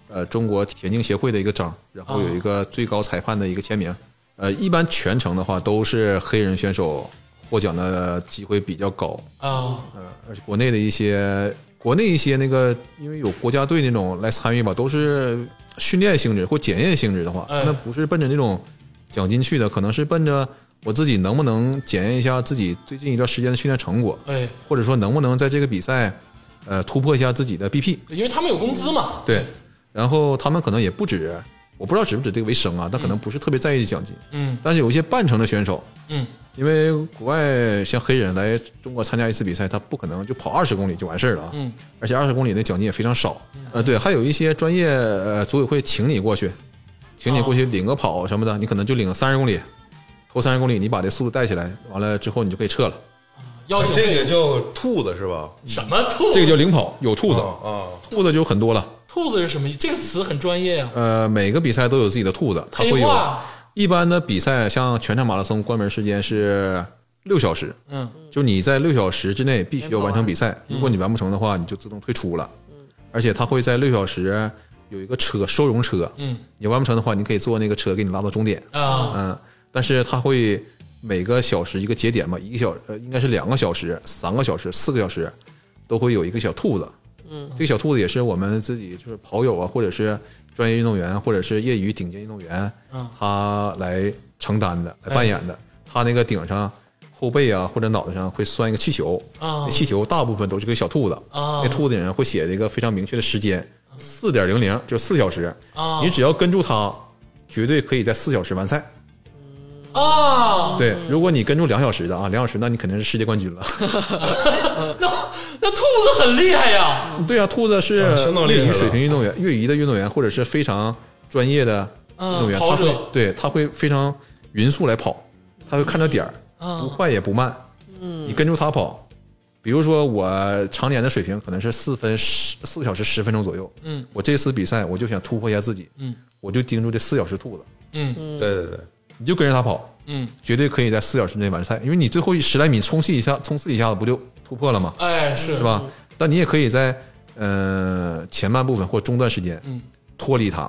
D: 呃中国田径协会的一个章，然后有一个最高裁判的一个签名。呃，一般全程的话都是黑人选手获奖的机会比较高，
A: 啊
D: 呃，而且国内的一些国内一些那个，因为有国家队那种来参与吧，都是训练性质或检验性质的话，
A: 哎
D: 那不是奔着那种奖金去的，可能是奔着我自己能不能检验一下自己最近一段时间的训练成果，
A: 哎，
D: 或者说能不能在这个比赛，呃，突破一下自己的 BP。
A: 因为他们有工资嘛，
D: 对，然后他们可能也不止，我不知道止不止这个为生啊，但可能不是特别在意奖金，
A: 嗯
D: 但是有一些半程的选手，
A: 嗯，
D: 因为国外像黑人来中国参加一次比赛，他不可能就跑二十公里就完事儿了啊。
A: 嗯，
D: 而且二十公里那奖金也非常少。呃，对，还有一些专业呃组委会请你过去，请你过去领个跑什么的，你可能就领三十公里，头三十公里你把这速度带起来，完了之后你就可以撤了。
A: 邀请
C: 这个
A: 费
C: 叫兔子是吧？
A: 什么兔
D: 嗯这个叫领跑，有兔子，
A: 哦
C: 啊啊，
D: 兔子就有很多了。
A: 兔子是什么意思？这个词很专业呀、啊
D: 呃，每个比赛都有自己的兔子，它会
A: 黑
D: 有。
A: 话，
D: 一般的比赛像全场马拉松关门时间是六小时，
A: 嗯
D: 就你在六小时之内必须要完成比赛，如果你完不成的话，你就自动退出了。
A: 嗯
D: 而且他会在六小时有一个车收容车，
A: 嗯
D: 你完不成的话，你可以坐那个车给你拉到终点。
A: 啊
D: 嗯，但是他会每个小时一个节点嘛，一个小呃应该是两个小时、三个小时、四个小时，都会有一个小兔子。嗯，这个小兔子也是我们自己就是跑友啊，或者是专业运动员，或者是业余顶尖运动员，
A: 嗯哎
D: 他来承担的、来扮演的。他那个顶上、后背啊或者脑袋上会拴一个气球，
A: 啊
D: 那气球大部分都是个小兔子。
A: 啊
D: 那兔子顶上会写一个非常明确的时间，四点零零，就四小时。
A: 啊
D: 你只要跟住它，绝对可以在四小时完赛。
A: 啊！
D: 对，如果你跟住两小时的啊，两小时那你肯定是世界冠军了。
A: 那那兔子很厉害呀，
D: 对啊，兔子是
C: 啊相当厉害
D: 业余
C: 了
D: 水平运动员，业余的运动员或者是非常专业的
A: 嗯
D: 运动员，
A: 跑
D: 他
A: 者
D: 会对他会非常匀速来跑，他会看着点儿，
A: 嗯
D: 不快也不慢，嗯，你跟住他跑。比如说我常年的水平可能是四分十四个小时十分钟左右，
A: 嗯，
D: 我这次比赛我就想突破一下自己，
A: 嗯，
D: 我就盯住这四小时兔子，
A: 嗯
C: 对对对，
D: 你就跟着他跑，
A: 嗯，
D: 绝对可以在四小时内完赛，因为你最后十来米冲刺一下，冲刺一下子不就突破了吗？
A: 哎，是
D: 是？吧？但你也可以在呃前半部分或中段时间，
A: 嗯，
D: 脱离他，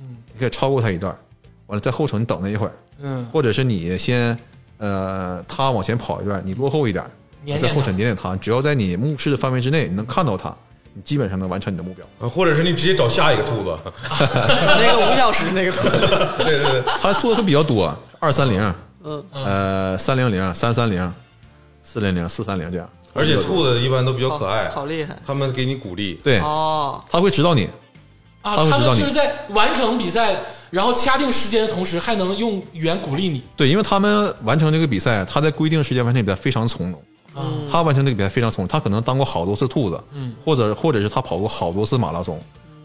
D: 嗯，你可以超过他一段儿，完了在后程你等他一会儿，
A: 嗯，
D: 或者是你先呃他往前跑一段，你落后一点儿，
A: 撵撵
D: 在后程
A: 他
D: 点点他，只要在你目视的范围之
A: 嗯
D: 内，你能看到他，你基本上能完成你的目标。
C: 啊或者是你直接找下一个兔子，
B: 找那个五小时那个兔子，
C: 对对对，
D: 他做的会比 较多，啊二三零，
B: 嗯，
D: 呃三零零、三三零、啊四零零、四三零这样，
A: 哦
C: 而且兔子一般都比较
B: 好
C: 可爱，啊
B: 好厉害
C: 他们给你鼓励，
D: 对，
B: 哦，
D: 他会指导你。
A: 啊，
D: 他会
A: 他
D: 指
A: 们
D: 导你
A: 就是在完成比赛，然后掐定时间的同时，还能用语言鼓励你。
D: 对，因为他们完成这个比赛，他在规定时间完成比赛非常从容。他完成这个比赛非常从容，他可能当过好多次兔子，嗯，或者或者是他跑过好多次马拉松，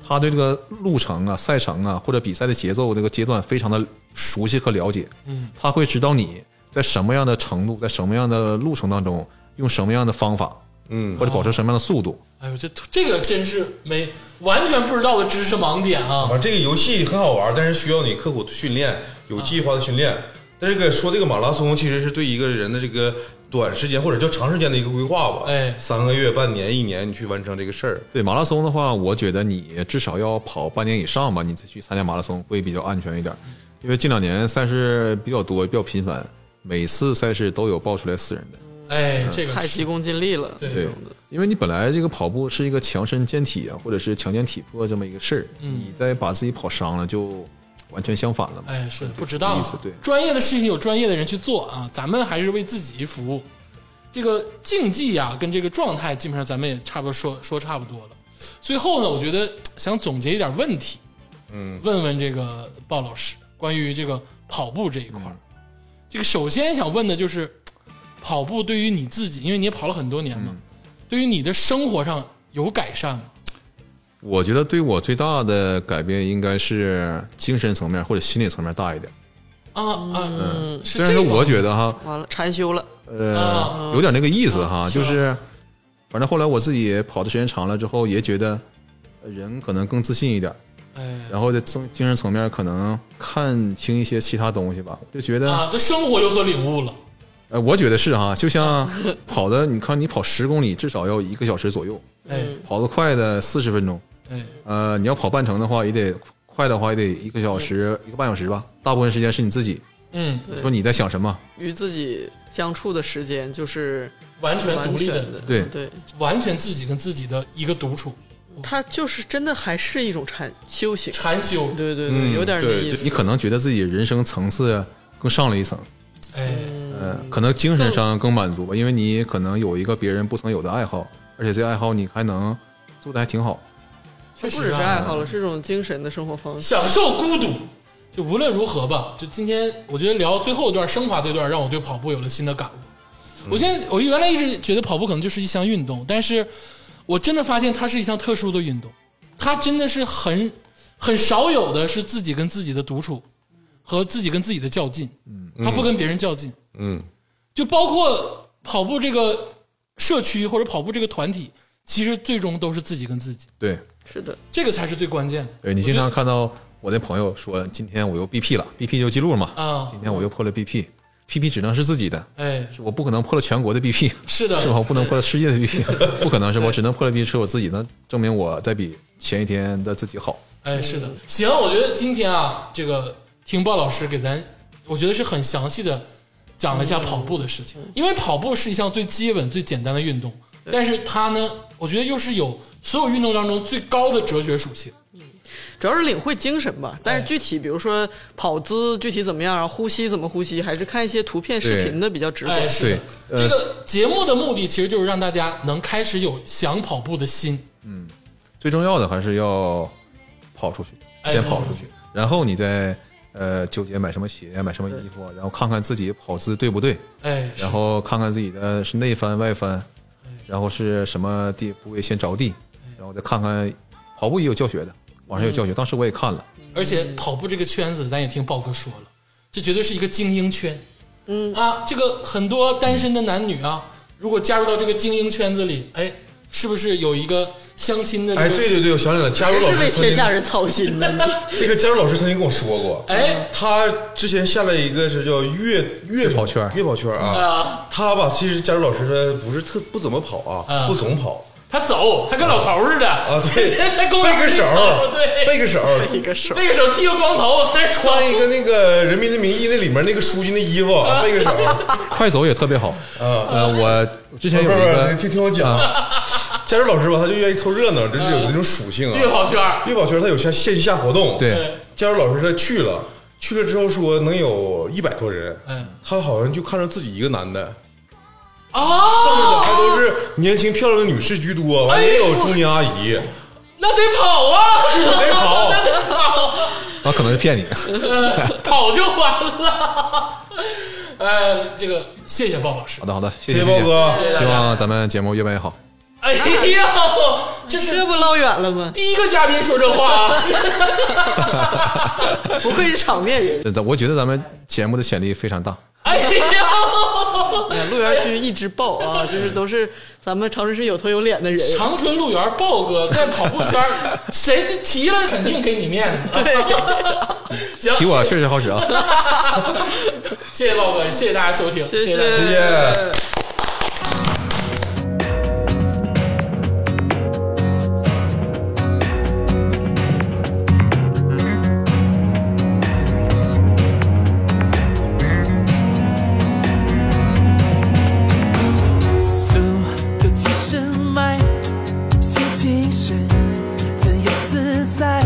D: 他对这个路程啊、赛程啊或者比赛的节奏这个阶段非常的熟悉和了解，嗯，他会指导你在什么样的程度，在什么样的路程当中用什么样的方法，
C: 嗯
D: 或者保持什么样的速度，
A: 哎呦，这这个真是没完全不知道的知识盲点啊！
C: 啊，这个游戏很好玩，但是需要你刻苦训练，
A: 啊
C: 有计划的训练。但这个说这个马拉松，其实是对一个人的这个短时间或者叫长时间的一个规划吧。
A: 哎
C: 三个月、半年、一年，你去完成这个事儿。
D: 对马拉松的话，我觉得你至少要跑半年以上吧，你再去参加马拉松会比较安全一点。
A: 嗯
D: 因为近两年赛事比较多，比较频繁，每次赛事都有爆出来死人的。
A: 哎，这个
B: 太急
A: 是
B: 功近利了，
A: 对
D: 对，因为你本来这个跑步是一个强身健体啊，或者是强健体魄这么一个事儿，
A: 嗯
D: 你再把自己跑伤了，就完全相反了嘛。
A: 哎，是不知道
D: 这
A: 啊
D: 意思对
A: 专业的事情有专业的人去做啊，咱们还是为自己服务。这个竞技啊，跟这个状态，基本上咱们也差不多说说差不多了。最后呢，我觉得想总结一点问题，嗯，问问这个鲍老师关于这个跑步这一块儿。
D: 嗯
A: 这个首先想问的就是，跑步对于你自己，因为你也跑了很多年嘛，
D: 嗯
A: 对于你的生活上有改善吗？
D: 我觉得对我最大的改变应该是精神层面或者心理层面大一点。
A: 啊啊，嗯，是
D: 虽然
A: 这个
D: 说我觉得哈，
B: 完了禅修了，
A: 啊
D: 呃，有点那个意思
A: 啊
D: 哈，
A: 行
D: 就是，反正后来我自己跑的时间长了之后，也觉得呃人可能更自信一点，
A: 哎
D: 然后在精精神层面可能看清一些其他东西吧，就觉得，
A: 啊，对生活有所领悟了。
D: 呃，我觉得是哈，就像跑的，你看你跑十公里至少要一个小时左右，
A: 哎
D: 跑得快的四十分钟，
A: 哎，
D: 呃，你要跑半程的话，也得快的话也得一个小时一个半小时吧，大部分时间是你自己，
A: 嗯，
D: 你说你在想什么？
B: 与自己相处的时间就是
A: 完全
B: 完
A: 独立
B: 全
A: 的，
B: 的，
D: 对
B: 对，
A: 完全自己跟自己的一个独处，
B: 他就是真的还是一种禅修行，
A: 禅修。
B: 对对
C: 嗯
B: 对，有点那
C: 对
B: 意思，
D: 你可能觉得自己人生层次更上了一层。
A: 哎，
D: 呃，可能精神上更满足吧，因为你可能有一个别人不曾有的爱好，而且这爱好你还能做的还挺好。
A: 确
B: 不
A: 实、啊、
B: 只是爱好了，是一种精神的生活方式。
A: 享受孤独。就无论如何吧，就今天我觉得聊最后一段升华这段，让我对跑步有了新的感
D: 嗯
A: 悟。我现在我原来一直觉得跑步可能就是一项运动，但是我真的发现它是一项特殊的运动，它真的是很很少有的是自己跟自己的独处和自己跟自己的较劲，
D: 嗯
A: 它不跟别人较劲，
C: 嗯，
A: 就包括跑步这个社区或者跑步这个团体，其实最终都是自己跟自己，
D: 对，
B: 是的，
A: 这个才是最关键的。
D: 对你经常看到我的朋友说，今天我又 BP 了，BP 就记录了嘛，
A: 啊
D: 今天我又破了 BP。PP 只能是自己的，
A: 哎，
D: 是我不可能破了全国的 BP，
A: 是的
D: 是吧？我不能破了世界的 BP，不可能是吧？我只能破了 BP，是我自己能证明我在比前一天的自己好。
A: 哎，是的，行，我觉得今天啊，这个听鲍老师给咱，我觉得是很详细的讲了一下跑步的事情，因为跑步是一项最基本、最简单的运动，但是它呢，我觉得又是有所有运动当中最高的哲学属性。
B: 主要是领会精神吧。但
A: 哎
B: 是具体，比如说跑姿具体怎么样，然后呼吸怎么呼吸，还是看一些图片、视频的比较直观
A: 哎，。是的，这
D: 对呃
A: 个节目的目的其实就是让大家能开始有想跑步的心。
D: 最重要的还是要跑出去，
A: 哎
D: 先跑出
A: 跑出
D: 去
A: 去，
D: 然后你再呃纠结买什么鞋、买什么衣服啊，然后看看自己跑姿对不对，
A: 哎，是
D: 然后看看自己的是内翻外翻，
C: 哎
D: 然后是什么
C: 嗯
D: 地部位先着地，然后再看看跑步也有教学的，网上有教学，当时我也看了，
A: 而且跑步这个圈子，咱也听豹哥说了，这绝对是一个精英圈。嗯啊，这个很多单身的男女啊，如果加入到这个精英圈子里，哎，是不是有一个相亲的
C: 哎，
A: 这个？
C: 对对对，我想起来了，佳茹老
B: 真是
C: 师
B: 为
C: 曾
B: 天
C: 经
B: 下人操心呢。你
C: 这个佳茹老师曾经跟我说过，
A: 哎
C: 他之前下了一个是叫月月
D: 跑圈
C: 月跑圈啊
A: 啊，
C: 他吧，其实佳茹老师他不是特不怎么跑
A: 啊
C: 啊，不总跑
A: 他走，他跟老头似的
C: 啊
A: 啊，
C: 对
A: 在公，园
C: 背个
A: 里
C: 手
A: 走，
C: 背
A: 对，
C: 个手，
B: 一个手，
A: 背个手剃个光头，那穿
C: 穿一个那个《人民的名义》那里面那个书记那衣服，啊背个手，
D: 快走也特别好。呃， 我之前有
C: 不是
D: 一
C: 不是，
D: 个
C: 你听听我讲，佳茹老师吧，他就愿意凑热闹，这是有那种属性啊。
A: 月跑圈儿
C: 月跑圈他有线线下活动，
D: 对
A: 对，
C: 佳茹老师他去了，去了之后说能有一百多人，
A: 嗯
C: 他好像就看着自己一个男的，
A: 啊，
C: 剩下的还都是年轻漂亮的女士居多，完了也有中年阿姨，哎
A: 那得跑啊，
C: 得跑
A: 那得跑。
D: 啊，可能是骗你，
A: 呃跑就完了。 呃，这个谢谢鲍老师
D: 好。的好的，谢
C: 谢谢
D: 谢
C: 豹，哥，
A: 谢谢大家
D: 希望咱们节目越办越好。
A: 哎呦，这
B: 这
A: 是
B: 不捞远了吗？
A: 第一个嘉宾说这话啊！
B: 不愧是场面人。
D: 真的，我觉得咱们节目的潜力非常大。
A: 哎呦，
B: 哎呀，陆园区一直爆啊，就是都是咱们长春市有头有脸的人。
A: 长春路园豹哥在跑步圈，谁就提了肯定给你面子。对，
D: 提
A: 行，
D: 我
A: 谢
D: 确实好使啊。
A: 谢谢豹哥，谢谢大家收听，谢
B: 谢
A: 大家。
C: 谢
B: 谢。
C: 谢。
E: 所有几十迈，心情是自由自在，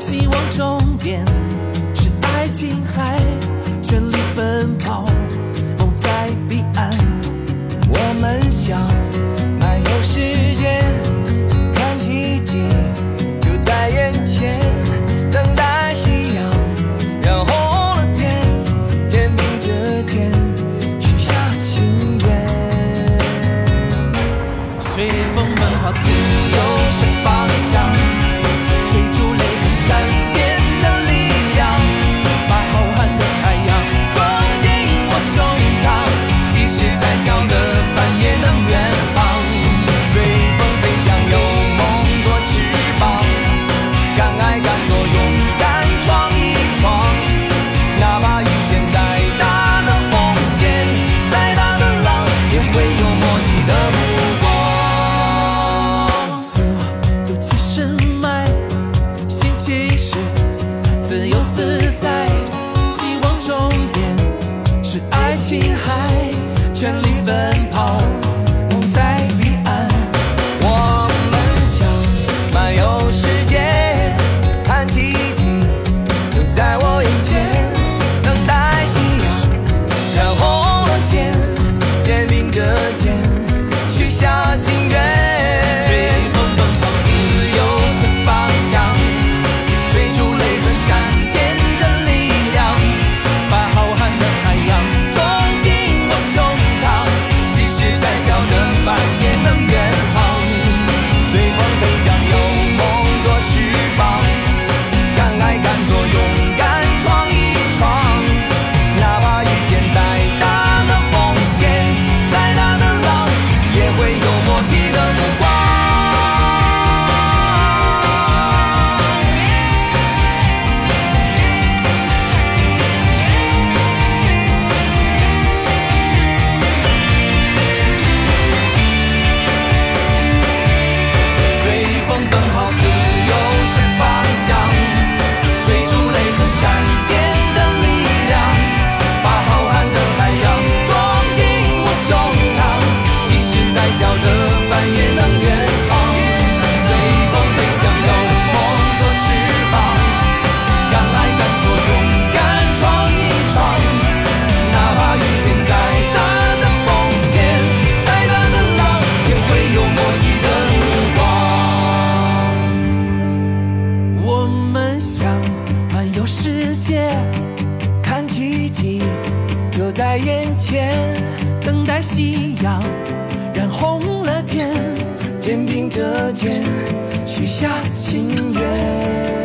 E: 希望终点是爱情海，全力奔跑，梦在彼岸。我们想漫游世界，看奇迹就在眼前，等待夕阳染红了天，肩并着肩许下心愿。随风奔跑，自由是方向，追逐雷和闪电的力量，把浩瀚的海洋装进我胸膛，即使再小的帆也能远航。随风飞翔，有梦做翅膀，敢爱敢做，勇敢闯一闯，哪怕遇见再大的风险，再大的浪，也会有默契的目光。所有几十迈，心情是自由自在，希望终点是爱情海，全力奔跑，梦在彼岸。我们想漫游世界，看奇迹就在我眼前，等待夕阳。染红了天，肩并着肩，许下心愿。随风奔跑，自由是方向，追逐雷和闪电的力量，把浩瀚的海洋装进我胸膛，即使再小的帆也能远航。随风飞翔，有梦做翅膀。敢爱敢做，勇敢闯一闯，哪怕遇见再大的风险，再大的浪，也会有默契的目光。随风奔跑，自由是方向，追逐雷和闪电的力量，把浩瀚的海洋装进我胸膛，即使再小的帆也能远航。随风飞翔，有梦做翅膀，敢爱敢做，勇敢闯一闯，哪怕遇见再大的风险，再大的浪，也会有默契的目光。我们想漫游世界，看奇迹就在眼前，等待夕阳染红了天，肩并着肩许下心愿。